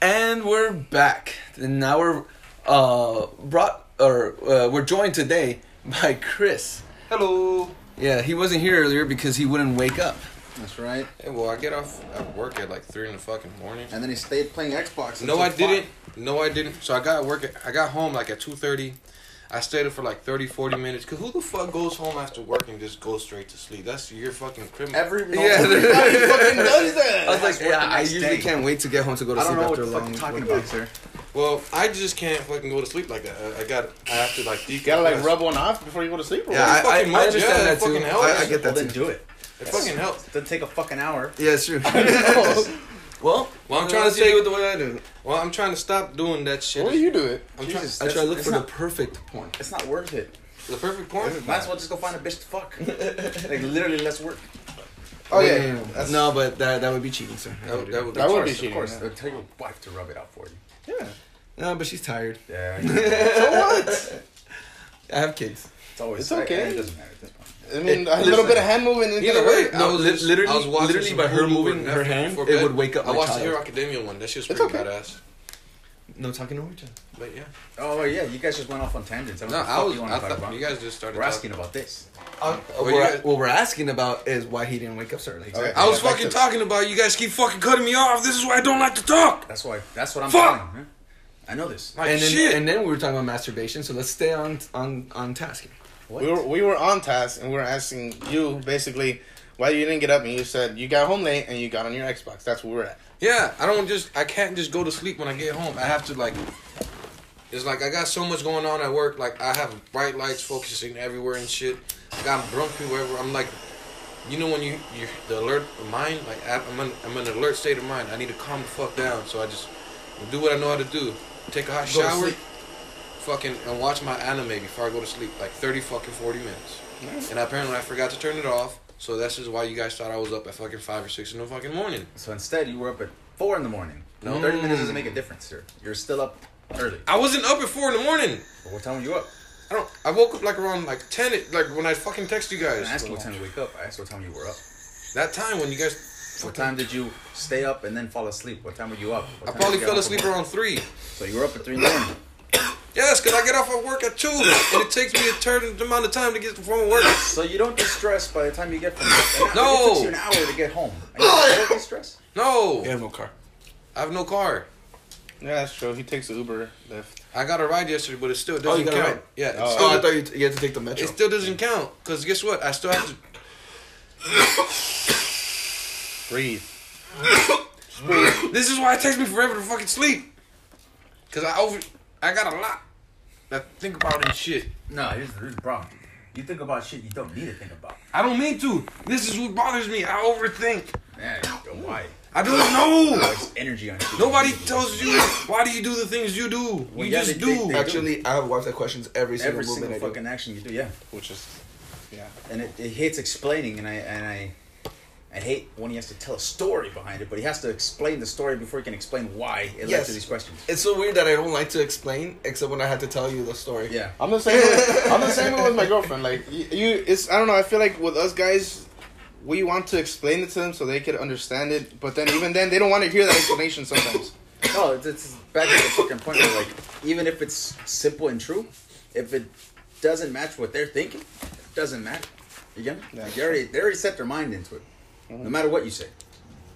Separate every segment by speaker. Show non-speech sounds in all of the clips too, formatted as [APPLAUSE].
Speaker 1: And we're back. And now we're uh, brought or uh, we're joined today [LAUGHS] by Chris.
Speaker 2: Hello.
Speaker 1: Yeah, he wasn't here earlier because he wouldn't wake up.
Speaker 2: That's right.
Speaker 3: Hey, well, I get off at work at like three in the fucking morning.
Speaker 2: And then he stayed playing Xbox.
Speaker 3: No,
Speaker 2: until
Speaker 3: I
Speaker 2: five.
Speaker 3: didn't. No, I didn't. So I got work. At, I got home like at two thirty. I stayed up for like 30, 40 minutes. Cause who the fuck goes home after work and just goes straight to sleep? That's your fucking criminal.
Speaker 2: Every no,
Speaker 1: Yeah.
Speaker 3: [LAUGHS]
Speaker 2: everybody fucking knows that.
Speaker 1: I was like,
Speaker 2: That's
Speaker 1: yeah,
Speaker 2: what the
Speaker 1: I
Speaker 2: next
Speaker 1: usually
Speaker 2: day.
Speaker 1: can't wait to get home to go to
Speaker 2: I don't
Speaker 1: sleep
Speaker 2: know
Speaker 1: after
Speaker 2: what
Speaker 1: a
Speaker 2: the fuck
Speaker 1: long.
Speaker 2: you're talking
Speaker 1: work
Speaker 2: about,
Speaker 1: day.
Speaker 2: sir.
Speaker 3: well, I just can't fucking go to sleep like that. I, I got. I have to like decompress.
Speaker 4: You gotta like rub one off before you go to sleep. Or
Speaker 1: Yeah,
Speaker 4: what?
Speaker 1: I, I, I
Speaker 3: Fucking much,
Speaker 1: understand
Speaker 3: yeah,
Speaker 1: that too.
Speaker 3: fucking hell,
Speaker 1: I, I
Speaker 3: that's-
Speaker 1: get that
Speaker 4: well, then
Speaker 1: too.
Speaker 4: do it.
Speaker 3: It fucking helps.
Speaker 4: Then take a fucking hour.
Speaker 1: Yeah, it's
Speaker 2: [LAUGHS]
Speaker 1: true. well,
Speaker 3: Well, I'm
Speaker 1: uh,
Speaker 3: trying to
Speaker 1: let's do
Speaker 3: say-
Speaker 1: it the way I do.
Speaker 3: Well, I'm trying to stop doing that shit.
Speaker 4: What do you do it?
Speaker 3: I'm trying.
Speaker 2: Jesus,
Speaker 1: I try to look
Speaker 2: it's
Speaker 1: for
Speaker 2: not,
Speaker 1: the perfect porn.
Speaker 4: It's not worth it.
Speaker 3: The perfect porn.
Speaker 4: Might as well just go find a bitch to fuck. [LAUGHS] like literally, less work.
Speaker 2: Oh yeah,
Speaker 1: Wait, no, no, no.
Speaker 2: that's- Oh.
Speaker 1: no, but that that would be cheating, sir.
Speaker 3: That, would- that would be.
Speaker 4: That would
Speaker 3: charged.
Speaker 4: be
Speaker 2: Of
Speaker 4: cheating.
Speaker 2: course,
Speaker 4: yeah.
Speaker 2: tell your wife to rub it out for you.
Speaker 4: Yeah.
Speaker 1: No, but she's tired.
Speaker 2: [LAUGHS] Yeah. yeah.
Speaker 4: [LAUGHS] So what?
Speaker 1: I have kids.
Speaker 2: It's always
Speaker 4: It's okay.
Speaker 2: It doesn't matter at this point.
Speaker 4: I mean, a little bit of hand movement. ain't
Speaker 3: Either
Speaker 4: gonna
Speaker 3: way,
Speaker 4: hurt.
Speaker 3: I
Speaker 1: No,
Speaker 3: was
Speaker 1: li-
Speaker 3: just-
Speaker 1: literally-
Speaker 3: I was watching
Speaker 1: literally
Speaker 3: some
Speaker 1: by her
Speaker 3: Hulu
Speaker 1: moving
Speaker 3: with
Speaker 1: her
Speaker 3: Netflix
Speaker 1: hand,
Speaker 3: before
Speaker 1: it
Speaker 3: bed.
Speaker 1: would wake up
Speaker 3: I
Speaker 1: my
Speaker 3: watched the
Speaker 1: child.
Speaker 3: Hero Academia one. That shit's
Speaker 4: It's
Speaker 3: pretty
Speaker 4: okay.
Speaker 3: badass.
Speaker 1: No talking over each other.
Speaker 3: But yeah.
Speaker 2: Oh yeah, you guys just went off on tangents. I don't
Speaker 3: No,
Speaker 2: know what the
Speaker 3: I
Speaker 2: fuck
Speaker 3: was.
Speaker 2: you want to
Speaker 3: I
Speaker 2: talk
Speaker 3: thought
Speaker 2: about.
Speaker 3: you guys just started.
Speaker 2: We're
Speaker 3: talking.
Speaker 2: asking about this.
Speaker 3: Well,
Speaker 1: what,
Speaker 3: you
Speaker 1: we're,
Speaker 3: guys-
Speaker 1: what we're asking about is why he didn't wake up so early.
Speaker 4: Okay.
Speaker 3: I was
Speaker 4: Yeah, back
Speaker 3: fucking
Speaker 4: to-
Speaker 3: talking about it. you guys keep fucking cutting me off. This is why I don't like to talk.
Speaker 2: That's why. That's what I'm
Speaker 3: Fuck!
Speaker 2: telling. you, huh? I know this.
Speaker 3: Like
Speaker 1: and then,
Speaker 3: shit.
Speaker 1: and then we were talking about masturbation. So let's stay on on on task. here.
Speaker 4: We were we were on task and we were asking you basically why you didn't get up and you said you got home late and you got on your Xbox. That's where we're at.
Speaker 3: yeah, I don't just I can't just go to sleep when I get home. I have to like it's like I got so much going on at work. Like I have bright lights focusing everywhere and shit. Like I'm drunk wherever. I'm like you know when you you the alert of mind like I- I'm in, I'm in an alert state of mind. I need to calm the fuck down. So I just do what I know how to do. Take a hot
Speaker 4: Go to
Speaker 3: shower.
Speaker 4: sleep.
Speaker 3: Fucking and watch my anime before I go to sleep, like thirty fucking forty minutes. And apparently I forgot to turn it off, so that's just why you guys thought I was up at fucking five or six in the fucking morning.
Speaker 2: So instead, you were up at four in the morning. No, thirty minutes doesn't make a difference, sir. You're still up early.
Speaker 3: I wasn't up at four in the morning.
Speaker 2: What time were you up?
Speaker 3: I don't. I woke up like around like ten. it- Like when I fucking text you
Speaker 2: I didn't
Speaker 3: guys.
Speaker 2: ask you what time you wake up. I asked what time you were up.
Speaker 3: That time when you guys.
Speaker 2: What time did you stay up and then fall asleep? What time were you up? What
Speaker 3: I
Speaker 2: time
Speaker 3: probably
Speaker 2: did you
Speaker 3: fell
Speaker 2: get off
Speaker 3: asleep
Speaker 2: of work?
Speaker 3: around three.
Speaker 2: So you were up at three in the morning.
Speaker 3: Yes, cause I get off of work at two, and it takes me a certain amount of time to get from work.
Speaker 2: So you don't get stressed by the time you get from work. And
Speaker 3: No.
Speaker 2: It takes you an hour to get home. And you don't get stressed.
Speaker 3: No,
Speaker 1: no car.
Speaker 3: I have no car.
Speaker 4: Yeah, that's true. He takes the Uber Lyft.
Speaker 3: I got a ride yesterday, but it still
Speaker 1: Oh, you
Speaker 3: doesn't
Speaker 1: got a
Speaker 3: count.
Speaker 1: ride?
Speaker 3: Yeah, it,
Speaker 4: Oh.
Speaker 3: still,
Speaker 1: Oh, I thought you, you had to take the metro.
Speaker 3: it still doesn't count. Cause guess what? I still have to.
Speaker 4: Breathe.
Speaker 3: This is why it takes me forever to fucking sleep. Cause I over. I got a lot. I think about and shit.
Speaker 2: No, here's, here's the problem. You think about shit you don't need to think about.
Speaker 3: I don't mean to. This is what bothers me. I overthink.
Speaker 2: Man, why?
Speaker 3: I don't know.
Speaker 2: It's energy on shit.
Speaker 3: Nobody tells you why do you do the things you do.
Speaker 2: Well,
Speaker 3: you
Speaker 2: yeah,
Speaker 3: just
Speaker 2: they-
Speaker 3: do.
Speaker 2: they-
Speaker 1: Actually, I have watched that questions every single
Speaker 2: every
Speaker 1: movement
Speaker 2: single
Speaker 1: I do.
Speaker 2: fucking action you do. Yeah,
Speaker 4: Which is yeah.
Speaker 2: and it, it hates explaining, and I and I. I hate when he has to tell a story behind it, but he has to explain the story before he can explain why it led
Speaker 1: Yes.
Speaker 2: to these questions.
Speaker 1: It's so weird that I don't like to explain, except when I had to tell you the story.
Speaker 2: Yeah.
Speaker 4: I'm the same. [LAUGHS] Way, I'm the same way with my girlfriend. Like you, you, it's I don't know. I feel like with us guys, we want to explain it to them so they could understand it. But then even then, they don't want to hear that explanation sometimes.
Speaker 2: No, it's, it's back to the fucking point where, like, even if it's simple and true, if it doesn't match what they're thinking, it doesn't matter. You get me?
Speaker 4: Yeah.
Speaker 2: Like, they, already, they already set their mind into it. No matter what you say,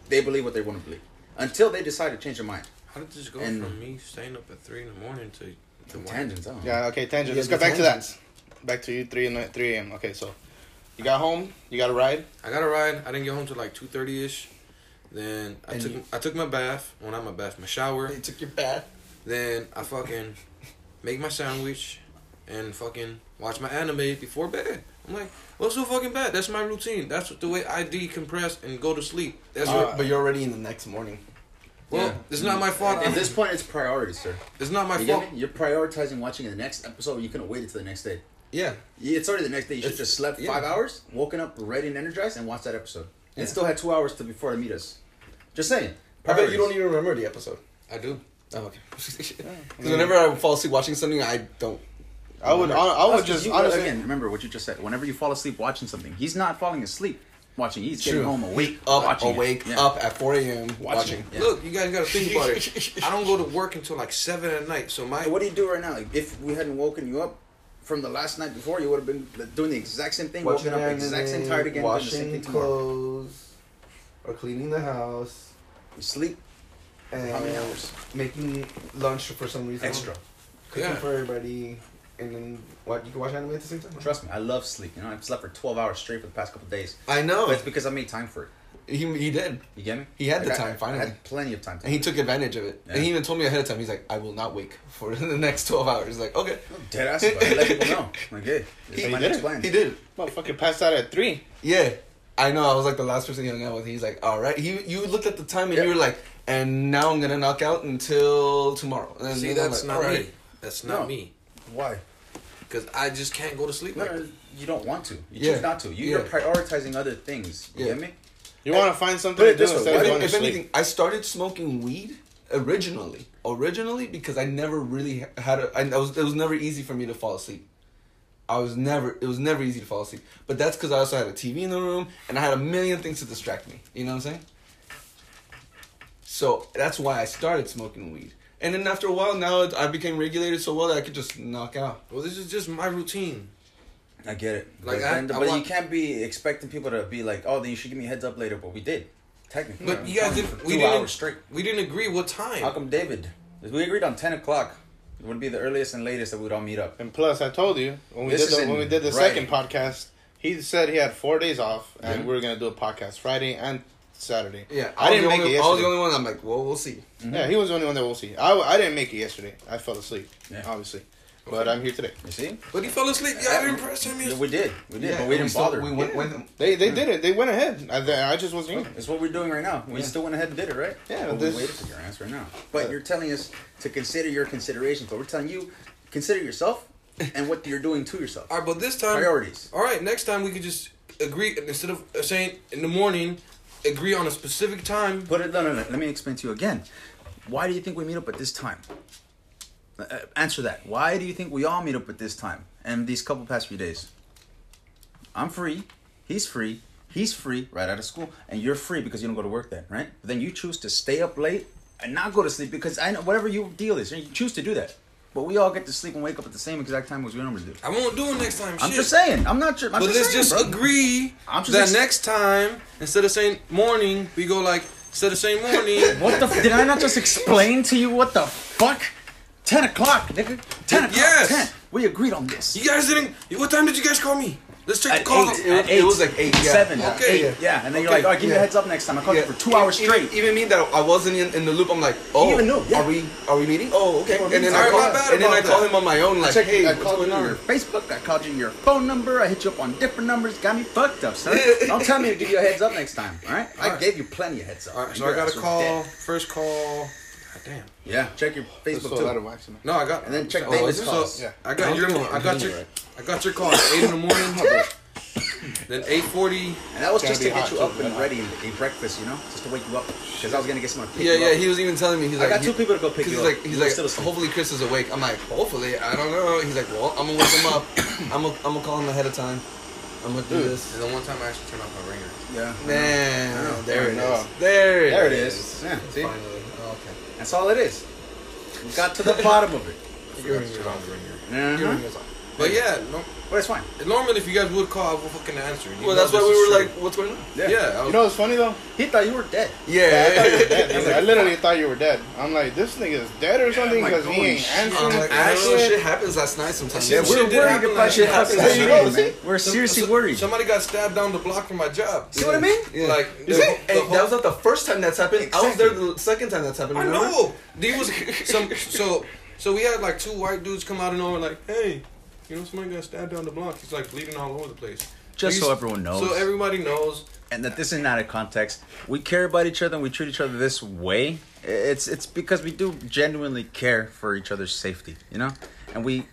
Speaker 2: they believe what they want to believe. Until they decide to change their mind.
Speaker 3: How did this go
Speaker 2: And-
Speaker 3: from me staying up at three in the morning to the
Speaker 2: Tangents, huh?
Speaker 4: Yeah. Okay. Tangent.
Speaker 1: Yeah,
Speaker 4: Let's go
Speaker 1: the
Speaker 4: back to that.
Speaker 1: tangents.
Speaker 4: Back to you. Three and nine- three a.m. Okay. So you got home. You got a ride.
Speaker 3: I got a ride. I didn't get home till like two thirty ish. Then I
Speaker 1: And
Speaker 3: took
Speaker 1: you-
Speaker 3: I took my bath. Well, not my bath, my shower.
Speaker 1: You took your bath.
Speaker 3: Then I fucking make my sandwich and fucking watch my anime before bed. I'm like, what's so fucking bad? That's my routine. That's the way I decompress and go to sleep. That's
Speaker 1: You're-
Speaker 3: what,
Speaker 1: but you're already in the next morning.
Speaker 3: well, it's not my fault.
Speaker 2: At this point, it's priorities, sir.
Speaker 3: it's not my
Speaker 2: You
Speaker 3: fault.
Speaker 2: get me? You're prioritizing watching the next episode. when You could have waited till the next day.
Speaker 1: Yeah.
Speaker 2: Yeah, It's already the next day. You should
Speaker 1: It's-
Speaker 2: just slept
Speaker 1: yeah.
Speaker 2: five hours, woken up ready and energized, and watched that episode. And still had two hours to before to meet us. Just saying.
Speaker 1: I bet you
Speaker 2: Priorities.
Speaker 1: don't even remember the episode.
Speaker 3: I do.
Speaker 1: Oh, okay. [LAUGHS] Because whenever I fall asleep watching something, I don't.
Speaker 4: I would. I, I would
Speaker 2: That's 'cause
Speaker 4: just
Speaker 2: you-
Speaker 4: honestly.
Speaker 2: again remember what you just said. Whenever you fall asleep watching something, he's not falling asleep. watching. He's getting home awake,
Speaker 1: up,
Speaker 2: watching it.
Speaker 1: awake,
Speaker 2: Yeah.
Speaker 1: up at 4 a.m. watching.
Speaker 2: Watching it. Yeah.
Speaker 3: Look, you guys gotta think
Speaker 1: [LAUGHS]
Speaker 3: about it. I don't go to work until like seven at night, so my
Speaker 2: Hey, What do you do right now? Like, If we hadn't woken you up from the last night before, you would have been doing the exact same thing, woken up the exact same tired again, doing the same
Speaker 4: washing
Speaker 2: thing tomorrow.
Speaker 4: clothes, or cleaning the house,
Speaker 2: You sleep.
Speaker 4: and
Speaker 2: How many hours?
Speaker 4: making lunch for some reason.
Speaker 2: Extra.
Speaker 4: Cooking
Speaker 3: Yeah.
Speaker 4: for everybody, and then what you can watch anime at the same time.
Speaker 2: Trust me, I love sleep. You know, I've slept for 12 hours straight for the past couple of days.
Speaker 1: I
Speaker 2: But
Speaker 1: know.
Speaker 2: it's because I made time for it.
Speaker 1: He, he did.
Speaker 2: You get me?
Speaker 1: Oh. He had the
Speaker 2: Like, I-
Speaker 1: time, finally.
Speaker 2: I had plenty of time. To
Speaker 1: And he took advantage of it. And
Speaker 2: Yeah.
Speaker 1: he even told me ahead of time. He's like, I will not wake for [LAUGHS] the next 12 hours. Like, okay.
Speaker 2: Dead ass. but I let people
Speaker 1: [LAUGHS]
Speaker 2: know. Like, hey, this
Speaker 4: He
Speaker 2: is my
Speaker 4: did
Speaker 2: next
Speaker 4: it.
Speaker 2: plan.
Speaker 1: He did.
Speaker 4: Motherfucker passed out at three.
Speaker 1: Yeah. I know. I was like the last person he hung out with. He's like, all right. He, you looked at the time and
Speaker 2: Yeah.
Speaker 1: you were like, and now I'm going to knock out until tomorrow. And
Speaker 3: see
Speaker 1: I'm
Speaker 3: that's
Speaker 1: like,
Speaker 3: not
Speaker 1: all right.
Speaker 3: me. That's not
Speaker 2: No.
Speaker 3: me.
Speaker 2: Why?
Speaker 3: Cause I just can't go to sleep
Speaker 2: No,
Speaker 3: like
Speaker 2: no,
Speaker 3: that.
Speaker 2: you don't want to. You
Speaker 1: Yeah.
Speaker 2: choose not to. You, You're
Speaker 1: Yeah.
Speaker 2: prioritizing other things. You
Speaker 1: Yeah.
Speaker 2: get me?
Speaker 4: You want to find something
Speaker 2: Put it
Speaker 4: to do
Speaker 2: this way,
Speaker 4: instead
Speaker 2: why
Speaker 4: of
Speaker 2: did-
Speaker 4: going
Speaker 1: If,
Speaker 4: to
Speaker 1: if
Speaker 4: sleep.
Speaker 1: anything, I started smoking weed originally. Originally, because I never really had a. I, I was, it was never easy for me to fall asleep. I was never. It was never easy to fall asleep. But that's because I also had a TV in the room and I had a million things to distract me. You know what I'm saying? So that's why I started smoking weed. And then after a while, now it, I became regulated so well that I could just knock out.
Speaker 3: Well, this is just my routine.
Speaker 2: I get it.
Speaker 3: Like,
Speaker 2: but
Speaker 3: I-
Speaker 2: then-
Speaker 3: I
Speaker 2: but you
Speaker 3: want-
Speaker 2: can't be expecting people to be like, oh, then you should give me a heads up later. But we did. Technically.
Speaker 3: But you guys didn't. We
Speaker 2: 2
Speaker 3: didn't.
Speaker 2: hours straight.
Speaker 3: We didn't agree what time.
Speaker 2: How come David? We agreed on 10 o'clock. It would be the earliest and latest that we would all meet up.
Speaker 4: And plus, I told you when we
Speaker 2: This
Speaker 4: did
Speaker 2: is
Speaker 4: the, when
Speaker 2: in
Speaker 4: we did the
Speaker 2: writing.
Speaker 4: second podcast, he said he had four days off, and we were gonna do a podcast Friday and Saturday.
Speaker 1: Yeah, was
Speaker 4: I, didn't
Speaker 1: the
Speaker 4: make
Speaker 1: only,
Speaker 4: it
Speaker 1: I was
Speaker 4: yesterday.
Speaker 1: the only one. I'm like, well, we'll see.
Speaker 4: Yeah, he was the only one that we'll see. I, I didn't make it yesterday. I fell asleep,
Speaker 2: Yeah.
Speaker 4: obviously, but I'm here today.
Speaker 2: You see?
Speaker 3: But he fell asleep. Y'all didn't press him.
Speaker 2: Yeah, we did. We did.
Speaker 1: Yeah,
Speaker 2: but we didn't
Speaker 1: still-
Speaker 2: bother.
Speaker 1: We went with him.
Speaker 4: They they did it. They went ahead. I, I just wasn't here.
Speaker 2: It's what we're doing right now. We still went ahead and did it, right?
Speaker 4: Yeah,
Speaker 2: But
Speaker 4: this-
Speaker 2: we waited for your answer right now. But you're telling us to consider your considerations. But we're telling you, consider yourself and what you're doing to yourself.
Speaker 3: All right, but this time
Speaker 2: Priorities.
Speaker 3: All right, next time we could just agree instead of saying in the morning, agree on a specific time.
Speaker 2: Put it. No, no, no. Let me explain to you again. Why do you think we meet up at this time? Uh, uh, answer that. Why do you think we all meet up at this time and these couple past few days? I'm free. He's free. He's free right out of school, and you're free because you don't go to work then, right? But then you choose to stay up late and not go to sleep because I know whatever your deal is, and you choose to do that. But we all get to sleep and wake up at the same exact time as we normally do.
Speaker 3: I won't do it next time.
Speaker 2: I'm
Speaker 3: shit.
Speaker 2: just saying. I'm not sure. I'm
Speaker 3: But
Speaker 2: just
Speaker 3: let's
Speaker 2: saying,
Speaker 3: just
Speaker 2: bro.
Speaker 3: agree
Speaker 2: I'm just
Speaker 3: that
Speaker 2: ex-
Speaker 3: next time instead of saying morning, we go like instead of saying morning.
Speaker 2: [LAUGHS] What the? F- did I not just explain to you what the fuck? Ten o'clock, nigga. Ten o'clock.
Speaker 3: Yes.
Speaker 2: Ten. We agreed on this.
Speaker 3: you guys didn't. What time did you guys call me? Let's check the
Speaker 2: At
Speaker 3: call.
Speaker 1: it was-
Speaker 2: eight, at
Speaker 1: it
Speaker 2: eight,
Speaker 1: was like eight, yeah.
Speaker 2: seven, uh,
Speaker 3: Okay.
Speaker 2: eight, yeah. And then you're
Speaker 1: Okay.
Speaker 2: like, all right, give me
Speaker 1: Yeah.
Speaker 2: a heads up next time. I called
Speaker 1: Yeah.
Speaker 2: you for two hours
Speaker 1: Even-
Speaker 2: straight.
Speaker 1: Even, mean that I wasn't in, in the loop. I'm like, oh,
Speaker 2: even knew, yeah.
Speaker 1: are we are we meeting? Oh, okay.
Speaker 2: We're
Speaker 1: And then
Speaker 2: meeting.
Speaker 1: I
Speaker 3: Sorry,
Speaker 1: call,
Speaker 3: my bad
Speaker 1: and then I
Speaker 3: about
Speaker 1: call
Speaker 3: that.
Speaker 1: him on my own, like, hey,
Speaker 2: I
Speaker 1: what's
Speaker 2: called
Speaker 1: going
Speaker 2: you your
Speaker 1: on?
Speaker 2: Facebook. I called you your phone number. I hit you up on different numbers. Got me fucked up, son. Don't tell me to give you a heads up next time. All right? I
Speaker 3: right.
Speaker 2: gave you plenty of heads up.
Speaker 3: All right, so
Speaker 2: Your
Speaker 3: I got
Speaker 2: ass
Speaker 3: a
Speaker 2: was
Speaker 3: call.
Speaker 2: dead.
Speaker 3: First call. God damn.
Speaker 2: Yeah. Check your
Speaker 4: It's
Speaker 2: Facebook
Speaker 4: so out of
Speaker 2: too.
Speaker 4: whack to me.
Speaker 3: No, I got.
Speaker 2: And then check
Speaker 3: oh,
Speaker 2: David's
Speaker 3: so-
Speaker 2: calls.
Speaker 4: Yeah.
Speaker 3: I
Speaker 1: I
Speaker 3: got
Speaker 1: don't
Speaker 3: your.
Speaker 1: think I'm
Speaker 3: I got
Speaker 1: hungry
Speaker 3: your.
Speaker 1: right
Speaker 3: I got your call at eight in the
Speaker 2: [LAUGHS]
Speaker 3: morning. then eight forty.
Speaker 2: And that was
Speaker 4: Gotta
Speaker 2: just
Speaker 4: be
Speaker 2: to get
Speaker 4: hot,
Speaker 2: you
Speaker 4: too,
Speaker 2: up and
Speaker 4: hot.
Speaker 2: ready and eat breakfast, you know, just to wake you up. Because I was gonna get someone. to pick
Speaker 1: Yeah,
Speaker 2: you
Speaker 1: yeah.
Speaker 2: up.
Speaker 1: He was even telling me he's
Speaker 2: I
Speaker 1: like,
Speaker 2: got
Speaker 1: he-
Speaker 2: two people to go pick
Speaker 1: 'cause
Speaker 2: you
Speaker 1: he's
Speaker 2: up.
Speaker 1: like,
Speaker 2: You
Speaker 1: he's
Speaker 2: were
Speaker 1: like,
Speaker 2: still asleep.
Speaker 1: hopefully Chris is awake. I'm like, hopefully. I don't know. He's like, well, I'm gonna wake him
Speaker 2: [COUGHS]
Speaker 1: up. I'm gonna I'm gonna call him ahead of time. I'm gonna
Speaker 2: Hmm.
Speaker 1: do this.
Speaker 3: And then one time I actually turned off my ringer.
Speaker 2: Yeah.
Speaker 1: Man, there it
Speaker 4: know.
Speaker 1: is. There it
Speaker 2: There it
Speaker 1: is.
Speaker 2: is. Yeah. See,
Speaker 3: Finally. Oh, okay.
Speaker 2: that's all it is. We got to the bottom of it.
Speaker 3: Your ringer. the ringer.
Speaker 1: Your
Speaker 2: Uh-huh.
Speaker 1: ringers off.
Speaker 3: But yeah, no,
Speaker 2: But it's fine.
Speaker 3: normally if you guys would call, I would fucking answer. You
Speaker 1: Well,
Speaker 3: know
Speaker 1: that's why
Speaker 3: this
Speaker 1: we
Speaker 3: is
Speaker 1: were
Speaker 3: true.
Speaker 1: like, what's going on?
Speaker 2: Yeah.
Speaker 3: yeah, I
Speaker 4: You
Speaker 3: was,
Speaker 4: know what's
Speaker 2: [LAUGHS]
Speaker 4: funny though?
Speaker 2: He thought you were dead.
Speaker 4: I thought you were
Speaker 1: Yeah.
Speaker 4: dead. I was like, I literally thought you were dead. I'm like, this nigga is dead or something
Speaker 2: like,
Speaker 4: because he
Speaker 2: holy
Speaker 4: ain't
Speaker 1: [LAUGHS]
Speaker 2: shit.
Speaker 1: I'm
Speaker 4: answering.
Speaker 1: like, actually,
Speaker 4: shit.
Speaker 1: shit happens last night sometimes.
Speaker 3: Yeah,
Speaker 1: Yeah,
Speaker 3: Shit
Speaker 1: we're
Speaker 3: did happen last night.
Speaker 2: last
Speaker 4: There
Speaker 2: night,
Speaker 4: you go,
Speaker 2: man.
Speaker 4: see?
Speaker 2: We're
Speaker 3: some-
Speaker 2: seriously
Speaker 3: some-
Speaker 2: worried.
Speaker 3: Somebody got stabbed down the block from my job.
Speaker 2: See what I mean?
Speaker 1: Yeah.
Speaker 3: Like,
Speaker 1: You
Speaker 3: the-
Speaker 1: see?
Speaker 3: the
Speaker 1: Hey,
Speaker 3: whole-
Speaker 1: that was not the first time that's happened. I was there
Speaker 2: Exactly.
Speaker 1: the second time that's happened.
Speaker 3: I
Speaker 1: remember?
Speaker 3: know. There was some. So, so we had like two white dudes come out and over like, hey, you know, somebody got stabbed down the block. He's like bleeding all over the place.
Speaker 2: Just
Speaker 3: He's-
Speaker 2: so everyone knows.
Speaker 3: So everybody knows.
Speaker 2: and that this is not a context. We care about each other and we treat each other this way. It's it's because we do genuinely care for each other's safety, you know? And we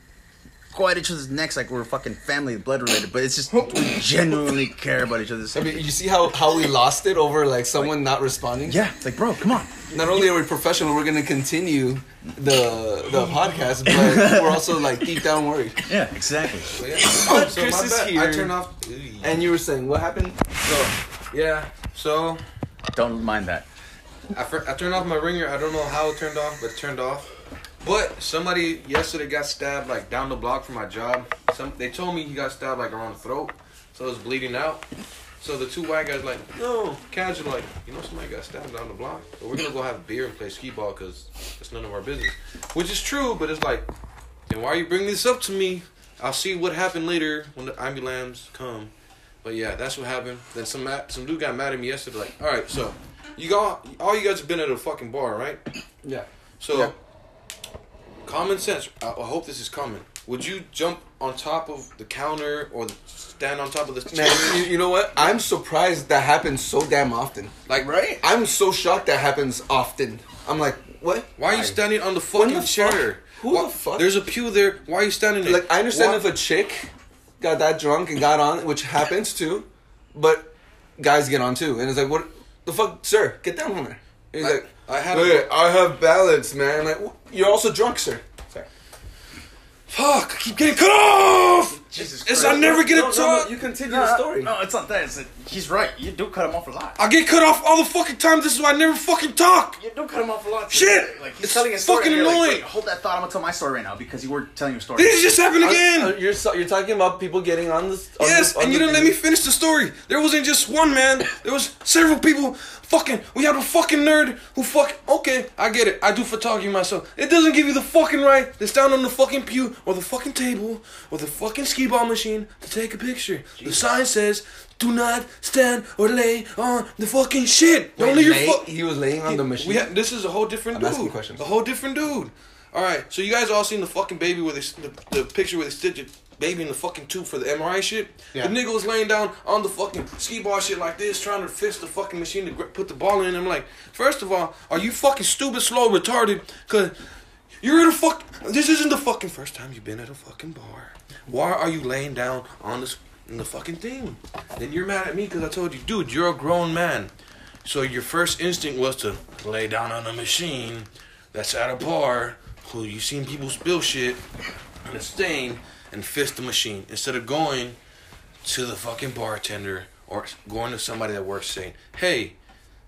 Speaker 2: go at each other's necks like we're fucking family blood related, but it's just we genuinely care about each other's
Speaker 1: I
Speaker 2: safety.
Speaker 1: mean, you see how, how we lost it over like someone not responding.
Speaker 2: Yeah, it's like bro, come on.
Speaker 1: Not only are we professional, we're gonna continue the the podcast, but we're also like deep down worried.
Speaker 2: Yeah, exactly.
Speaker 3: So, yeah.
Speaker 1: But [LAUGHS]
Speaker 3: so
Speaker 1: Chris
Speaker 3: my
Speaker 1: is
Speaker 3: bad.
Speaker 1: here.
Speaker 3: I turn off.
Speaker 1: And you were saying what happened?
Speaker 2: So
Speaker 3: Yeah. So
Speaker 2: Don't mind that.
Speaker 3: I, fir- I turned off my ringer. I don't know how it turned off, but it turned off. But somebody yesterday got stabbed like down the block from my job. Some they told me he got stabbed like around the throat, so it was bleeding out. So the two white guys like, no, casual like, you know, somebody got stabbed down the block, but we're gonna go have beer and play skee ball because it's none of our business, which is true. But it's like, then why are you bringing this up to me? I'll see what happened later when the ambulance come. But yeah, that's what happened. Then some ma- some dude got mad at me yesterday. Like, all right, so you got all you guys have been at a fucking bar, right?
Speaker 1: Yeah.
Speaker 3: So common sense. I, I hope this is common. Would you jump on top of the counter or stand on top of the
Speaker 1: Man,
Speaker 3: chair?
Speaker 1: you, you know what? I'm surprised that happens so damn often.
Speaker 3: Like,
Speaker 4: Right?
Speaker 1: I'm so shocked that happens often. I'm like, what?
Speaker 3: Why are you standing on the
Speaker 1: When
Speaker 3: fucking
Speaker 1: the fuck-
Speaker 3: chair?
Speaker 1: who
Speaker 3: Why-
Speaker 1: the fuck-
Speaker 3: There's a pew there. Why are you standing there?
Speaker 1: Like, I understand
Speaker 3: Why-
Speaker 1: if a chick got that drunk and got on, which happens too, but guys get on too, and it's like, what the fuck, sir? Get down from there. And he's
Speaker 3: I-
Speaker 1: like,
Speaker 3: I had-
Speaker 1: "Hey, I have balance, man. I'm like, "Wh- you're also drunk, sir. Sorry.
Speaker 3: fuck. I keep getting cut off.
Speaker 2: Jesus Uh,
Speaker 3: It's I never get
Speaker 1: No,
Speaker 3: a
Speaker 1: no,
Speaker 3: talk. Uh,
Speaker 1: no, you continue the story.
Speaker 2: No, it's not that. It's that he's right. You do cut him off a lot.
Speaker 3: I get cut off all the fucking time. This is why I never fucking talk.
Speaker 2: You do cut him off a lot.
Speaker 3: Shit!
Speaker 2: Like he's
Speaker 3: It's
Speaker 2: telling a story.
Speaker 3: fucking
Speaker 2: and you're like,
Speaker 3: annoying.
Speaker 2: wait, hold that thought. I'm gonna tell my story right now because you were telling your story.
Speaker 3: This just happened again.
Speaker 1: Uh, You're so- you're talking about people getting on this. on
Speaker 3: Yes,
Speaker 1: the- on
Speaker 3: and you
Speaker 1: the
Speaker 3: didn't let
Speaker 1: thing.
Speaker 3: me finish the story. There wasn't just one man. There was several people. Fucking, we had a fucking nerd who fuck. Okay, I get it. I do photography myself. It doesn't give you the fucking right to stand on the fucking pew or the fucking table or the fucking skee ball machine to take a picture. The sign says, "Do not stand or lay on the fucking shit." Don't
Speaker 1: Wait,
Speaker 3: leave
Speaker 1: lay-
Speaker 3: your fuck.
Speaker 1: He was laying on the machine.
Speaker 3: We ha- this is a whole different
Speaker 1: I'm
Speaker 3: dude.
Speaker 1: asking questions.
Speaker 3: A whole different dude. All right, so you guys all seen the fucking baby where they s- the, the picture where they stitched the baby in the fucking tube for the MRI shit.
Speaker 4: Yeah.
Speaker 3: The nigga was laying down on the fucking ski ball shit like this, trying to fist the fucking machine to gri- put the ball in. I'm like, first of all, are you fucking stupid, slow, retarded? Cause you're in a fuck. This isn't the fucking first time you've been at a fucking bar. Why are you laying down on this in the fucking thing? Then you're mad at me because I told you, dude, you're a grown man. So your first instinct was to lay down on a machine that's at a bar who you seen people spill shit and it's stained and fist the machine instead of going to the fucking bartender or going to somebody that works saying, Hey,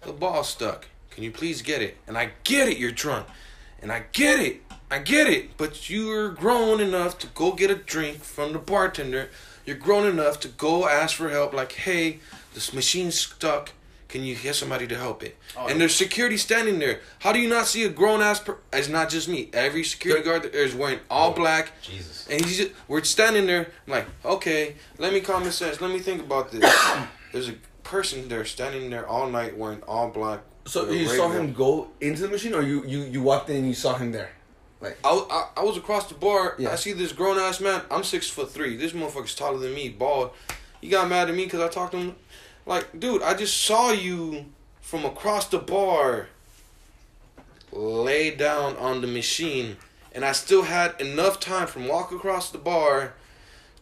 Speaker 3: the ball's stuck. Can you please get it? And I get it, you're drunk. And I get it. I get it. But you're grown enough to go get a drink from the bartender. You're grown enough to go ask for help, like, hey, this machine's stuck. Can you get somebody to help it? and there's security standing there. How do you not see a grown ass? Per- it's not just me. Every security guard there is wearing all black.
Speaker 2: Jesus.
Speaker 3: And he's just, we're standing there, I'm like, okay, let me common sense, let me think about this. [COUGHS] There's a person there standing there all night wearing all black.
Speaker 1: So
Speaker 3: with a
Speaker 1: you saw
Speaker 3: radio.
Speaker 1: him go into the machine, or you you you walked in and you saw him there, like
Speaker 3: I, I, I was across the bar.
Speaker 1: Yeah.
Speaker 3: I see this grown ass man. I'm six foot three. This motherfucker's taller than me, bald. He got mad at me because I talked to him. Like, dude, I just saw you from across the bar lay down on the machine, and I still had enough time from walk across the bar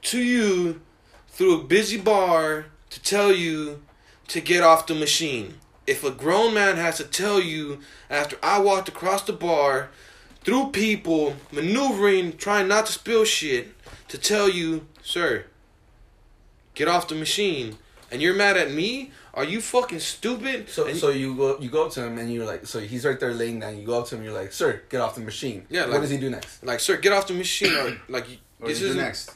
Speaker 3: to you through a busy bar to tell you to get off the machine. If a grown man has to tell you after I walked across the bar through people maneuvering, trying not to spill shit, to tell you, sir, get off the machine, and you're mad at me? Are you fucking stupid?
Speaker 1: so
Speaker 3: And-
Speaker 1: so you go you go up to him and you're like so he's right there laying down. You go up to him, you're like, sir, get off the machine.
Speaker 3: Yeah,
Speaker 1: what
Speaker 3: like-
Speaker 1: does he do next?
Speaker 3: like, sir, get off the machine. Or, like,
Speaker 2: What do you do
Speaker 3: isn't-
Speaker 2: next?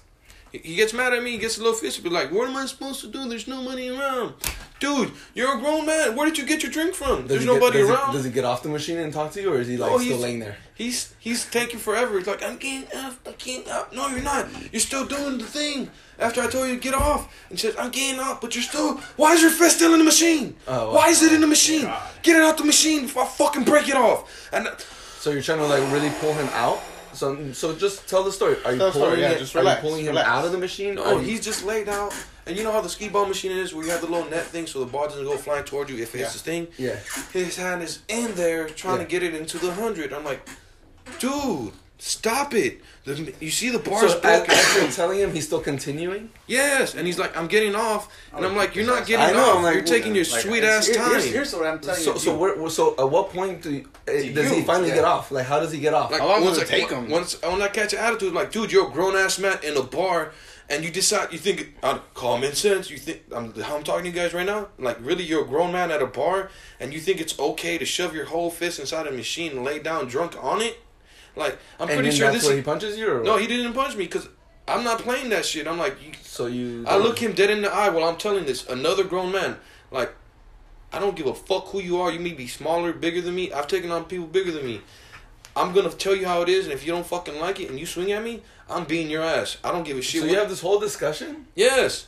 Speaker 3: He gets mad at me. He gets a little fishy. Be like, what am I supposed to do? There's no money around. Dude, you're a grown man. Where did you get your drink from?
Speaker 1: Does
Speaker 3: There's
Speaker 1: he get-
Speaker 3: nobody
Speaker 1: does he-
Speaker 3: around.
Speaker 1: does he get off the machine and talk to you, or is he like
Speaker 3: No,
Speaker 1: still
Speaker 3: he's-
Speaker 1: laying there?
Speaker 3: He's he's taking forever. He's like, I'm getting up, I'm getting up. No, you're not. You're still doing the thing. After I told you to get off, and says, I'm getting up, but you're still. Why is your fist still in the machine?
Speaker 1: Oh, wow.
Speaker 3: Why is it in the machine? Get it out the machine before I fucking break it off. And
Speaker 1: So you're trying to like really pull him out. So so just tell the story. Are you
Speaker 4: Tell the
Speaker 1: pulling
Speaker 4: story, yeah,
Speaker 1: it-
Speaker 4: just
Speaker 1: Are you
Speaker 4: relax,
Speaker 1: pulling him
Speaker 4: relax.
Speaker 1: out of the machine?
Speaker 3: oh,
Speaker 1: Are you-
Speaker 3: he's just laid out. And you know how the skee ball machine is, where you have the little net thing, so the ball doesn't go flying toward you if it hits the thing.
Speaker 1: yeah.
Speaker 3: His hand is in there trying
Speaker 1: Yeah.
Speaker 3: to get it into the hundred. I'm like, dude, stop it. The, you see the bar's
Speaker 1: So
Speaker 3: broken.
Speaker 1: a- after telling him, he's still continuing.
Speaker 3: Yes, and he's like, I'm getting off, and I'm like, you're not getting
Speaker 1: Oh, I know,
Speaker 3: off.
Speaker 1: I'm like,
Speaker 3: you're taking your sweet ass
Speaker 2: Here-
Speaker 3: time.
Speaker 2: Here's, here's what I'm telling
Speaker 1: So
Speaker 2: you.
Speaker 1: so
Speaker 2: You-
Speaker 1: where, so at what point do, uh, does he
Speaker 2: you,
Speaker 1: finally
Speaker 2: yeah.
Speaker 1: get off? Like how does he get off?
Speaker 3: like,
Speaker 4: How long
Speaker 3: once
Speaker 4: does
Speaker 3: I
Speaker 4: it take him?
Speaker 3: Once when I catch an attitude, like, dude, you're a grown ass man in a bar, and you decide you think uh, common sense. You think I'm how I'm talking to you guys right now. Like really, you're a grown man at a bar, and you think it's okay to shove your whole fist inside a machine and lay down drunk on it. Like I'm
Speaker 1: And
Speaker 3: pretty
Speaker 1: then
Speaker 3: sure
Speaker 1: that's
Speaker 3: this.
Speaker 1: where he punches you, or
Speaker 3: no,
Speaker 1: what?
Speaker 3: he didn't punch me because I'm not playing that shit. I'm like, you,
Speaker 1: So you.
Speaker 3: I look him dead in the eye while I'm telling this. Another grown man, like, I don't give a fuck who you are. You may be smaller, bigger than me. I've taken on people bigger than me. I'm gonna tell you how it is, and if you don't fucking like it and you swing at me, I'm beating your ass. I don't give a shit.
Speaker 1: So
Speaker 3: what-
Speaker 1: you have this whole discussion.
Speaker 3: yes,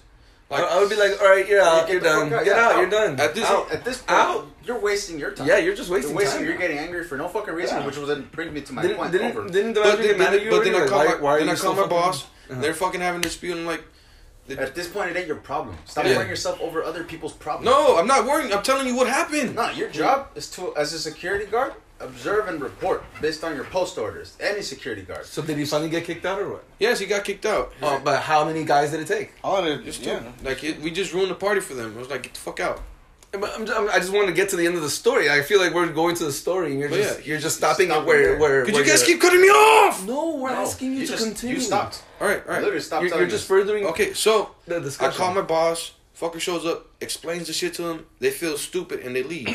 Speaker 1: I,
Speaker 3: like
Speaker 1: I would be like, all right, you're out,
Speaker 2: Get
Speaker 1: you're
Speaker 2: the fuck
Speaker 1: done,
Speaker 2: out,
Speaker 1: get
Speaker 2: yeah,
Speaker 1: out,
Speaker 2: out.
Speaker 1: you're done.
Speaker 3: at this
Speaker 1: Out.
Speaker 2: At this point,
Speaker 1: Out.
Speaker 2: you're wasting your time.
Speaker 1: Yeah, you're just wasting
Speaker 2: You're wasting.
Speaker 1: time.
Speaker 2: You're getting angry for no fucking reason,
Speaker 1: Yeah.
Speaker 2: which will then bring me to my
Speaker 1: didn't
Speaker 2: point.
Speaker 1: didn't,
Speaker 2: over.
Speaker 1: didn't the
Speaker 3: but,
Speaker 1: manager get
Speaker 3: then,
Speaker 1: mad at you?
Speaker 3: but then I
Speaker 1: already?
Speaker 3: call
Speaker 1: Like,
Speaker 3: my,
Speaker 1: why are
Speaker 3: then
Speaker 1: you
Speaker 3: I
Speaker 1: still
Speaker 3: call my
Speaker 1: fucking-
Speaker 3: boss.
Speaker 1: Uh-huh.
Speaker 3: They're fucking having a dispute and like,
Speaker 2: At this point, it ain't your problem. Stop
Speaker 3: Yeah.
Speaker 2: worrying yourself over other people's problems.
Speaker 3: no, I'm not worrying. I'm telling you what happened.
Speaker 2: No, your job is to, as a security guard, observe and report based on your post orders. Any security guard.
Speaker 1: So did he finally get kicked out or what?
Speaker 3: Yes, he got kicked out.
Speaker 1: Oh, but how many guys did it take?
Speaker 4: I wanted
Speaker 3: Just
Speaker 4: yeah.
Speaker 3: two. like it, we just ruined the party for them. I was like, get the fuck out.
Speaker 1: But I'm, I'm, I just want to get to the end of the story. I feel like we're going to the story, and you're
Speaker 3: But
Speaker 1: just
Speaker 3: yeah,
Speaker 1: you're just stopping
Speaker 2: stop
Speaker 1: at where
Speaker 2: there.
Speaker 1: where.
Speaker 3: Could
Speaker 1: where
Speaker 3: you guys
Speaker 1: you're
Speaker 3: keep cutting me off?
Speaker 1: at. No, we're
Speaker 2: No,
Speaker 1: asking you, to
Speaker 2: just,
Speaker 1: continue.
Speaker 2: You stopped.
Speaker 3: All right, all
Speaker 2: I
Speaker 3: right.
Speaker 2: literally stopped
Speaker 1: You're,
Speaker 2: telling
Speaker 1: you're just
Speaker 2: you.
Speaker 1: furthering
Speaker 3: Okay, so
Speaker 1: the
Speaker 3: I
Speaker 1: discussion.
Speaker 3: call my boss. Fucker shows up, explains the shit to him. They feel stupid and
Speaker 1: [CLEARS THROAT]
Speaker 3: they leave.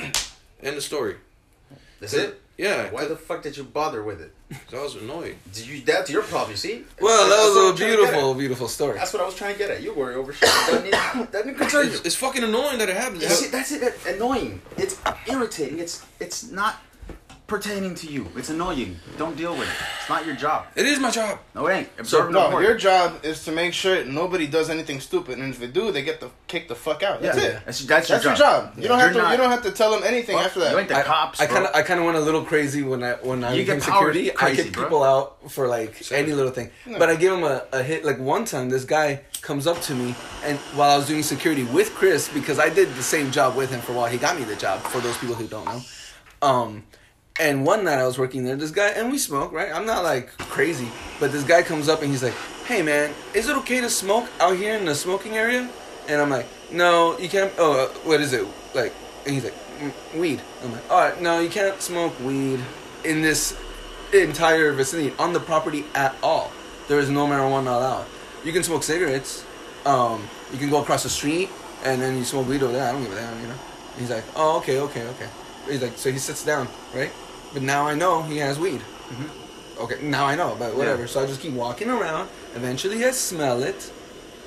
Speaker 3: End the story.
Speaker 2: That's it.
Speaker 3: Yeah,
Speaker 2: Why the fuck did you bother with it?
Speaker 3: 'cause I was annoyed.
Speaker 2: Did you? That's your problem. You see.
Speaker 1: Well,
Speaker 2: That's what
Speaker 1: that
Speaker 2: I'm
Speaker 1: was a
Speaker 2: trying to get at.
Speaker 1: beautiful, beautiful story.
Speaker 2: That's what I was trying to get at. You worry over shit that didn't, that didn't concern you.
Speaker 3: It's, it's fucking annoying that it happens.
Speaker 2: You see, that's it. That's annoying. It's irritating. It's it's not pertaining to you. It's annoying. Don't deal with it. It's not your job.
Speaker 3: It is my job.
Speaker 2: No, it ain't.
Speaker 4: So
Speaker 2: Observe and
Speaker 4: no,
Speaker 2: report.
Speaker 4: your job is to make sure nobody does anything stupid, and if they do, they get the kick the fuck out. That's it.
Speaker 2: That's, that's your
Speaker 4: That's your
Speaker 2: job.
Speaker 4: job. You don't
Speaker 2: You're
Speaker 4: have to.
Speaker 2: not-
Speaker 4: You don't have to tell them anything after
Speaker 2: You
Speaker 4: that.
Speaker 2: ain't the cops.
Speaker 1: I
Speaker 2: bro.
Speaker 1: kind of I kind of went a little crazy when I when I
Speaker 2: You
Speaker 1: became
Speaker 2: get power
Speaker 1: security. I
Speaker 2: crazy,
Speaker 1: kicked
Speaker 2: bro.
Speaker 1: people out for like any little thing. But I gave him a, a hit. Like one time, this guy comes up to me and while I was doing security with Chris because I did the same job with him for a while. He got me the job. For those people who don't know, um, and one night I was working there. This guy and we smoke right. I'm not like crazy, but this guy comes up and he's like, "Hey man, is it okay to smoke out here in the smoking area?" And I'm like, "No, you can't." Oh, uh, what is it like? And he's like, "Mm, weed. I'm like, all right, no, you can't smoke weed in this entire vicinity, on the property at all. There is no marijuana allowed. You can smoke cigarettes. Um, you can go across the street and then you smoke weed over there. I don't give a damn, you know? And he's like, oh, okay, okay, okay. He's like, so he sits down, right? But now I know he has weed. Okay, now I know, but whatever. So I just keep walking around. Eventually I smell it.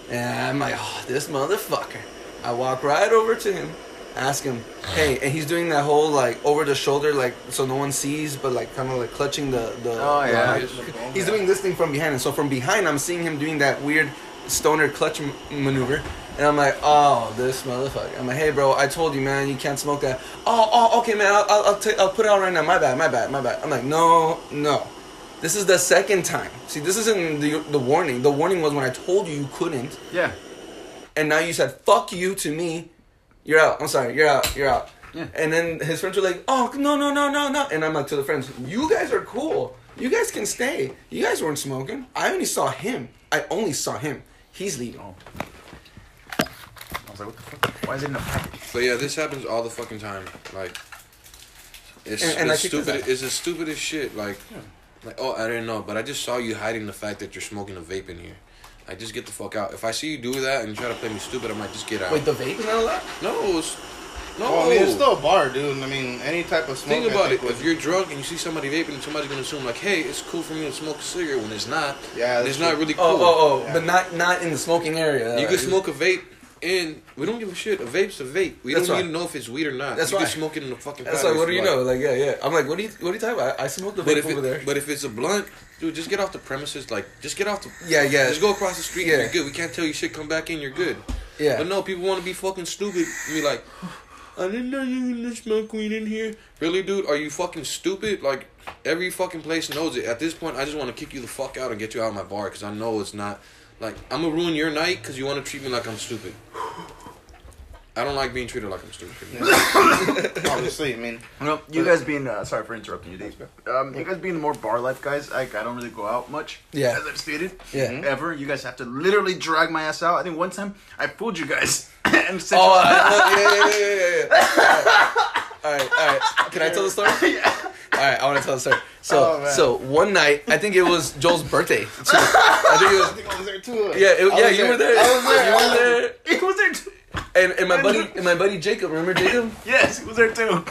Speaker 1: And I'm like, oh, this motherfucker. I walk right over to him, ask him, hey, and he's doing that whole like over the shoulder, like so no one sees, but like kind of like clutching the the.
Speaker 2: Oh,
Speaker 1: the
Speaker 2: yeah.
Speaker 1: mic. he's doing this thing from behind, and so from behind I'm seeing him doing that weird stoner clutch m- maneuver, and I'm like, oh, this motherfucker. I'm like, hey, bro, I told you, man, you can't smoke that. Oh, oh, okay, man, I'll I'll, I'll, ta- I'll put it out right now. My bad, my bad, my bad. I'm like, no, no. This is the second time. See, this isn't the, the warning. The warning was when I told you you couldn't
Speaker 2: yeah.
Speaker 1: and now you said fuck you to me, you're out. I'm sorry, you're out, you're out.
Speaker 2: Yeah.
Speaker 1: And then his friends were like, oh no no no no no, and I'm like to the friends, you guys are cool. You guys can stay. You guys weren't smoking. I only saw him. I only saw him. He's leaving.
Speaker 2: Oh. I was like, what the fuck? Why is it in a package?
Speaker 3: But yeah, this happens all the fucking time. Like, it's,
Speaker 1: And- and I
Speaker 3: it's
Speaker 1: kicked his
Speaker 3: stupid.
Speaker 1: ass.
Speaker 3: It's the stupidest shit. Like, like, oh, I didn't know, but I just saw you hiding the fact that you're smoking a vape in here. Like, just get the fuck out. If I see you do that and you try to play me stupid, I might just get out.
Speaker 1: Wait, the Oh, vape is not allowed.
Speaker 3: no, it's, no.
Speaker 4: Well, I mean, it's still a bar, dude. I mean, any type of smoke.
Speaker 3: Think
Speaker 4: I
Speaker 3: about
Speaker 4: think
Speaker 3: it.
Speaker 4: would-
Speaker 3: If you're drunk and you see somebody vaping, somebody's gonna assume like, "Hey, it's cool for me to smoke a cigarette." When it's not,
Speaker 4: Yeah,
Speaker 3: and it's
Speaker 4: that's
Speaker 3: not
Speaker 4: true.
Speaker 3: really cool.
Speaker 1: Oh oh oh, but not not in the smoking area.
Speaker 3: You
Speaker 1: Uh,
Speaker 3: can smoke a vape, and we don't give a shit. A vape's a vape. We
Speaker 1: That's
Speaker 3: don't
Speaker 1: right.
Speaker 3: need to know if it's weed or not.
Speaker 1: That's
Speaker 3: you
Speaker 1: right.
Speaker 3: can smoke it in the fucking.
Speaker 1: That's
Speaker 3: patio
Speaker 1: like, what
Speaker 3: if
Speaker 1: do you
Speaker 3: like.
Speaker 1: know? Like yeah yeah. I'm like, what do you what are you talking about? I, I smoked the vape
Speaker 3: But if
Speaker 1: over
Speaker 3: it,
Speaker 1: there.
Speaker 3: but if it's a blunt, dude, just get off the premises. Like, just get off the.
Speaker 1: yeah yeah.
Speaker 3: Just go across the street.
Speaker 1: Yeah.
Speaker 3: and You're good. We can't tell you shit. Come back in. You're good.
Speaker 1: Yeah.
Speaker 3: But no, people want to be fucking stupid. And be like, I didn't know you were gonna smoke weed in here. Really, dude? Are you fucking stupid? Like, every fucking place knows it. At this point, I just want to kick you the fuck out and get you out of my bar because I know it's not. Like, I'm gonna ruin your night because you want to treat me like I'm stupid. I don't like being treated like I'm stupid.
Speaker 2: [LAUGHS]
Speaker 4: obviously, I mean,
Speaker 2: No, you guys being uh, sorry for interrupting you, Dave. Um, you guys being more bar life guys, like I don't really go out much.
Speaker 1: Yeah.
Speaker 2: as I've stated.
Speaker 1: Yeah.
Speaker 2: ever you guys have to literally drag my ass out. I think one time I fooled you guys [LAUGHS] and said,
Speaker 1: Oh,
Speaker 4: [LAUGHS]
Speaker 1: uh, yeah, yeah, yeah, yeah, yeah. All right, all right. All right. Can I tell the story? right, I want to tell the story. So,
Speaker 4: Oh, man.
Speaker 1: so one night, I think it was Joel's birthday. [LAUGHS] too. I think it was
Speaker 4: I was there too.
Speaker 1: Yeah, it,
Speaker 4: I
Speaker 1: yeah,
Speaker 4: was
Speaker 1: you were there.
Speaker 4: I was there. I was
Speaker 1: You
Speaker 4: there.
Speaker 1: were there.
Speaker 2: It was there too.
Speaker 1: And, and my buddy, and my buddy Jacob. Remember Jacob?
Speaker 2: Yes, it was there too.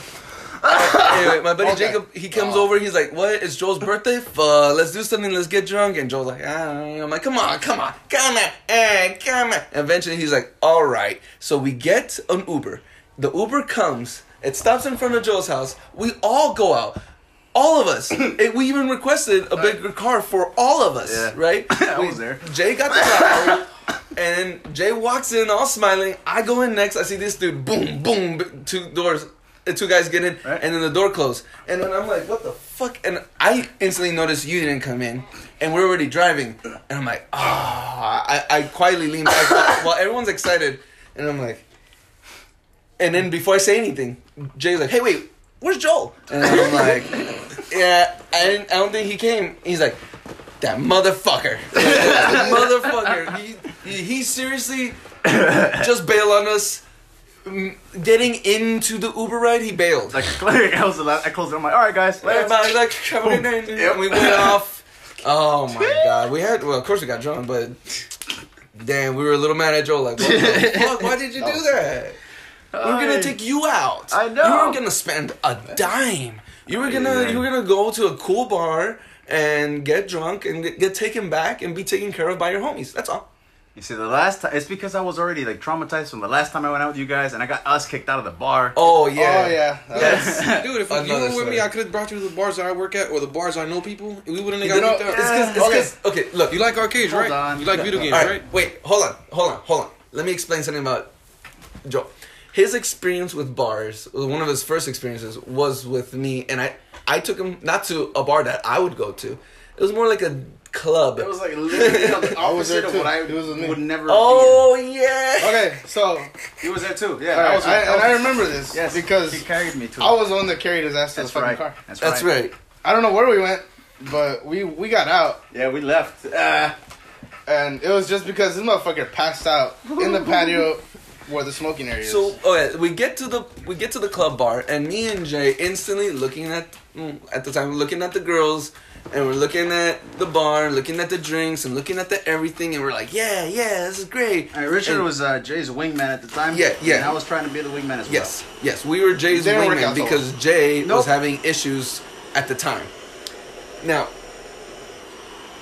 Speaker 1: Anyway, my buddy
Speaker 4: Okay.
Speaker 1: Jacob, he comes
Speaker 2: Oh.
Speaker 1: over. He's like, "What? It's Joel's birthday. Fuck, let's do something. Let's get drunk." And Joel's like, ah. "I'm like, come on, come on, come on, eh, come on." And eventually, he's like, "All right." So we get an Uber. The Uber comes. It stops in front of Joel's house. We all go out. All of
Speaker 2: [COUGHS]
Speaker 1: us. It- we even requested a bigger car for all of us,
Speaker 2: Yeah.
Speaker 1: right?
Speaker 2: [LAUGHS] I
Speaker 1: We-
Speaker 2: was there.
Speaker 1: Jay got the flower, and then Jay walks in all smiling. I go in next. I see this dude. Boom, boom. b- Two doors. uh, Two guys get in,
Speaker 2: Right.
Speaker 1: and then the door closed. And then I'm like, "What the fuck?" And I instantly noticed you didn't come in, and we're already driving. And I'm like, "Ah!" I, I quietly lean back while- while everyone's excited, and I'm like, and then before I say anything, Jay's like, "Hey, wait, where's Joel?" And I'm like, "Yeah, I, didn't, I don't think he came." He's like, "That motherfucker, [LAUGHS] motherfucker! He, he, he seriously just bailed on us." Mm, Getting into the Uber ride, he bailed. Like,
Speaker 2: Like, [LAUGHS] like I was the last, I closed it. I'm like, all right, guys. Let's.
Speaker 1: everybody like, "Have a good night," and we went off. Oh my god, we had well, of course we got drunk, but damn, we were a little mad at Joel. Like, what
Speaker 2: [LAUGHS]
Speaker 1: the fuck? Why did you do that? We're gonna take you out.
Speaker 2: I know.
Speaker 1: You weren't gonna spend a dime. You were gonna
Speaker 2: Yeah.
Speaker 1: you were gonna go to a cool bar and get drunk and get, get taken back and be taken care of by your homies. That's all.
Speaker 2: You see, the last time it's because I was already like traumatized from the last time I went out with you guys, and I got us kicked out of the bar.
Speaker 1: Oh yeah.
Speaker 4: Oh yeah.
Speaker 1: Yes.
Speaker 3: [LAUGHS] Dude, if you
Speaker 1: Another
Speaker 3: were with
Speaker 1: story.
Speaker 3: me, I could have brought you to the bars that I work at or the bars I know people. We wouldn't
Speaker 1: You
Speaker 3: have
Speaker 1: know,
Speaker 3: got
Speaker 1: it's
Speaker 3: kicked out.
Speaker 1: 'cause- it's 'cause- okay. Look,
Speaker 3: You like arcades,
Speaker 2: Hold
Speaker 3: right?
Speaker 2: on.
Speaker 3: You like video games,
Speaker 1: All right,
Speaker 3: right?
Speaker 1: wait, hold on, hold on, hold on. Let me explain something about Joe. His experience with bars, one of his first experiences, was with me, and I, I took him not to a bar that I would go to. It was more like a club.
Speaker 2: It was like literally on the
Speaker 4: [LAUGHS] I was there
Speaker 2: opposite of
Speaker 4: too.
Speaker 2: what I
Speaker 4: It was with me.
Speaker 2: would never.
Speaker 1: oh yeah.
Speaker 4: Okay, so
Speaker 2: be. he was there too. Yeah,
Speaker 4: I,
Speaker 2: was.
Speaker 4: I, and I
Speaker 2: was-
Speaker 4: remember this
Speaker 2: Yes,
Speaker 4: because
Speaker 2: he carried me to.
Speaker 4: I was the one that carried his ass to
Speaker 2: That's
Speaker 4: the fucking
Speaker 2: right.
Speaker 4: car.
Speaker 2: That's,
Speaker 1: That's
Speaker 2: right.
Speaker 1: right.
Speaker 4: I don't know where we went, but we we got out,
Speaker 2: Yeah, we left. Uh,
Speaker 4: and it was just because this motherfucker passed out in the [LAUGHS] patio where the smoking area is.
Speaker 1: So okay, we get to the we get to the club bar, and me and Jay instantly looking at mm, at the time looking at the girls, and we're looking at the bar, looking at the drinks, and looking at the everything, and we're like, yeah, yeah, this is great.
Speaker 2: and Richard
Speaker 1: And-
Speaker 2: was uh, Jay's wingman at the time.
Speaker 1: Yeah, yeah.
Speaker 2: And I was trying to be the wingman as well.
Speaker 1: Yes, yes, we were Jay's
Speaker 4: Didn't work
Speaker 1: wingman
Speaker 4: out so
Speaker 1: because Jay was
Speaker 2: Nope.
Speaker 1: having issues at the time. Now,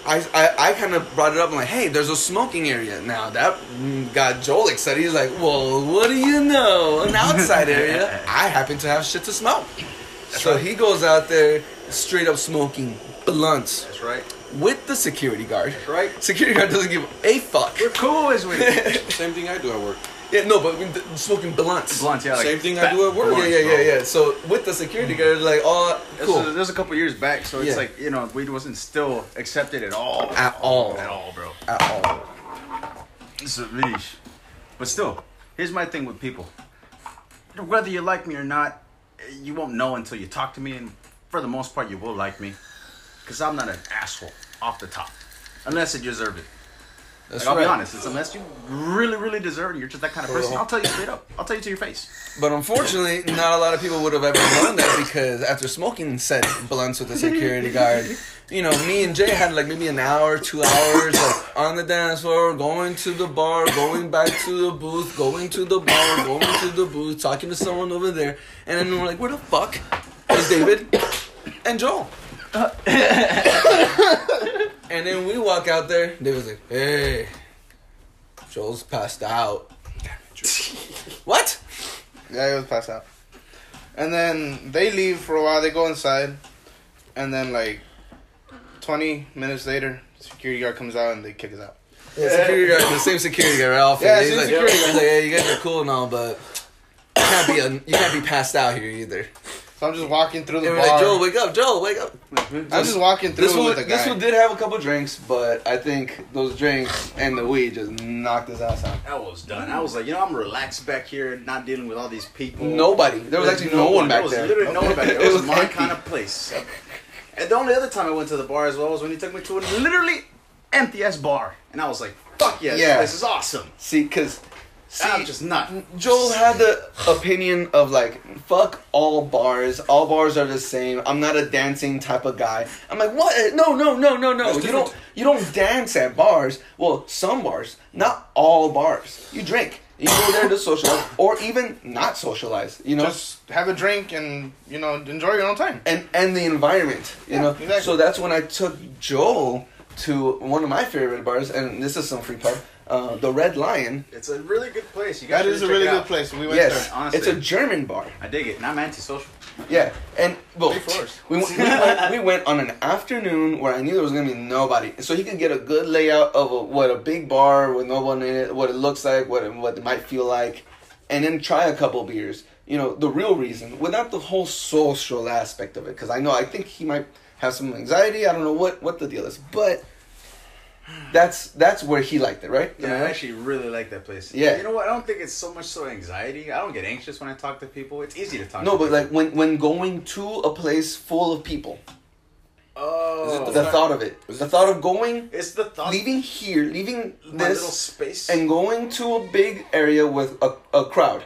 Speaker 1: I I, I kind of brought it up. I'm like, hey, there's a smoking area now. That mm, got Joel excited. He's like, well, what do you know? An outside area.
Speaker 4: [LAUGHS]
Speaker 1: I happen to have shit to smoke. so he goes out there, straight up smoking blunts
Speaker 2: That's right.
Speaker 1: with the security guard.
Speaker 2: Right.
Speaker 1: Security guard doesn't give a fuck. [LAUGHS]
Speaker 2: We're cool as we.
Speaker 3: Same thing I do at work.
Speaker 1: Yeah, no, but we- smoking blunts.
Speaker 2: Blunt, yeah. Like,
Speaker 3: Same thing I
Speaker 2: fat
Speaker 3: do at work.
Speaker 1: Yeah, yeah, yeah, yeah. So with the security guard, like, oh,
Speaker 2: [LAUGHS] This
Speaker 1: cool.
Speaker 2: was, this was a couple years back, so it's
Speaker 1: Yeah.
Speaker 2: like you know weed wasn't still accepted at all,
Speaker 1: At all.
Speaker 2: at all, bro.
Speaker 1: At all.
Speaker 2: This is leash. But still, here's my thing with people. Whether you like me or not, you won't know until you talk to me, and for the most part, you will like me, because I'm not an asshole off the top, unless you deserve it.
Speaker 1: That's
Speaker 2: Like, I'll
Speaker 1: right.
Speaker 2: be honest, it's unless you really, really deserve it, and you're just that kind of person. I'll tell you straight up. I'll tell you to your face.
Speaker 1: But unfortunately, not a lot of people would have ever known that because after smoking said blunts with the security guard, you know, me and Jay had like maybe an hour, two hours, like on the dance floor, going to the bar, going back to the booth, going to the bar, going to the booth, talking to someone over there, and then we're like, where the fuck is David and Joel? [LAUGHS] and then we walk out there. David's like, hey, Joel's passed out. What?
Speaker 4: yeah, he was passed out. And then they leave for a while. They go inside, and then like twenty minutes later, security guard comes out and they kick us out.
Speaker 1: Yeah, security guard, the same security guard outfit.
Speaker 4: Yeah,
Speaker 1: He's
Speaker 4: same
Speaker 1: like,
Speaker 4: security guard.
Speaker 1: he's like, yeah, you guys are cool and all, but you can't be un- you can't be passed out here either.
Speaker 4: So I'm just walking through the
Speaker 1: And
Speaker 4: bar.
Speaker 1: we're like, Joel, wake up, Joel, wake up.
Speaker 4: I'm just walking through
Speaker 1: This one,
Speaker 4: with a guy.
Speaker 1: this one did have a couple drinks, but I think those drinks and the weed just knocked his ass out.
Speaker 2: I was done. I was like, you know, I'm relaxed back here, not dealing with all these people.
Speaker 1: Nobody, there was actually no, one back
Speaker 2: There
Speaker 1: there.
Speaker 2: was literally no one back
Speaker 1: [LAUGHS]
Speaker 2: there. It,
Speaker 1: It
Speaker 2: was,
Speaker 1: was
Speaker 2: my
Speaker 1: empty.
Speaker 2: kind of place. And the only other time I went to the bar as well was when you took me to a literally empty ass bar, and I was like, "Fuck yeah,
Speaker 1: Yeah.
Speaker 2: this place is awesome."
Speaker 1: See, because
Speaker 2: I'm just not.
Speaker 1: Joel had the opinion of like, fuck all bars. All bars are the same. I'm not a dancing type of guy. I'm like, what? No, no, no, no, no. You don't. You don't dance at bars. Well, some bars, not all bars. You drink. You go there to socialize, or even not socialize. You know,
Speaker 4: Just have a drink and you know enjoy your own time.
Speaker 1: and and the environment. You know,
Speaker 4: exactly.
Speaker 1: so that's when I took Joel to one of my favorite bars, and this is some free pub, uh, the Red Lion.
Speaker 2: It's a really good place. You guys
Speaker 4: That
Speaker 2: should
Speaker 4: is a
Speaker 2: check it
Speaker 4: really
Speaker 2: out.
Speaker 4: good place. We went
Speaker 1: yes,
Speaker 4: there.
Speaker 2: honestly.
Speaker 1: it's a German bar.
Speaker 2: I dig it, and I'm antisocial.
Speaker 1: Yeah, and well,
Speaker 4: Three floors.
Speaker 1: we, went- we, went, we went on an afternoon where I knew there was gonna be nobody, so he could get a good layout of a, what a big bar with no one in it, what it looks like, what it, what it might feel like, and then try a couple beers. You know, the real reason, without the whole social aspect of it, because I know I think he might have some anxiety. I don't know what what the deal is, but that's that's where he liked it, right?
Speaker 2: Yeah, I actually really like that place.
Speaker 1: Yeah.
Speaker 2: You know what? I don't think it's so much so anxiety. I don't get anxious when I talk to people. It's easy to talk
Speaker 1: No,
Speaker 2: to
Speaker 1: but
Speaker 2: people.
Speaker 1: like when when going to a place full of people,
Speaker 2: Oh.
Speaker 1: the thought of it, the thought of going
Speaker 2: It's the thought.
Speaker 1: leaving here, leaving
Speaker 2: my little
Speaker 1: this,
Speaker 2: space.
Speaker 1: and going to a big area with a, a crowd.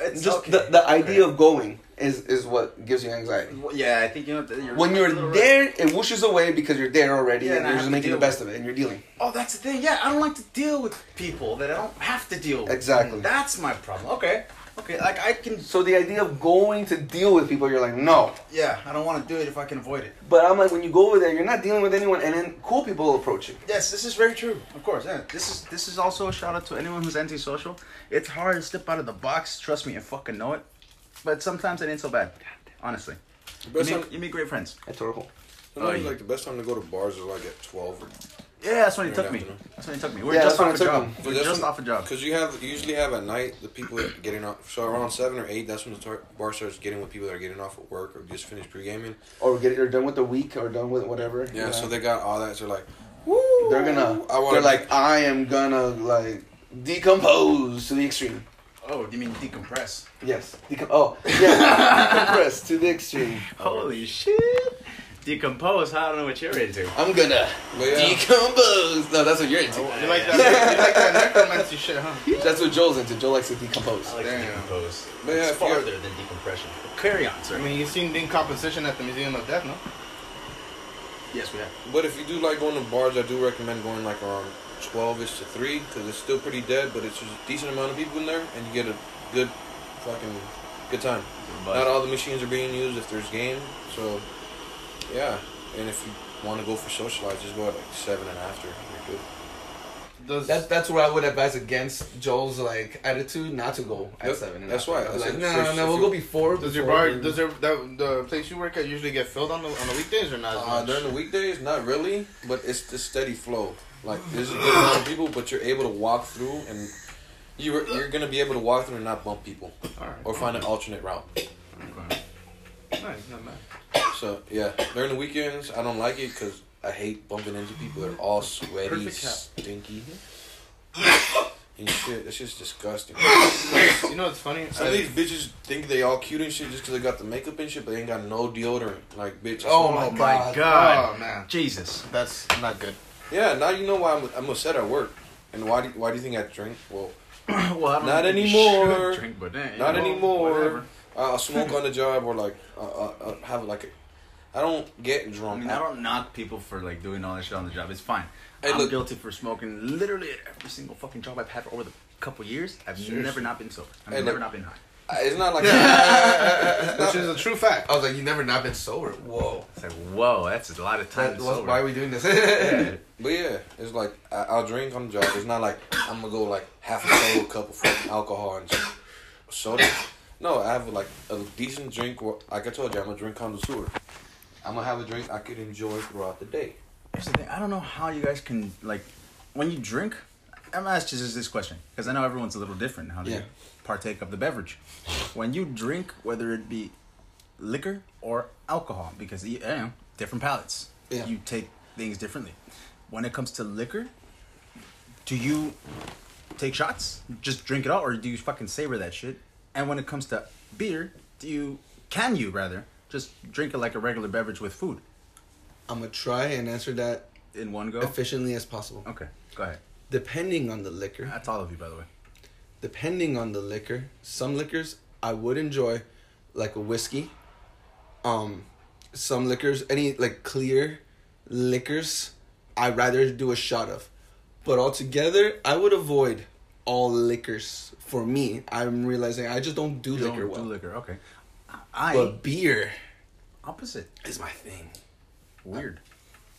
Speaker 2: it's
Speaker 1: Just
Speaker 2: okay.
Speaker 1: the, the idea
Speaker 2: Okay.
Speaker 1: of going is, is what gives you anxiety.
Speaker 2: Well, Yeah, I think you know. that You're
Speaker 1: When
Speaker 2: a
Speaker 1: you're
Speaker 2: little
Speaker 1: there, it whooshes away because you're there already
Speaker 2: Yeah,
Speaker 1: and
Speaker 2: and I
Speaker 1: you're
Speaker 2: have
Speaker 1: just
Speaker 2: to
Speaker 1: making the
Speaker 2: deal
Speaker 1: best
Speaker 2: with
Speaker 1: of it and you're dealing.
Speaker 2: Oh, that's the thing. Yeah, I don't like to deal with people that I don't have to deal with.
Speaker 1: Exactly.
Speaker 2: That's my problem. Okay. Okay. Like I can.
Speaker 1: So the idea of going to deal with people, you're like, no.
Speaker 2: Yeah, I don't want to do it if I can avoid it.
Speaker 1: But I'm like, when you go over there, you're not dealing with anyone, and then cool people will approach you.
Speaker 2: Yes, this is very true. Of course. Yeah. This is this is also a shout out to anyone who's antisocial. It's hard to step out of the box. Trust me, you fucking know it. But sometimes it ain't so bad. Honestly. You
Speaker 3: Best
Speaker 2: meet,
Speaker 3: time,
Speaker 2: you meet great friends.
Speaker 1: I tore a hole.
Speaker 3: sometimes, like the best time to go to bars is like at twelve.
Speaker 2: Yeah, that's when he
Speaker 3: Yeah,
Speaker 2: took me.
Speaker 3: definitely.
Speaker 2: That's when he took me. We We're
Speaker 1: Yeah,
Speaker 2: just
Speaker 1: that's when
Speaker 2: off
Speaker 1: I
Speaker 2: a
Speaker 1: took
Speaker 2: job.
Speaker 1: him.
Speaker 2: We We're just off a job.
Speaker 3: Because you have you usually have at night the people that are getting off. So around seven or eight, that's when the tar- bar starts getting with people that are getting off at work or just finished pre gaming.
Speaker 1: Or get or done with the week, or done with whatever. you
Speaker 3: Yeah,
Speaker 1: know?
Speaker 3: so they got all that. So like,
Speaker 1: they're gonna.
Speaker 3: I wanna-
Speaker 1: They're like, I am gonna like decompose to the extreme.
Speaker 2: Oh, you mean decompress?
Speaker 1: Yes. Decom- oh, yes. Decompress to the extreme.
Speaker 2: Holy shit! Oh, Decompose. I don't know what you're into.
Speaker 1: I'm gonna
Speaker 3: but yeah,
Speaker 1: decompose. No, that's what you're into.
Speaker 4: Oh, You like that? you like that necromancy shit, huh?
Speaker 1: That's what Joel's into. Joel likes to decompose.
Speaker 2: I like to decompose.
Speaker 3: But yeah,
Speaker 2: it's
Speaker 3: if you're-
Speaker 2: farther than decompression. Carry on, sir.
Speaker 4: I mean, you've seen Dean composition at the Museum of Death, no?
Speaker 2: yes, we have.
Speaker 3: but if you do like going to bars, I do recommend going like around twelve ish to three because it's still pretty dead, but it's just a decent amount of people in there, and you get a good fucking good time. Not all the machines are being used if there's game, so yeah. And if you want to go for socialize, just go at like seven and after. You're good.
Speaker 4: Does
Speaker 5: That's that's where I would advise against Joel's like attitude not to go at
Speaker 3: Yep,
Speaker 5: seven. and
Speaker 3: that's
Speaker 5: after.
Speaker 3: why. I
Speaker 5: Like,
Speaker 3: said
Speaker 5: no,
Speaker 3: first
Speaker 5: no,
Speaker 3: if
Speaker 5: no, we'll
Speaker 3: you-
Speaker 5: go before.
Speaker 4: does your
Speaker 5: before
Speaker 4: bar
Speaker 5: and-
Speaker 4: does your that, the place you work at usually get filled on the on the weekdays or not? as
Speaker 3: Uh,
Speaker 4: much?
Speaker 3: during the weekdays, not really, but it's the steady flow. Like there's a good amount of people, but you're able to walk through, and you're you're gonna be able to walk through and not bump people,
Speaker 4: All right.
Speaker 3: or find an alternate route.
Speaker 4: Nice, not bad.
Speaker 3: So yeah, during the weekends, I don't like it because I hate bumping into people. They're all sweaty,
Speaker 4: Perfect cap.
Speaker 3: stinky, and shit. That's just [LAUGHS] disgusting.
Speaker 4: You know what's funny?
Speaker 3: Some
Speaker 4: I-
Speaker 3: of these bitches think they all cute and shit just because they got the makeup and shit, but they ain't got no deodorant. Like, bitch. I
Speaker 5: Oh
Speaker 3: smell
Speaker 5: my
Speaker 3: like-
Speaker 5: god.
Speaker 4: Oh man,
Speaker 2: Jesus.
Speaker 4: that's not good.
Speaker 3: Yeah, now you know why I'm, I'm upset at work. And why do, why do you think I drink? Well,
Speaker 2: well, I don't
Speaker 3: Not
Speaker 2: think you
Speaker 3: anymore.
Speaker 2: should Drink, but eh,
Speaker 3: Not
Speaker 2: well,
Speaker 3: anymore.
Speaker 2: whatever.
Speaker 3: I- I'll smoke on the job or like I- I- I have like a. I don't get
Speaker 2: I
Speaker 3: drunk.
Speaker 2: mean, I don't knock people for like doing all that shit on the job. It's fine.
Speaker 3: Hey,
Speaker 2: I'm
Speaker 3: look-
Speaker 2: guilty for smoking literally at every single fucking job I've had for over the couple years. I've never not been sober. I've
Speaker 3: Hey,
Speaker 2: never
Speaker 3: look-
Speaker 2: not been high.
Speaker 3: I- It's [LAUGHS] not like I
Speaker 4: Which is a true fact.
Speaker 5: I was like, you never not been sober. Whoa.
Speaker 2: It's like, whoa, that's a lot of time
Speaker 5: That, was,
Speaker 2: sober.
Speaker 5: why are we doing this?
Speaker 2: Yeah.
Speaker 3: but yeah, it's like I, I'll drink on the job. It's not like I'm gonna go like half a soda cup of fucking alcohol and just soda. No, I have like a decent drink. wh- Like I told you, I'm gonna drink connoisseur. I'm gonna have a drink I could enjoy throughout the day.
Speaker 2: Here's the thing. I don't know how you guys can like when you drink. I'm asking just this question because I know everyone's a little different how they
Speaker 3: Yeah.
Speaker 2: partake of the beverage. When you drink, whether it be liquor or alcohol, because you you know, different palates,
Speaker 5: Yeah.
Speaker 2: you take things differently. When it comes to liquor, do you take shots, just drink it all, or do you fucking savor that shit? And when it comes to beer, do you can you rather just drink it like a regular beverage with food
Speaker 5: I'm gonna try and answer that
Speaker 2: in one
Speaker 5: [LAUGHS]
Speaker 2: go?
Speaker 5: efficiently as possible.
Speaker 2: Okay, go ahead.
Speaker 5: Depending on the liquor,
Speaker 2: That's all of you, by the way.
Speaker 1: depending on the liquor, some liquors I would enjoy, like a whiskey. Um, some liquors, any like clear liquors, I rather do a shot of. But altogether, I would avoid all liquors. For me, I'm realizing I just don't do
Speaker 2: You
Speaker 1: liquor
Speaker 2: don't
Speaker 1: well.
Speaker 2: do liquor. Okay. I
Speaker 1: But beer
Speaker 2: opposite.
Speaker 1: is my thing.
Speaker 2: Weird.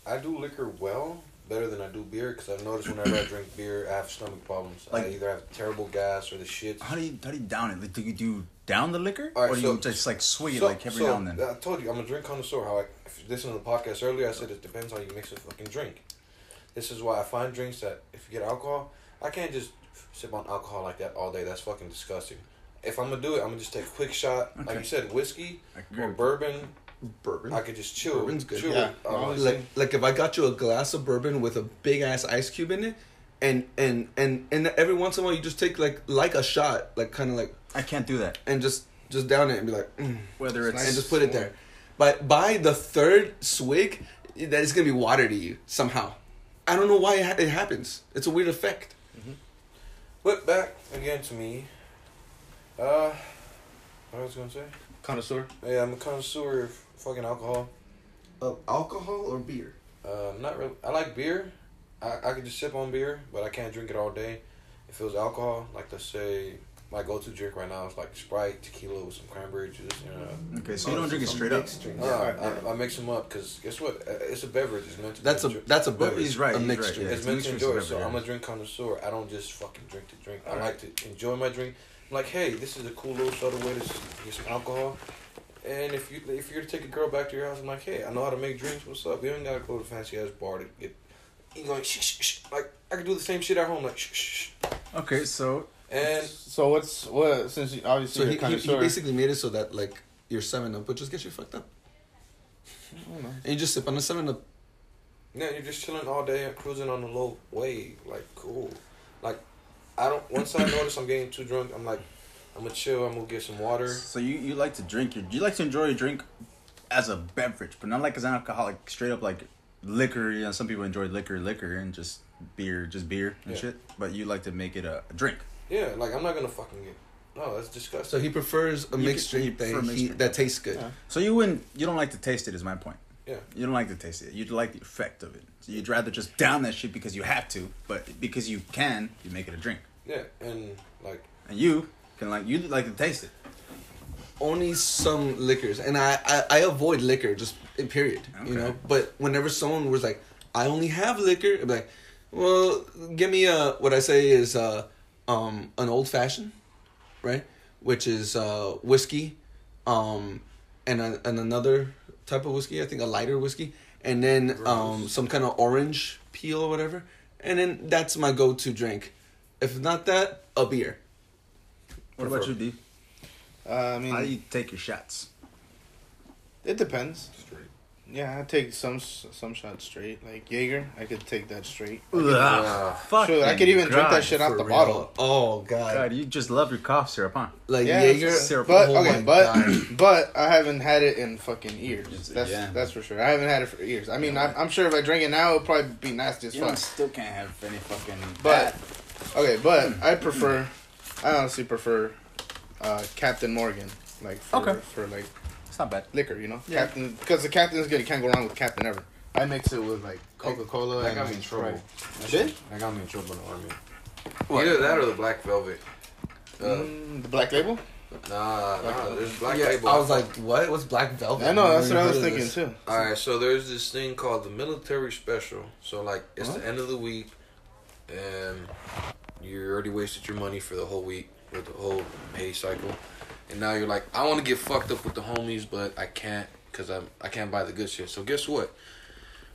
Speaker 3: I do liquor well, better than I do beer, because I've noticed whenever I drink beer, I have stomach problems. I
Speaker 2: Like-
Speaker 3: either have terrible gas or the shit.
Speaker 2: How do you how do you down it? Like, do you do down the liquor,
Speaker 3: All right,
Speaker 2: or do you
Speaker 3: so-
Speaker 2: just like swig it like every now and then?
Speaker 3: I told you I'm a drink connoisseur. How I if you listen to the podcast earlier, I said it depends how you mix a fucking drink. This is why I find drinks that if you get alcohol, I can't just sip on alcohol like that all day. That's fucking disgusting. If I'm gonna do it, I'm gonna just take a quick shot, like
Speaker 2: Okay.
Speaker 3: you said, whiskey
Speaker 2: I agree
Speaker 3: or
Speaker 2: with
Speaker 3: bourbon.
Speaker 1: Bourbon.
Speaker 3: I could just chill.
Speaker 1: Bourbon's good.
Speaker 3: Chill.
Speaker 4: Yeah.
Speaker 3: Um,
Speaker 4: Always
Speaker 1: like like if I got you a glass of bourbon with a big ass ice cube in it, and and and and every once in a while you just take like like a shot, like kind of like
Speaker 2: I can't do that.
Speaker 1: and just just down it and be like, mm,
Speaker 2: Whether it's,
Speaker 1: and just put it there. But by the third swig, that is gonna be water to you somehow. I don't know why it, ha- it happens. It's a weird effect.
Speaker 3: Flip back again to me. Uh, what I was gonna say?
Speaker 4: Connoisseur.
Speaker 3: Yeah, I'm a connoisseur of fucking alcohol.
Speaker 1: Of alcohol or beer?
Speaker 3: Uh, not really. I like beer. I I could just sip on beer, but I can't drink it all day. If it was alcohol, like let's say my go-to drink right now is like Sprite, tequila with some cranberry juice. You know,
Speaker 2: okay, so you don't drink it straight up.
Speaker 3: Uh, I, I mix them up because guess what? Uh, It's a beverage. It's meant to.
Speaker 1: That's a
Speaker 3: be enjoy-
Speaker 1: that's a
Speaker 2: But
Speaker 1: beverage.
Speaker 2: he's right,
Speaker 1: A
Speaker 2: he's right,
Speaker 1: mixture.
Speaker 2: yeah.
Speaker 3: it's meant to
Speaker 2: mixed with
Speaker 3: enjoy.
Speaker 2: some
Speaker 3: So
Speaker 2: beverage,
Speaker 3: I'm a
Speaker 2: yeah.
Speaker 3: drink connoisseur. I don't just fucking drink to drink. I
Speaker 2: Alright.
Speaker 3: like to enjoy my drink. like, hey, this is a cool little subtle way to s- get some alcohol. And if you if you're to take a girl back to your house, I'm like, hey, I know how to make drinks. What's up? You ain't gotta go to a fancy ass bar to get. You going shh, shh, shh. like I can do the same shit at home like shh, shh, shh.
Speaker 2: Okay, so
Speaker 3: and
Speaker 4: So what's what? Since you, obviously
Speaker 1: So he,
Speaker 4: you're a
Speaker 1: he, he
Speaker 4: connoisseur.
Speaker 1: basically made it so that like your seven up would just get you fucked up. And you just sip on a seven up.
Speaker 3: Yeah, you're just chilling all day and cruising on the low wave. Like, cool. Like, I don't. Once I notice I'm getting too drunk, I'm like, I'm gonna chill. I'm gonna get some water.
Speaker 2: so you you like to drink your you like to enjoy your drink as a beverage, but not like as an alcoholic. Straight up like liquor. You know, some people enjoy liquor, liquor, and just beer, just beer and
Speaker 3: Yeah.
Speaker 2: shit. But you like to make it a, a drink.
Speaker 3: Yeah, like I'm not gonna fucking get. No, that's disgusting.
Speaker 1: So he prefers a mixed
Speaker 2: could-
Speaker 1: drink that,
Speaker 2: for a mixed
Speaker 1: he,
Speaker 2: drink.
Speaker 1: that tastes good.
Speaker 4: Yeah.
Speaker 2: So you wouldn't you don't like to taste it is my point.
Speaker 3: Yeah.
Speaker 2: You don't like to taste it. You'd like the effect of it. So you'd rather just down that shit because you have to, but because you can, you make it a drink.
Speaker 3: Yeah, and like,
Speaker 2: And you can like you like to taste it.
Speaker 1: Only some liquors, and I, I I avoid liquor just eh, period. You know,
Speaker 2: Okay.
Speaker 1: but whenever someone was like, I only have liquor, I'd be like, well, give me a what I say is uh um an old fashioned, right? Which is uh whiskey, um, and a, and another type of whiskey. I think a lighter whiskey, and then um some kind of orange peel or whatever, and then that's my go to drink. If not that, a beer.
Speaker 2: What about you, D?
Speaker 4: uh, I mean,
Speaker 2: How do you take your shots?
Speaker 4: it depends. Yeah, I take some s- some shots straight. Like Jaeger, I could take that straight.
Speaker 2: Fuck.
Speaker 4: Shoot, I could even drink that shit out the bottle.
Speaker 1: Oh god.
Speaker 2: God, you just love your cough syrup, huh?
Speaker 1: Like
Speaker 4: Yeah,
Speaker 1: Jaeger,
Speaker 4: it's
Speaker 2: syrup.
Speaker 4: But
Speaker 1: oh my
Speaker 4: okay, but
Speaker 1: God.
Speaker 4: [CLEARS THROAT] but I haven't had it in fucking years.
Speaker 2: Just-
Speaker 4: That's
Speaker 2: yeah.
Speaker 4: that's for sure. I haven't had it for years. I mean, I, I'm sure if I drink it now, it'll probably be nasty as
Speaker 2: You know, I
Speaker 4: fuck.
Speaker 2: still can't have any fucking.
Speaker 4: But okay, [CLEARS THROAT] but I prefer. I honestly prefer uh, Captain Morgan, like for,
Speaker 2: Okay.
Speaker 4: for like
Speaker 2: it's not bad.
Speaker 4: liquor, you know,
Speaker 2: Yeah.
Speaker 4: Captain because the Captain is good. You can't go wrong with Captain ever. I mix it with like Coca Cola.
Speaker 3: that got me in trouble.
Speaker 4: Did?
Speaker 3: That got me in trouble in the army. Either that or the black velvet. Uh,
Speaker 4: Mm, the Black Label.
Speaker 3: Nah, nah, there's black
Speaker 1: yeah,
Speaker 3: label.
Speaker 1: I was like, what? What's black velvet?
Speaker 4: I know that's what I
Speaker 1: Never
Speaker 4: was
Speaker 1: heard of
Speaker 4: thinking
Speaker 1: this.
Speaker 4: too.
Speaker 3: All right, so there's this thing called the military special. So like it's the end of the week, and you already wasted your money for the whole week with the whole pay cycle, and now you're like, I want to get fucked up with the homies, but I can't because I'm I can't buy the good shit. So guess what?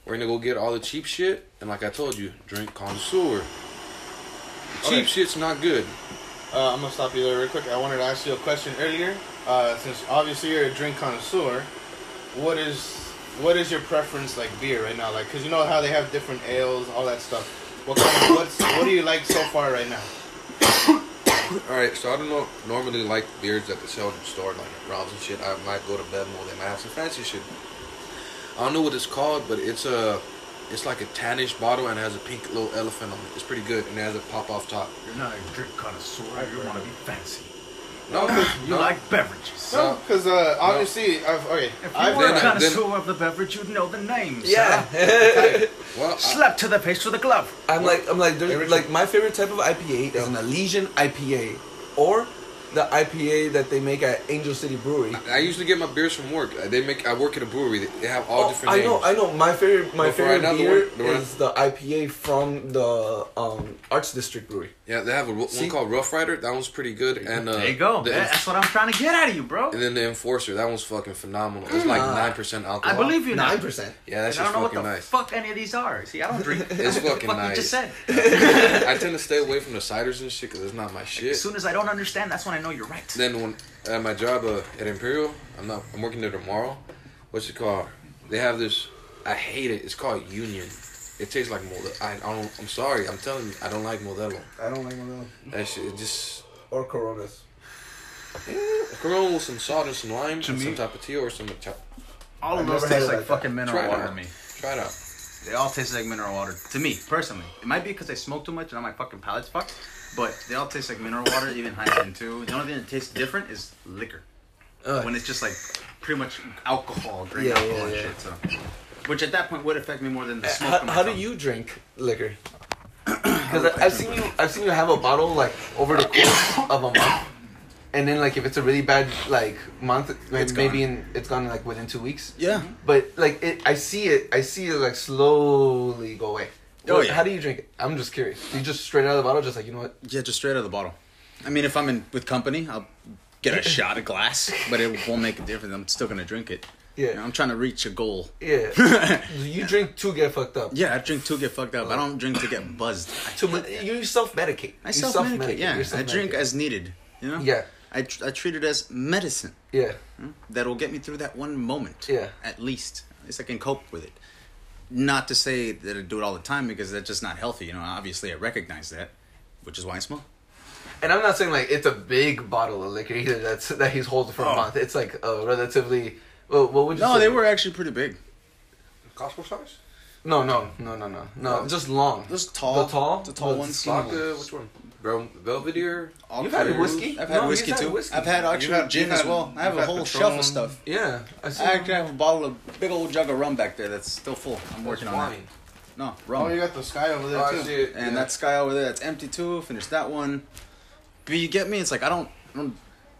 Speaker 3: We're gonna go get all the cheap shit, and like I told you, drink connoisseur. Cheap
Speaker 4: Okay.
Speaker 3: shit's not good.
Speaker 4: Uh, I'm gonna stop you there real quick. I wanted to ask you a question earlier. Uh, since obviously you're a drink connoisseur, what is what is your preference like beer right now? Like, cause you know how they have different ales, all that stuff. What kind of, what's what do you like so far right now?
Speaker 3: All right, so I don't know. Normally, like beards at the seldom store, like at Rob's and shit. I might go to Bedmo. They might have some fancy shit. I don't know what it's called, but it's a It's like a tannish bottle and it has a pink little elephant on it. It's pretty good and it has a pop off
Speaker 6: [COUGHS]
Speaker 3: top.
Speaker 6: You're not a drink connoisseur. You want to be fancy.
Speaker 3: No,
Speaker 6: You like beverages.
Speaker 3: No.
Speaker 4: No, because uh, obviously, I've okay.
Speaker 6: If you
Speaker 4: I've
Speaker 6: were
Speaker 3: then
Speaker 6: a
Speaker 3: I-
Speaker 4: been,
Speaker 3: kind
Speaker 6: connoisseur of the beverage, you'd know the names.
Speaker 1: Yeah.
Speaker 3: well, I-
Speaker 6: Slap to the face with a glove.
Speaker 1: [LAUGHS] I'm like I'm like there's,
Speaker 3: Richard.
Speaker 1: like my favorite type of IPA is an Elysian IPA or the IPA that they make at Angel City Brewery.
Speaker 3: I usually get my beers from work. Uh, They make. I work at a brewery. They- They have all
Speaker 1: Oh,
Speaker 3: different.
Speaker 1: I know,
Speaker 3: names.
Speaker 1: I know. My favorite, my
Speaker 3: But for
Speaker 1: favorite
Speaker 3: another
Speaker 1: beer
Speaker 3: one- the one-
Speaker 1: is the IPA from the um, Arts District Brewery.
Speaker 3: Yeah, they have a, ro-
Speaker 1: See?
Speaker 3: one called Rough Rider. That one's pretty good. And uh,
Speaker 6: There you go.
Speaker 3: The,
Speaker 6: Yeah, That's what I'm trying to get out of you, bro.
Speaker 3: and then the Enforcer. That one's fucking phenomenal. It's like nine percent alcohol.
Speaker 6: Mm. I believe you now.
Speaker 1: Nine percent.
Speaker 3: Yeah, that's
Speaker 6: I
Speaker 3: just
Speaker 6: don't know what
Speaker 3: fucking
Speaker 6: the
Speaker 3: nice.
Speaker 6: fuck any of these are. See, I don't
Speaker 1: [LAUGHS]
Speaker 6: drink.
Speaker 3: It's fucking
Speaker 6: fuck
Speaker 3: nice.
Speaker 6: you just said.
Speaker 3: I tend to stay away from the ciders and shit because it's not my shit.
Speaker 6: As soon as I don't understand, that's when I know you're right.
Speaker 3: Then when at my job uh, at Imperial, I'm not. I'm working there tomorrow. What's it called? They have this. I hate it. It's called Union. It tastes like Modelo. I, I don't. I'm sorry. I'm telling you. I don't like Modelo.
Speaker 1: I don't like one of them.
Speaker 3: That shit. It just.
Speaker 1: Or Coronas.
Speaker 3: Corona with some salt and some lime and
Speaker 6: me-
Speaker 3: some tapatio or some. Cha-
Speaker 6: All of
Speaker 1: I've
Speaker 6: those
Speaker 1: never had
Speaker 6: taste
Speaker 1: it
Speaker 6: like,
Speaker 1: like that.
Speaker 6: fucking mineral
Speaker 3: Try it
Speaker 6: water
Speaker 3: out.
Speaker 6: to me.
Speaker 3: Try it out.
Speaker 6: They all taste like mineral water to me personally. It might be because I smoke too much and now my fucking palate's fucked, but they all taste like mineral water, even Heineken too. The only thing that tastes different is liquor.
Speaker 1: Ugh.
Speaker 6: when it's just like pretty much alcohol, drink
Speaker 1: Yeah,
Speaker 6: alcohol and
Speaker 1: yeah, yeah.
Speaker 6: shit. So, which at that point would affect me more than the smoke.
Speaker 1: How,
Speaker 6: on my
Speaker 1: how do
Speaker 6: tongue.
Speaker 1: you drink
Speaker 2: [COUGHS]
Speaker 1: liquor? Because I've seen you, I've seen you have a bottle like over the course of a month, and then like if it's a really bad like month, like,
Speaker 2: It's
Speaker 1: maybe in it's gone like within two weeks. But like it, I see it, I see it like slowly go away.
Speaker 2: Oh,
Speaker 1: What-
Speaker 2: yeah.
Speaker 1: How do you drink it? I'm just curious. Do you just straight out of the bottle, just like you know what?
Speaker 2: Yeah, just straight out of the bottle. I mean, if I'm in with company, I'll get a shot, a glass, but it won't make a difference. I'm still gonna drink it.
Speaker 1: Yeah.
Speaker 2: You know, I'm trying to reach a goal.
Speaker 1: Yeah.
Speaker 2: [LAUGHS]
Speaker 1: you drink to get fucked up.
Speaker 2: Yeah, I drink to get fucked up. I don't drink to get buzzed.
Speaker 1: To you self medicate.
Speaker 2: I self medicate. Yeah, I drink as needed. You know.
Speaker 1: Yeah.
Speaker 2: I tr- I treat it as medicine
Speaker 1: Yeah.
Speaker 2: that'll get me through that one moment.
Speaker 1: Yeah.
Speaker 2: At least, at least I can cope with it. Not to say that I do it all the time because that's just not healthy. You know, obviously I recognize that, which is why I smoke.
Speaker 1: And I'm not saying like it's a big bottle of liquor either. That's that he's holding for a month. It's like a relatively. Well, what would you
Speaker 2: Oh. No,
Speaker 1: say?
Speaker 2: they were actually pretty big.
Speaker 3: Costco size?
Speaker 1: No, no, no, no, no, no. Just long.
Speaker 2: Just tall.
Speaker 1: The tall.
Speaker 2: The tall
Speaker 1: The
Speaker 2: ones.
Speaker 3: Vodka, which one? Bel- Belvedere?
Speaker 2: All
Speaker 1: You've had
Speaker 2: clear.
Speaker 1: whiskey?
Speaker 2: I've had
Speaker 1: No,
Speaker 2: whiskey
Speaker 1: you've had
Speaker 2: too.
Speaker 1: whiskey.
Speaker 2: I've had actually
Speaker 4: You've had-
Speaker 2: gin
Speaker 4: you've
Speaker 2: as
Speaker 4: had-
Speaker 2: well. I have
Speaker 4: you've
Speaker 2: a
Speaker 4: had
Speaker 2: whole
Speaker 4: Patron.
Speaker 2: shelf of stuff.
Speaker 1: Yeah, I see.
Speaker 2: I actually have a bottle of big old jug of rum back there that's still full. I'm working on that.
Speaker 3: Wine.
Speaker 2: No
Speaker 4: oh,
Speaker 2: rum.
Speaker 4: you got the sky over there
Speaker 3: Oh, I
Speaker 4: too.
Speaker 3: see it.
Speaker 2: and
Speaker 3: yeah.
Speaker 2: that sky over there that's empty too. Finish that one. But you get me? It's like I don't. I don't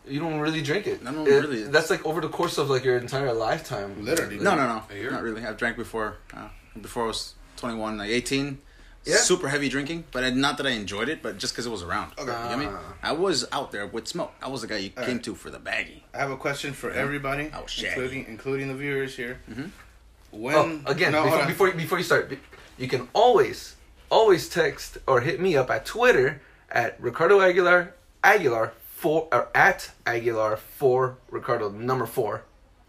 Speaker 1: you don't really drink it.
Speaker 2: I don't
Speaker 1: It-
Speaker 2: really.
Speaker 1: That's like over the course of like your entire lifetime.
Speaker 4: Literally.
Speaker 2: no, no, no.
Speaker 3: A year?
Speaker 2: Not really. I've drank before. Uh, before I was 21, like 18.
Speaker 1: Yeah.
Speaker 2: Super heavy drinking, but I, not that I enjoyed it, but just because it was around. Okay. You get me?
Speaker 1: Ah.
Speaker 2: I was out there with smoke. I was the guy you came
Speaker 4: right.
Speaker 2: to for the baggie.
Speaker 4: I have a question for everybody,
Speaker 2: Oh, shit.
Speaker 4: including including the viewers here.
Speaker 1: Oh,
Speaker 4: When
Speaker 1: again,
Speaker 4: no, hold
Speaker 1: before,
Speaker 4: on.
Speaker 1: before before you start, be- you can always always text or hit me up at Twitter at Ricardo Aguilar Aguilar four or at Aguilar four Ricardo number four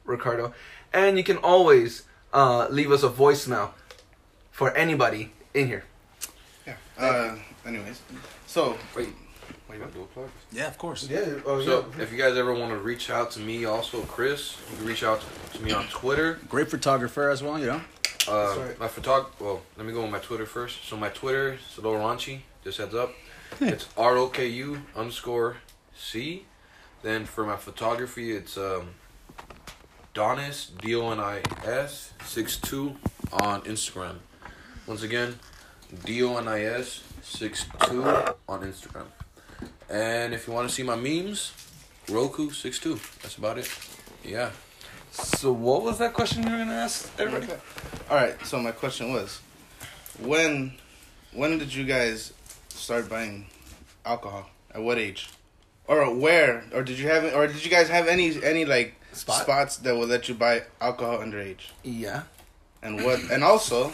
Speaker 1: Ricardo, and you can always uh, leave us a voicemail for anybody in here.
Speaker 4: Yeah. Uh, anyways, so
Speaker 3: Wait. Wait, you want to do a plug?
Speaker 2: Yeah, of course.
Speaker 1: Oh, Yeah.
Speaker 4: oh,
Speaker 3: So, if you guys ever want to reach out to me, also Chris, you can reach out to me on Twitter.
Speaker 2: Great photographer as well, you know?
Speaker 3: Uh,
Speaker 1: right.
Speaker 3: My photog. Well, let me go on my Twitter first. So my Twitter is a little raunchy. Just heads up. It's R O K U underscore C. Then for my photography, it's um, Donis D O N I S six two on Instagram. Once again, D O N I S six two on Instagram. And if you want to see my memes, Roku six two. That's about it. Yeah.
Speaker 1: So what was that question you were gonna ask? Everybody?
Speaker 4: Okay. All right. So my question was, when when did you guys start buying alcohol? At what age? Or where? Or did you have? Or did you guys have any any like
Speaker 1: Spot?
Speaker 4: spots that would let you buy alcohol underage?
Speaker 1: Yeah.
Speaker 4: And what? And also,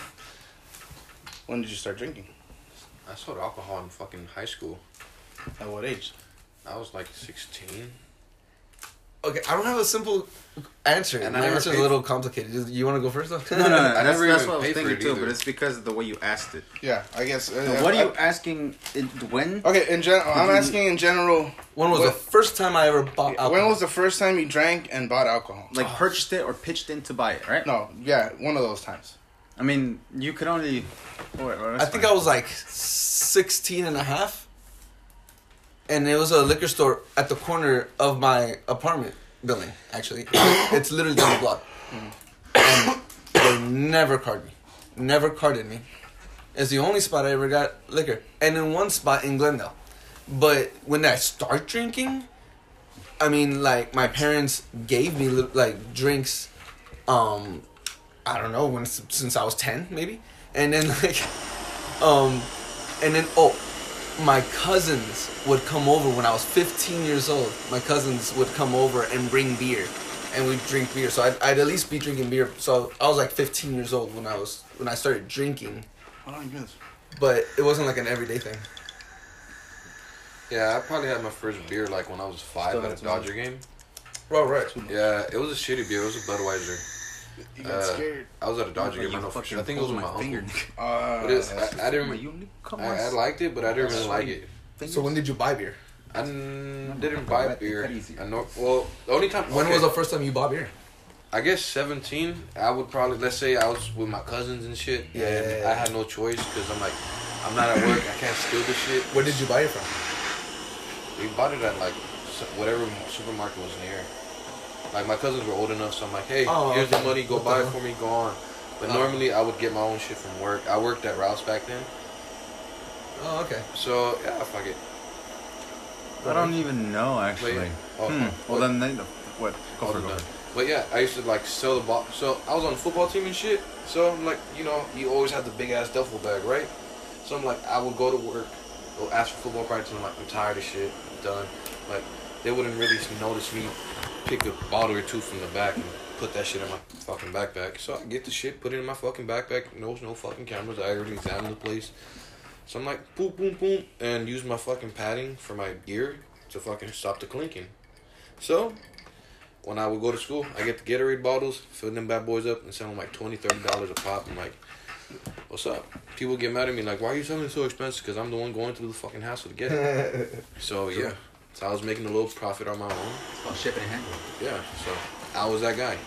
Speaker 4: when did you start drinking?
Speaker 3: I sold alcohol in fucking high school.
Speaker 4: At what age?
Speaker 3: I was like 16.
Speaker 1: Okay, I don't have a simple answer.
Speaker 3: And
Speaker 1: My
Speaker 3: I never
Speaker 1: answer is a
Speaker 3: paid-
Speaker 1: little complicated. You- You want to go first? [LAUGHS] Though?
Speaker 2: No, no, no.
Speaker 3: I
Speaker 2: That's,
Speaker 3: never
Speaker 2: that's
Speaker 3: even
Speaker 2: what I was
Speaker 3: paid for
Speaker 2: thinking
Speaker 3: it
Speaker 2: too,
Speaker 3: either.
Speaker 2: but it's because of the way you asked it.
Speaker 4: Yeah, I guess. uh,
Speaker 2: what are you
Speaker 4: I- Oh.
Speaker 2: asking? It, when?
Speaker 4: Okay, in general, I'm asking in general.
Speaker 1: When was
Speaker 4: What-
Speaker 1: the first time I ever bought alcohol?
Speaker 4: When was the first time you drank and bought alcohol?
Speaker 2: Like purchased it or pitched in to buy it, right?
Speaker 4: No, yeah, one of those times.
Speaker 7: I mean, you could only.
Speaker 2: oh,
Speaker 7: Or, or
Speaker 1: I think I was like 16 and a half. And it was a liquor store at the corner of my apartment building, actually. [COUGHS] it's literally down the block. And they never carded me. Never carded me. It's the only spot I ever got liquor. And in one spot in Glendale. But when I start drinking, I mean, like, my parents gave me, li- like, drinks, um, I don't know, when, since I was 10, maybe. And then, like, [LAUGHS] um, and then oh, my cousins would come over when I was 15 years old. My cousins would come over and bring beer, and we'd drink beer. So I'd, I'd at least be drinking beer. So I was like 15 years old when I was when I started drinking,
Speaker 7: I don't get this.
Speaker 1: but it wasn't like an everyday thing.
Speaker 3: Yeah, I probably had my first beer like when I was five
Speaker 4: Still
Speaker 3: at
Speaker 4: has
Speaker 3: a Dodger game.
Speaker 1: Well, right.
Speaker 3: Yeah, it was a shitty beer. It was a Budweiser.
Speaker 4: You
Speaker 3: got scared. I was at a Dodger
Speaker 2: You
Speaker 3: game. I know for
Speaker 2: fucking
Speaker 3: sure. I think it was
Speaker 2: pulled
Speaker 3: with my
Speaker 2: my finger.
Speaker 3: uncle.
Speaker 2: nigga.
Speaker 4: Uh,
Speaker 3: But it's, I, I didn't.
Speaker 2: You come
Speaker 3: I,
Speaker 2: on.
Speaker 3: I liked it, but I didn't really like it.
Speaker 1: So when did you buy beer?
Speaker 3: I n-
Speaker 2: no,
Speaker 3: didn't
Speaker 2: no,
Speaker 3: buy
Speaker 2: that-
Speaker 3: beer.
Speaker 2: that easier.
Speaker 3: I know. Well, the only time
Speaker 1: When
Speaker 3: okay,
Speaker 1: was the first time you bought beer?
Speaker 3: I guess seventeen. I would probably let's say I was with my cousins and shit.
Speaker 1: Yeah,
Speaker 3: and
Speaker 1: yeah, yeah.
Speaker 3: I had no choice because I'm like, I'm not at work. I can't steal this shit.
Speaker 1: Where did you buy it from?
Speaker 3: We bought it at like s- whatever supermarket was near. Like my cousins were old enough, so I'm like, hey,
Speaker 1: Oh,
Speaker 3: here's
Speaker 1: okay.
Speaker 3: the money. Go
Speaker 1: What the
Speaker 3: buy it
Speaker 1: hell?
Speaker 3: for me. Go on. But
Speaker 1: Oh.
Speaker 3: normally I would get my own shit from work. I worked at Ralph's back then,
Speaker 1: Oh, okay.
Speaker 3: so yeah, fuck it.
Speaker 7: I don't even know actually.
Speaker 3: Wait. Oh,
Speaker 7: Hmm. Well,
Speaker 3: what-
Speaker 7: then they, what? Go
Speaker 3: all
Speaker 7: for
Speaker 3: the
Speaker 7: it, go
Speaker 3: time.
Speaker 7: for it.
Speaker 3: But yeah, I used to like sell the box. So I was on the football team and shit. So I'm like, you know, you always have the big ass duffel bag, right? So I'm like, I would go to work, go ask for football practice, and I'm like, I'm tired of shit, I'm done. Like, they wouldn't really notice me pick a bottle or two from the back and put that shit in my fucking backpack. So I get the shit, put it in my fucking backpack. No, no fucking cameras. I already examined the place. So I'm like, boom, boom, boom, and use my fucking padding for my gear to fucking stop the clinking. So when I would go to school, I get the Gatorade bottles, fill them bad boys up, and sell them like $20, $30 a pop. I'm like, what's up? People get mad at me, like, why are you selling it so expensive? Because I'm the one going through the fucking hassle to get it. so, yeah. So I was making a little profit on my own.
Speaker 2: Oh, shipping and handling.
Speaker 3: Yeah, so I was that guy.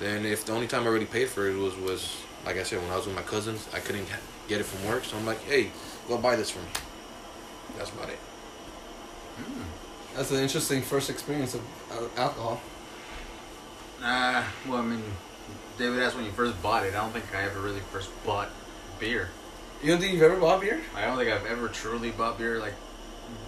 Speaker 3: Then if the only time I really paid for it was was like I said when I was with my cousins, I couldn't ha- get it from work, so I'm like, hey, go buy this for me. That's about it.
Speaker 1: That's an interesting first experience of uh, alcohol.
Speaker 2: Uh, well, I mean, David asked when you first bought it. I don't think I ever really first bought beer.
Speaker 1: You don't think you've ever bought beer?
Speaker 2: I don't think I've ever truly bought beer. Like,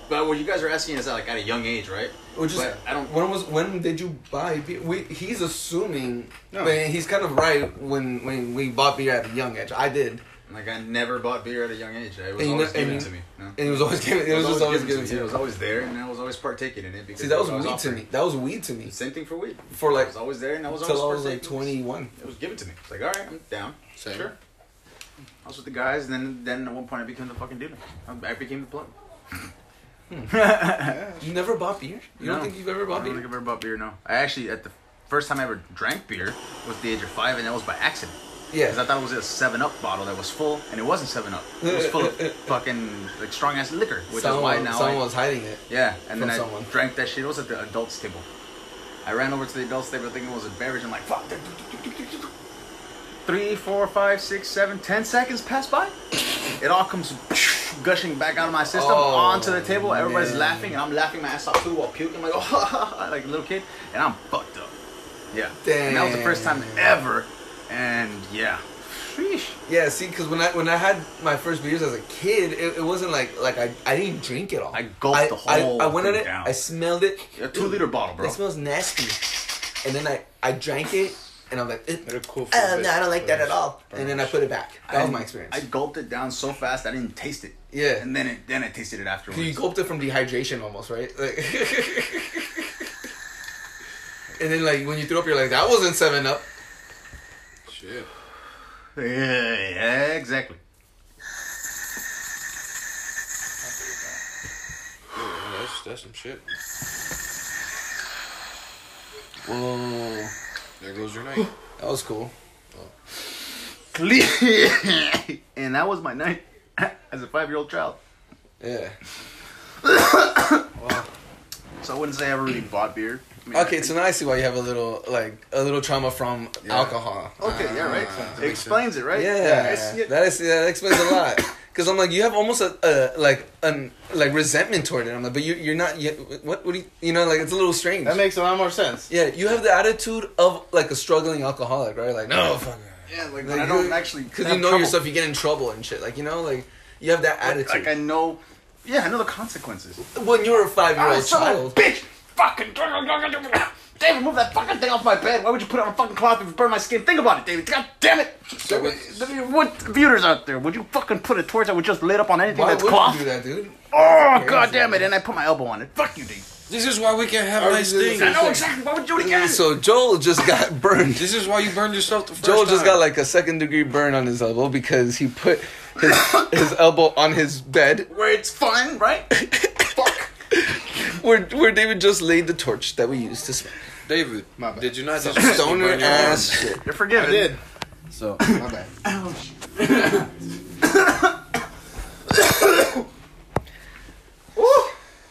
Speaker 2: but what you guys are asking is like at a young age, right?
Speaker 1: Or just
Speaker 2: But I don't-
Speaker 1: When was when did you buy beer? We, he's assuming,
Speaker 7: No.
Speaker 1: but he's kind of right. When when we bought beer at a young age, I did,
Speaker 2: Like I never bought beer at a young age. It
Speaker 1: And
Speaker 2: was
Speaker 1: you
Speaker 2: always
Speaker 1: know- and
Speaker 2: given
Speaker 1: you-
Speaker 2: to me. you know?
Speaker 1: and it was always given. It was just always given to
Speaker 2: me. It was
Speaker 1: you.
Speaker 2: always there, and I was always partaking in it. Because
Speaker 1: See, that was
Speaker 2: I
Speaker 1: weed to
Speaker 2: offered.
Speaker 1: me. That was weed to me
Speaker 2: Same thing for weed.
Speaker 1: for
Speaker 2: It
Speaker 1: like
Speaker 2: was always there, and I was always
Speaker 1: till I was like
Speaker 2: partaking.
Speaker 1: twenty one.
Speaker 2: It was given to me. It's like, all right, I'm down.
Speaker 3: Same.
Speaker 2: Sure. I was with the guys, and then then at one point I became the fucking dealer. I, I became the plug.
Speaker 1: You never bought beer? You don't
Speaker 2: No.
Speaker 1: think you've ever
Speaker 2: I
Speaker 1: bought
Speaker 2: don't think
Speaker 1: beer?
Speaker 2: I've ever bought beer. No, I actually at the first time I ever drank beer was the age of five, and that was by accident. Because I
Speaker 1: Yeah.
Speaker 2: thought it was a Seven Up bottle that was full, and it wasn't Seven Up. It was full of fucking like strong ass liquor, which
Speaker 1: someone,
Speaker 2: is why now.
Speaker 1: someone
Speaker 2: I,
Speaker 1: was hiding it.
Speaker 2: yeah, and then
Speaker 1: from
Speaker 2: I
Speaker 1: someone.
Speaker 2: drank that shit. It was at the adults table. I ran over to the adults table thinking it was a beverage. I'm like, fuck. Three, four, five, six, seven, ten seconds pass by. It all comes gushing back out of my system
Speaker 1: Oh,
Speaker 2: onto the table. Everybody's
Speaker 1: man.
Speaker 2: laughing, and I'm laughing my ass off too while puking. like, [LAUGHS] oh, like a little kid, and I'm fucked up. Yeah. And that was the first time
Speaker 1: Damn.
Speaker 2: ever. And yeah. Sheesh.
Speaker 1: Yeah. See, because when I when I had my first beers as a kid, it, it wasn't like like I, I didn't drink it all.
Speaker 2: I gulped the whole
Speaker 1: I, I went at
Speaker 2: thing
Speaker 1: it.
Speaker 2: down.
Speaker 1: I smelled it.
Speaker 2: A two liter bottle, bro.
Speaker 1: It smells nasty. And then I, I drank it, and I'm like, eh,
Speaker 4: They're cool for
Speaker 1: uh,
Speaker 4: this,
Speaker 1: no, I don't like that at all.
Speaker 4: but-
Speaker 1: And then I put it back. That was my experience.
Speaker 2: I gulped it down so fast I didn't taste it.
Speaker 1: Yeah.
Speaker 2: And then it then I tasted it afterwards.
Speaker 1: you gulped it from dehydration almost, right? Like, [LAUGHS] and then like when you threw up, you're like, that wasn't Seven Up.
Speaker 3: Shit.
Speaker 2: Yeah, yeah, exactly.
Speaker 3: Yeah, that's, that's some shit.
Speaker 1: Whoa,
Speaker 3: There goes your night.
Speaker 1: that was cool.
Speaker 2: [LAUGHS] and that was my night [LAUGHS] as a five year old child.
Speaker 1: Yeah,
Speaker 2: So I wouldn't say I ever really bought beer.
Speaker 1: Okay, so now I see why you have a little like a little trauma from alcohol.
Speaker 8: Okay, yeah, right.
Speaker 2: Ah.
Speaker 8: it explains it, right?
Speaker 1: Yeah,
Speaker 8: It's- yeah.
Speaker 1: that is yeah, that explains a
Speaker 2: [COUGHS]
Speaker 1: lot. Because I'm like, you have almost a, a like an like resentment toward it. I'm like, but you you're not yet. What what do you you know like it's a little strange.
Speaker 4: That makes a lot more sense.
Speaker 1: yeah, you have the attitude of like a struggling alcoholic, right? Like no, fuck.
Speaker 2: Yeah, like, when
Speaker 1: Like,
Speaker 2: I
Speaker 1: you-
Speaker 2: don't actually
Speaker 1: Because
Speaker 2: have
Speaker 1: you know
Speaker 2: trouble.
Speaker 1: yourself, you get in trouble and shit. Like you know, like you have that attitude.
Speaker 2: Like I know. Yeah, I know the consequences.
Speaker 1: when you were a five year
Speaker 2: I
Speaker 1: old
Speaker 2: was telling
Speaker 1: child.
Speaker 2: that bitch. Fucking David, move that fucking thing off my bed. Why would you put it on a fucking cloth if it burned my skin? Think about it, David. God damn it!
Speaker 3: So what-
Speaker 2: what computers out there? Would you fucking put a torch that would just lit up on anything
Speaker 1: Why
Speaker 2: that's
Speaker 1: would
Speaker 2: cloth?
Speaker 1: you do that, dude?
Speaker 2: Oh god damn it! And I put my elbow on it. Fuck you, Dave.
Speaker 3: This is why we can't have nice
Speaker 1: really?
Speaker 3: things.
Speaker 2: I know exactly. Why would you do it again?
Speaker 1: So Joel just got [LAUGHS] burned.
Speaker 3: This is why you burned yourself the first
Speaker 1: Joel just
Speaker 3: time.
Speaker 1: got like a second degree burn on his elbow because he put his his elbow on his bed
Speaker 2: Where it's
Speaker 1: [LAUGHS]
Speaker 2: fun, right? Fuck.
Speaker 1: where where David just laid the torch that we used to [LAUGHS] smoke.
Speaker 3: David,
Speaker 4: My bad.
Speaker 3: did you not just
Speaker 1: [LAUGHS] Stoner
Speaker 3: burn your arm?
Speaker 1: ass shit.
Speaker 2: You're forgiven.
Speaker 4: I did.
Speaker 2: So
Speaker 4: My bad.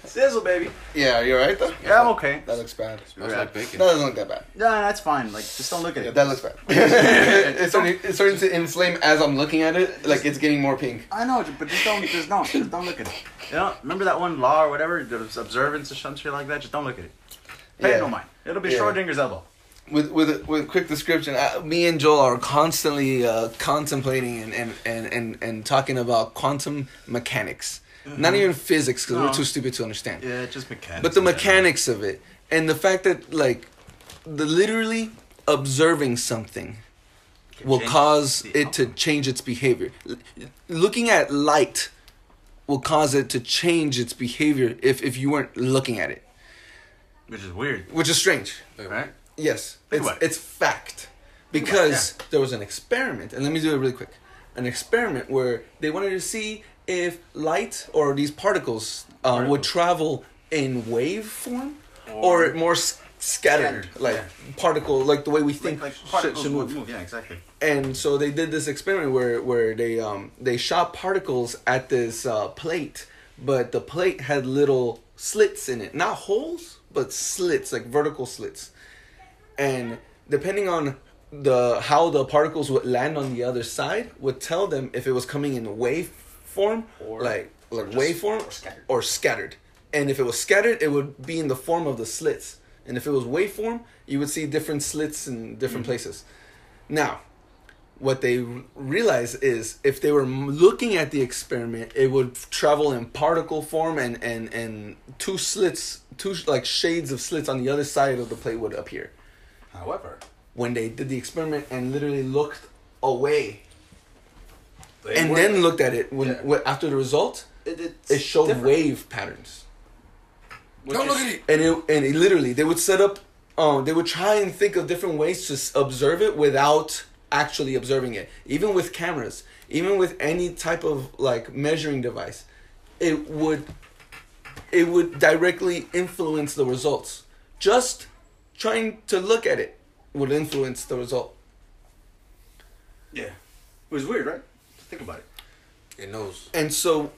Speaker 2: sizzle, baby.
Speaker 9: Yeah, you're right though.
Speaker 2: Yeah, I'm okay.
Speaker 9: That looks bad.
Speaker 3: Smells like bacon.
Speaker 9: That doesn't look that bad.
Speaker 2: No, that's fine. Like, just don't look at it.
Speaker 9: That looks
Speaker 1: [LAUGHS]
Speaker 9: bad. it's, starting, it's starting to inflame as I'm looking at it. Like it's getting more pink.
Speaker 2: I know, but just don't, just don't, just don't look at it. You know, remember that one law or whatever, the observance or some shit like that. Just don't look at it. Pay
Speaker 9: Yeah.
Speaker 2: it no mind. It'll be
Speaker 9: Yeah.
Speaker 2: Schrodinger's elbow.
Speaker 1: With with with quick description, I, me and Joel are constantly uh, contemplating and, and, and, and, and talking about quantum mechanics.
Speaker 9: Mm-hmm.
Speaker 1: Not even physics because
Speaker 2: No.
Speaker 1: we're too stupid to understand.
Speaker 2: Yeah, it's just mechanics.
Speaker 1: But the mechanics of it and the fact that like the literally observing something will
Speaker 2: change
Speaker 1: cause
Speaker 2: the
Speaker 1: it to
Speaker 2: outcome.
Speaker 1: change its behavior. L- looking at light will cause it to change its behavior if if you weren't looking at it,
Speaker 2: which is weird,
Speaker 1: which is strange.
Speaker 2: right?
Speaker 1: Yes,
Speaker 2: Think
Speaker 1: it's
Speaker 2: about it.
Speaker 1: it's fact because there was an experiment, and let me do it really quick. An experiment where they wanted to see if light or these particles, uh, would
Speaker 2: Particles.
Speaker 1: travel in wave form or,
Speaker 2: Or-
Speaker 1: more s- scattered,
Speaker 2: Scattered,
Speaker 1: like
Speaker 2: yeah.
Speaker 1: particle, like the way we think
Speaker 2: Like
Speaker 1: shit
Speaker 2: particles
Speaker 1: should
Speaker 2: would
Speaker 1: move.
Speaker 2: move. Yeah, exactly.
Speaker 1: And so they did this experiment where where they um they shot particles at this uh, plate, but the plate had little slits in it, not holes, but slits like vertical slits and depending on the how the particles would land on the other side would tell them if it was coming in wave form or like like waveform or scattered. and if it was scattered it would be in the form of the slits and if it was waveform you would see different slits in different places now what they r- realize is if they were m- looking at the experiment it would travel in particle form and and and two slits two sh- like shades of slits on the other side of the plate would appear
Speaker 2: However,
Speaker 1: when they did the experiment and literally looked away and then looked at it when,
Speaker 2: Yeah.
Speaker 1: when- after the result
Speaker 2: it, it's
Speaker 1: it showed
Speaker 2: different,
Speaker 1: wave patterns
Speaker 2: which
Speaker 3: Don't
Speaker 2: is-
Speaker 3: look at it.
Speaker 1: and it and it literally they would set up um they would try and think of different ways to s- observe it without actually observing it even with cameras even with any type of like measuring device it would it would directly influence the results just trying to look at it would influence the result
Speaker 2: Yeah, it was weird, right? Think about it.
Speaker 3: It knows.
Speaker 1: and so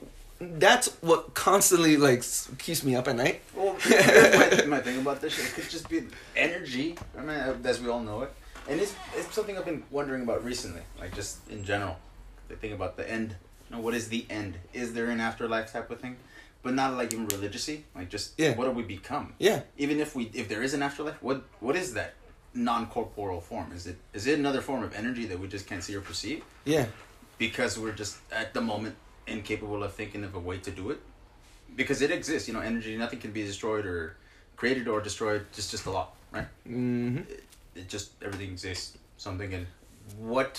Speaker 1: that's what constantly like s- keeps me up at night
Speaker 2: Well, [LAUGHS] here's my, my thing about this shit, it could just be energy. I mean, uh, as we all know it, and it's it's something I've been wondering about recently, like just in general, the thing about the end. You know, what is the end? Is there an afterlife type of thing? But not like even religiously, like just
Speaker 1: Yeah.
Speaker 2: what do we become?
Speaker 1: Yeah.
Speaker 2: Even if we if there is an afterlife, what what is that non corporeal form? Is it is it another form of energy that we just can't see or perceive?
Speaker 1: yeah
Speaker 2: because we're just at the moment incapable of thinking of a way to do it because it exists you know energy nothing can be destroyed or created or destroyed it's just a law right
Speaker 1: mm-hmm.
Speaker 2: it, it just everything exists something and what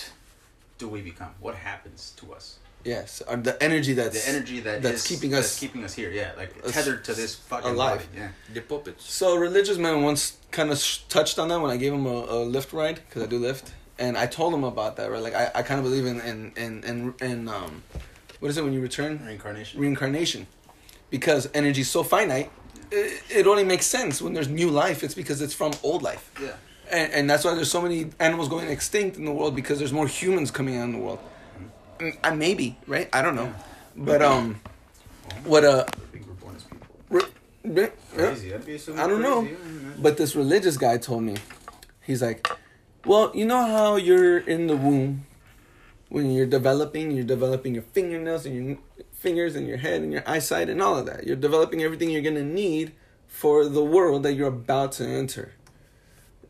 Speaker 2: do we become what happens to us
Speaker 1: yes uh, the energy that's
Speaker 2: the energy that
Speaker 1: that's
Speaker 2: is-
Speaker 1: keeping
Speaker 2: that's
Speaker 1: us
Speaker 2: keeping us here yeah like
Speaker 1: us
Speaker 2: tethered to this fucking
Speaker 1: alive.
Speaker 2: body, yeah
Speaker 3: The puppets.
Speaker 1: So religious man once kind of touched on that when I gave him a, a lift ride because I do lift, and I told him about that. Right, like I, I kind of believe in in in in, in um, what is it when you return
Speaker 2: reincarnation
Speaker 1: reincarnation, because energy is so finite, it, it only makes sense when there's new life. It's because it's from old life,
Speaker 2: yeah
Speaker 1: and, and that's why there's so many animals going extinct in the world because there's more humans coming out in the world. Mm, I maybe right, I don't know, but um, what uh
Speaker 2: I think we're born as people
Speaker 1: Re- Yeah, yeah.
Speaker 10: Crazy. That'd be super
Speaker 1: I don't know.
Speaker 10: crazy, yeah,
Speaker 1: But this religious guy told me, he's like, well, you know how you're in the womb, when you're developing, you're developing your fingernails and your fingers and your head and your eyesight and all of that. You're developing everything you're gonna need for the world that you're about to enter.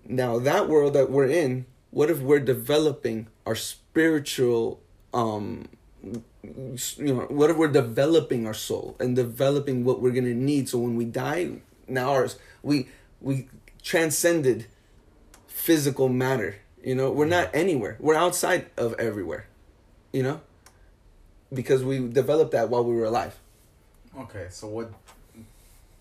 Speaker 1: Now that world that we're in, what if we're developing our spiritual um you know, what if we're developing our soul and developing what we're gonna need? So when we die, now ours we we transcended physical matter. You know, we're not anywhere. We're outside of everywhere. You know, because we developed that while we were alive.
Speaker 2: Okay, so what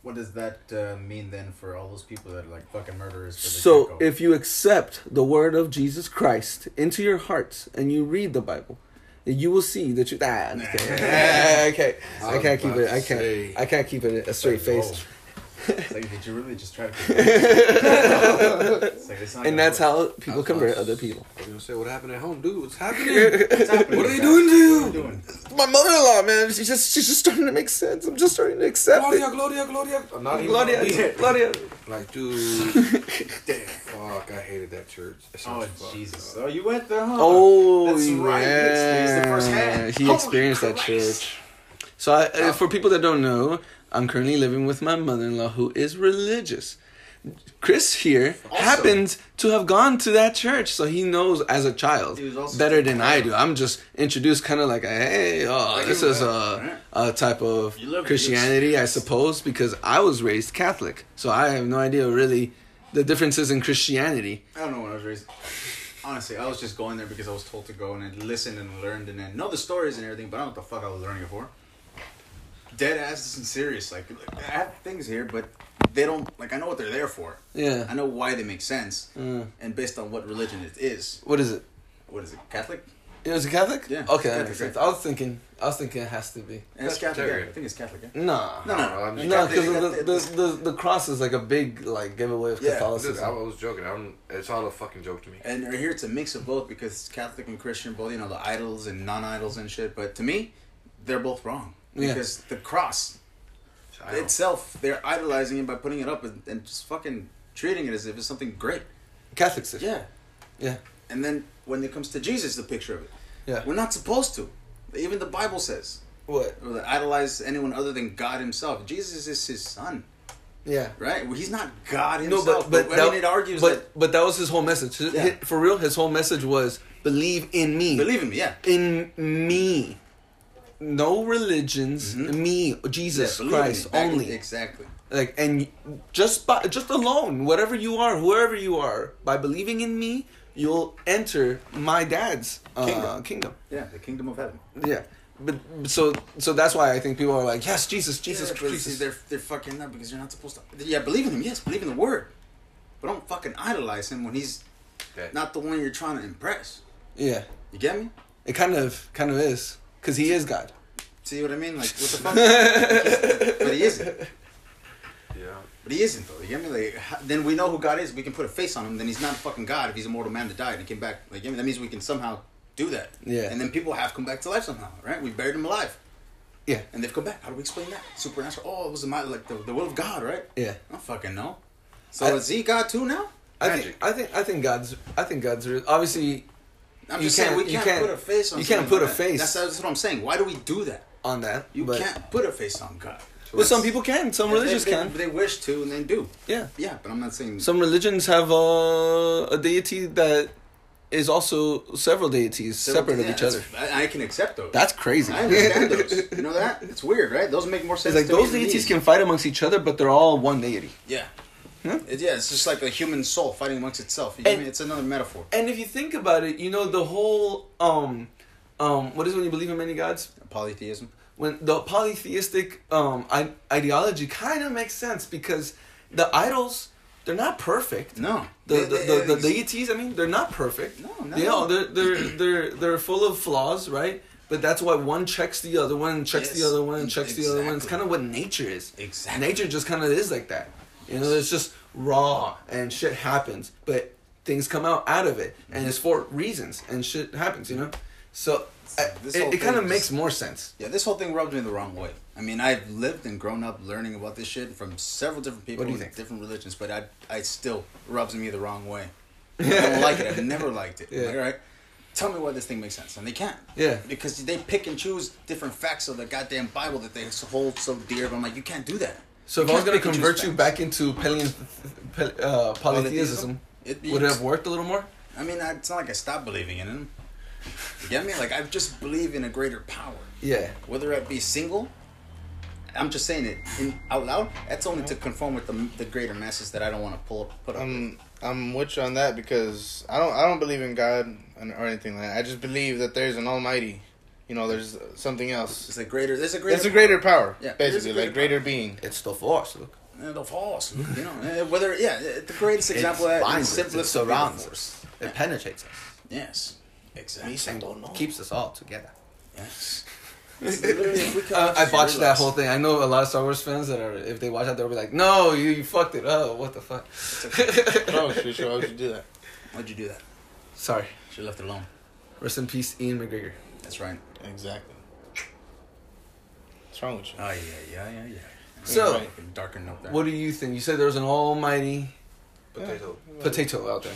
Speaker 2: what does that uh, mean then for all those people that are like fucking murderers? for the
Speaker 1: So
Speaker 2: get-go?
Speaker 1: if you accept the word of Jesus Christ into your hearts and you read the Bible, you will see that you. Ah, I'm just kidding. Ah, okay, [LAUGHS] I can't keep it. I can't. I can't keep it a straight face.
Speaker 2: It's like, did you really just
Speaker 1: [LAUGHS]
Speaker 2: try to? It's like, it's not
Speaker 1: And
Speaker 2: gonna
Speaker 1: that's
Speaker 2: work.
Speaker 1: how people convert other people.
Speaker 3: I was gonna say, what happened at home, dude? What's happening?
Speaker 2: What's happening,
Speaker 3: what are they
Speaker 2: guys?
Speaker 3: doing to
Speaker 2: What are
Speaker 3: you?
Speaker 2: they doing?
Speaker 1: [LAUGHS] My mother-in-law, man, she's just she's just starting to make sense. I'm just starting to accept
Speaker 3: Gloria, Gloria, Gloria. I'm not even
Speaker 1: [LAUGHS] Gloria, Gloria.
Speaker 3: Like, dude, damn, fuck, I hated that church. That sounds
Speaker 2: Oh
Speaker 3: fucked
Speaker 2: Jesus!
Speaker 3: up.
Speaker 2: Oh, you went there, huh?
Speaker 1: Oh,
Speaker 2: That's right. You experienced it firsthand.
Speaker 1: He
Speaker 2: Holy
Speaker 1: experienced that
Speaker 2: Christ. Oh.
Speaker 1: church. So, I, uh, for people that don't know, I'm currently living with my mother-in-law who is religious. Chris here happens to have gone to that church, so he knows as a child
Speaker 2: He was also-
Speaker 1: better than I do. I'm just introduced kind of like, a, hey, oh, this is a, a type of
Speaker 2: You love
Speaker 1: Christianity, I suppose, because I was raised Catholic, so I have no idea really the differences in Christianity.
Speaker 2: I don't know when I was raised. Honestly, I was just going there because I was told to go and I listened and learned and I know the stories and everything, but I don't know what the fuck I was learning it for. Dead ass and serious. Like, like, I have things here, but they don't. Like, I know what they're there for. I
Speaker 1: Yeah.
Speaker 2: know why they make sense,
Speaker 1: Uh,
Speaker 2: and based on what religion it is.
Speaker 1: what is it?
Speaker 2: What is it? Catholic?
Speaker 1: It was a Catholic?
Speaker 2: Yeah,
Speaker 1: Okay, that
Speaker 2: Catholic,
Speaker 1: makes sense.
Speaker 2: right.
Speaker 1: I was thinking I was thinking it has to be.
Speaker 2: Yeah, It's Catholic.
Speaker 3: Presbyterian.
Speaker 2: yeah. I think it's Catholic. Yeah?
Speaker 1: Nah.
Speaker 2: No, no,
Speaker 3: I'm
Speaker 2: no.
Speaker 3: just-
Speaker 1: No,
Speaker 2: Catholic-
Speaker 1: because
Speaker 2: that-
Speaker 1: the,
Speaker 2: that-
Speaker 1: the, the, the cross is like a big like giveaway of
Speaker 2: Yeah,
Speaker 1: Catholicism.
Speaker 3: Dude, I was joking. I'm, it's all a fucking joke to me.
Speaker 2: And right here, it's a mix of both because it's Catholic and Christian, both you know the idols and non-idols and shit. But to me, they're both wrong
Speaker 1: Yeah.
Speaker 2: because the cross
Speaker 3: I don't-
Speaker 2: itself, they're idolizing it by putting it up and, and just fucking treating it as if it's something great.
Speaker 1: Catholics. is-
Speaker 2: Yeah.
Speaker 1: Yeah.
Speaker 2: And then when it comes to Jesus, the picture of it,
Speaker 1: Yeah.
Speaker 2: we're not supposed to. Even the Bible says
Speaker 1: What?
Speaker 2: or that idolize anyone other than God Himself. Jesus is His Son,
Speaker 1: Yeah.
Speaker 2: right? Well, he's not God
Speaker 1: No,
Speaker 2: Himself.
Speaker 1: but but,
Speaker 2: I mean, it argues
Speaker 1: but
Speaker 2: that
Speaker 1: but that was his whole message. His-
Speaker 2: Yeah.
Speaker 1: his- for real, his whole message was believe in me.
Speaker 2: believe in me, yeah.
Speaker 1: in me. No religions, me, Jesus
Speaker 2: Mm-hmm. Yeah, believe in
Speaker 1: Christ
Speaker 2: me.
Speaker 1: only.
Speaker 2: Exactly.
Speaker 1: like and just by just alone whatever you are whoever you are by believing in me you'll enter my dad's uh, kingdom.
Speaker 2: Kingdom. Yeah, the kingdom of heaven.
Speaker 1: yeah but so so that's why i think people are like yes jesus jesus
Speaker 2: Jesus Christ.
Speaker 1: jesus
Speaker 2: they're, they're fucking up because you're not supposed to. Yeah, believe in him, yes, believe in the word. But don't fucking idolize him when he's
Speaker 3: That-
Speaker 2: not the one you're trying to impress.
Speaker 1: yeah
Speaker 2: You get me?
Speaker 1: it kind of kind of is because he is god
Speaker 2: See what I mean? Like, what the
Speaker 1: [LAUGHS]
Speaker 2: fuck? He's- but he isn't.
Speaker 3: yeah.
Speaker 2: But he isn't, though. You get me? Like, how- then we know who God is. We can put a face on him. Then he's not fucking God if he's a mortal man that died and came back. Like, you get me? That means we can somehow do that.
Speaker 1: Yeah.
Speaker 2: And then people have come back to life somehow, right? We buried him alive.
Speaker 1: yeah
Speaker 2: And they've come back. How do we explain that? Supernatural. Oh, it was my, like the, the will of God, right?
Speaker 1: yeah
Speaker 2: I don't fucking know. So
Speaker 1: I-
Speaker 2: is he God too now?
Speaker 1: i think i think i think god's i think god's real obviously
Speaker 2: I'm
Speaker 1: You
Speaker 2: just saying
Speaker 1: can't-
Speaker 2: we
Speaker 1: you
Speaker 2: can't,
Speaker 1: can't-
Speaker 2: put a face on.
Speaker 1: you can't
Speaker 2: something
Speaker 1: put a
Speaker 2: like that.
Speaker 1: face.
Speaker 2: That's, that's what I'm saying. Why do we do that?
Speaker 1: on that
Speaker 2: You
Speaker 1: but
Speaker 2: can't put a face on God.
Speaker 1: well, some people can some religions
Speaker 2: they, they-
Speaker 1: can
Speaker 2: They wish to and they do.
Speaker 1: yeah
Speaker 2: Yeah, but I'm not saying.
Speaker 1: Some religions have uh, a deity that is also several deities
Speaker 2: so-
Speaker 1: separate
Speaker 2: yeah,
Speaker 1: of each
Speaker 2: that's-
Speaker 1: other.
Speaker 2: I, I can accept those.
Speaker 1: That's crazy.
Speaker 2: I
Speaker 1: [LAUGHS]
Speaker 2: understand those. You know that? It's weird, right? Those make more sense.
Speaker 1: It's like
Speaker 2: to
Speaker 1: those
Speaker 2: me than
Speaker 1: deities
Speaker 2: these.
Speaker 1: can fight amongst each other, but they're all one deity.
Speaker 2: Yeah. It, yeah, it's just like a human soul fighting amongst itself. You
Speaker 1: And-
Speaker 2: mean, it's another metaphor.
Speaker 1: And if you think about it, you know the whole um, um, what is it when you believe in many gods?
Speaker 2: Polytheism.
Speaker 1: When the polytheistic um, I- ideology kind of makes sense because the idols they're not perfect.
Speaker 2: No.
Speaker 1: The,
Speaker 2: They-
Speaker 1: the,
Speaker 2: they-
Speaker 1: the, E the
Speaker 2: it's-
Speaker 1: deities, I mean, they're not perfect.
Speaker 2: No, not
Speaker 1: They
Speaker 2: at
Speaker 1: all-
Speaker 2: all.
Speaker 1: they're they're
Speaker 2: [CLEARS THROAT]
Speaker 1: they're they're full of flaws, right? But that's why one checks the other one, checks the
Speaker 2: Yes,
Speaker 1: other one, checks the other one. It's
Speaker 2: exactly.
Speaker 1: kind of what nature is.
Speaker 2: Exactly.
Speaker 1: Nature just kind of is like that. You know, it's just raw and shit happens, but things come out out of it, and it's for reasons and shit happens. You know, So I-
Speaker 2: This whole
Speaker 1: it, it kind of
Speaker 2: thing is-
Speaker 1: makes more sense.
Speaker 2: Yeah, this whole thing rubbed me the wrong way. I mean, I've lived and grown up learning about this shit from several different people
Speaker 1: What do you
Speaker 2: with
Speaker 1: think?
Speaker 2: different religions, but I, I still rubs me the wrong
Speaker 1: [LAUGHS]
Speaker 2: way. I don't like it. I've never liked it. I'm Like,
Speaker 1: Yeah.
Speaker 2: all right, tell me why this thing makes sense, and they can't.
Speaker 1: Yeah.
Speaker 2: because they pick and choose different facts of the goddamn Bible that they hold so dear. But I'm like, you can't do that.
Speaker 1: So if I
Speaker 2: You
Speaker 1: was
Speaker 2: can't
Speaker 1: gonna
Speaker 2: pick and
Speaker 1: convert
Speaker 2: choose
Speaker 1: you
Speaker 2: facts.
Speaker 1: back into paleo, pale- uh, polytheism,
Speaker 2: It'd be-
Speaker 1: would it have worked a little more?
Speaker 2: I mean, I- it's not like I stopped believing in him. You get me? Like I just believe in a greater power.
Speaker 1: Yeah.
Speaker 2: whether it be single i'm just saying it in, out loud that's only to conform with the, the greater masses that i don't want to pull up put
Speaker 1: Um,
Speaker 2: up with.
Speaker 4: I'm I'm with you on that because I don't I don't believe in God and- or anything like that. I just believe that there's an Almighty. You know, there's something else.
Speaker 2: it's a greater there's a greater
Speaker 4: It's a greater power,
Speaker 2: Yeah, there's a
Speaker 4: basically,
Speaker 2: greater
Speaker 4: like greater being.
Speaker 1: It's the force. Look.
Speaker 2: and the false you know eh, whether yeah eh, the greatest example of
Speaker 1: it
Speaker 2: that and
Speaker 1: binds us, it
Speaker 2: simplest
Speaker 1: surrounds
Speaker 2: of
Speaker 1: us. It penetrates us.
Speaker 2: yes exactly
Speaker 1: Keeps us all together. [LAUGHS]
Speaker 2: yes It's literally, if we could
Speaker 1: Uh, I
Speaker 2: just
Speaker 1: botched that
Speaker 2: realize-
Speaker 1: whole thing. I know a lot of Star Wars fans that are, if they watch that, they'll be like, "No, you, you fucked it up. What the
Speaker 2: [LAUGHS]
Speaker 1: fuck?" [LAUGHS]
Speaker 4: oh, sure, sure. Why would you do that?
Speaker 2: why'd you do that
Speaker 1: Sorry.
Speaker 2: she left it alone
Speaker 1: Rest in peace, Ian McGregor.
Speaker 2: that's right
Speaker 4: Exactly. What's wrong with you?
Speaker 2: oh yeah yeah yeah yeah
Speaker 1: So,
Speaker 2: Right, and darken up there
Speaker 1: What do you think? You said there's an almighty
Speaker 4: Potato.
Speaker 1: potato out
Speaker 2: [LAUGHS]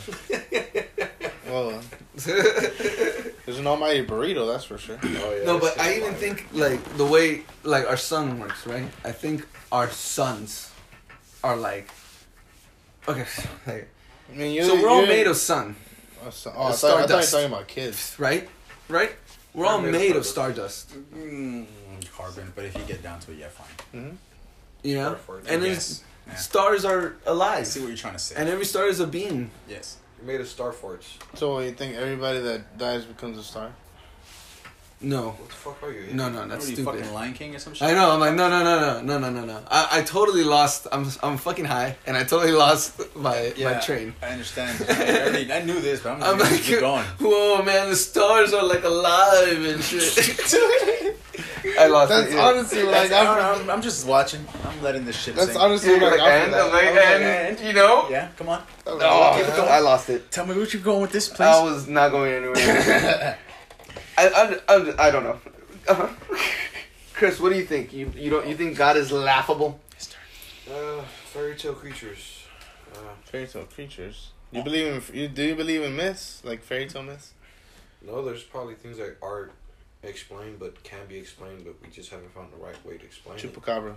Speaker 4: Well, uh,
Speaker 1: there.
Speaker 4: there's an Almighty burrito, that's for sure.
Speaker 1: [LAUGHS] No, but I even think like the way like our sun works, right? I think our suns are like okay. [LAUGHS] like-
Speaker 4: I mean, you
Speaker 1: so we're all made of sun,
Speaker 4: Oh, so- oh, I
Speaker 1: It's
Speaker 4: thought, I thought you were
Speaker 1: stardust.
Speaker 4: talking about kids.
Speaker 1: right? Right? We're all made of stardust,
Speaker 2: mm, carbon but if you get down to it yeah fine
Speaker 1: you know. And then
Speaker 2: yes yeah.
Speaker 1: stars are
Speaker 2: I see
Speaker 1: alive,
Speaker 2: what you're trying to say
Speaker 1: and every star is a being.
Speaker 2: yes
Speaker 3: You made a Star Forge.
Speaker 4: So what, you think everybody that dies becomes a star?
Speaker 1: No,
Speaker 3: What the fuck are you?
Speaker 1: no, no, that's
Speaker 2: What are you
Speaker 1: stupid.
Speaker 2: fucking Lion King or some shit?
Speaker 1: I know. I'm like, no, no, no, no, no, no, no, no. I, I totally lost. I'm, I'm fucking high, and I totally lost my, my train.
Speaker 2: I understand. I, already, I knew this, but I'm,
Speaker 1: I'm
Speaker 2: gonna
Speaker 1: like,
Speaker 2: keep going.
Speaker 1: [LAUGHS] whoa, man, the stars are like alive and shit. [LAUGHS] I lost
Speaker 4: That's
Speaker 1: it.
Speaker 4: honestly like,
Speaker 2: That's- I
Speaker 4: I'm,
Speaker 2: don't know, I'm, I'm just watching. I'm letting this shit.
Speaker 4: that's
Speaker 2: sink.
Speaker 4: honestly like, I'm for that.
Speaker 2: and,
Speaker 1: you know.
Speaker 2: Yeah, come on.
Speaker 1: Oh, I lost it.
Speaker 2: Tell me what you're going with this place.
Speaker 11: I was not going
Speaker 2: [LAUGHS]
Speaker 11: anywhere. I, I, I, I don't know. Uh-huh. [LAUGHS] Chris, what do you think? You you don't you think God is laughable?
Speaker 3: Uh, fairy tale creatures. Uh,
Speaker 4: Fairy tale creatures. You believe in you? Do you believe in myths like fairy tale myths?
Speaker 3: no, there's probably things that aren't explained, but can be explained, but we just haven't found the right way to explain it.
Speaker 4: Chupacabra,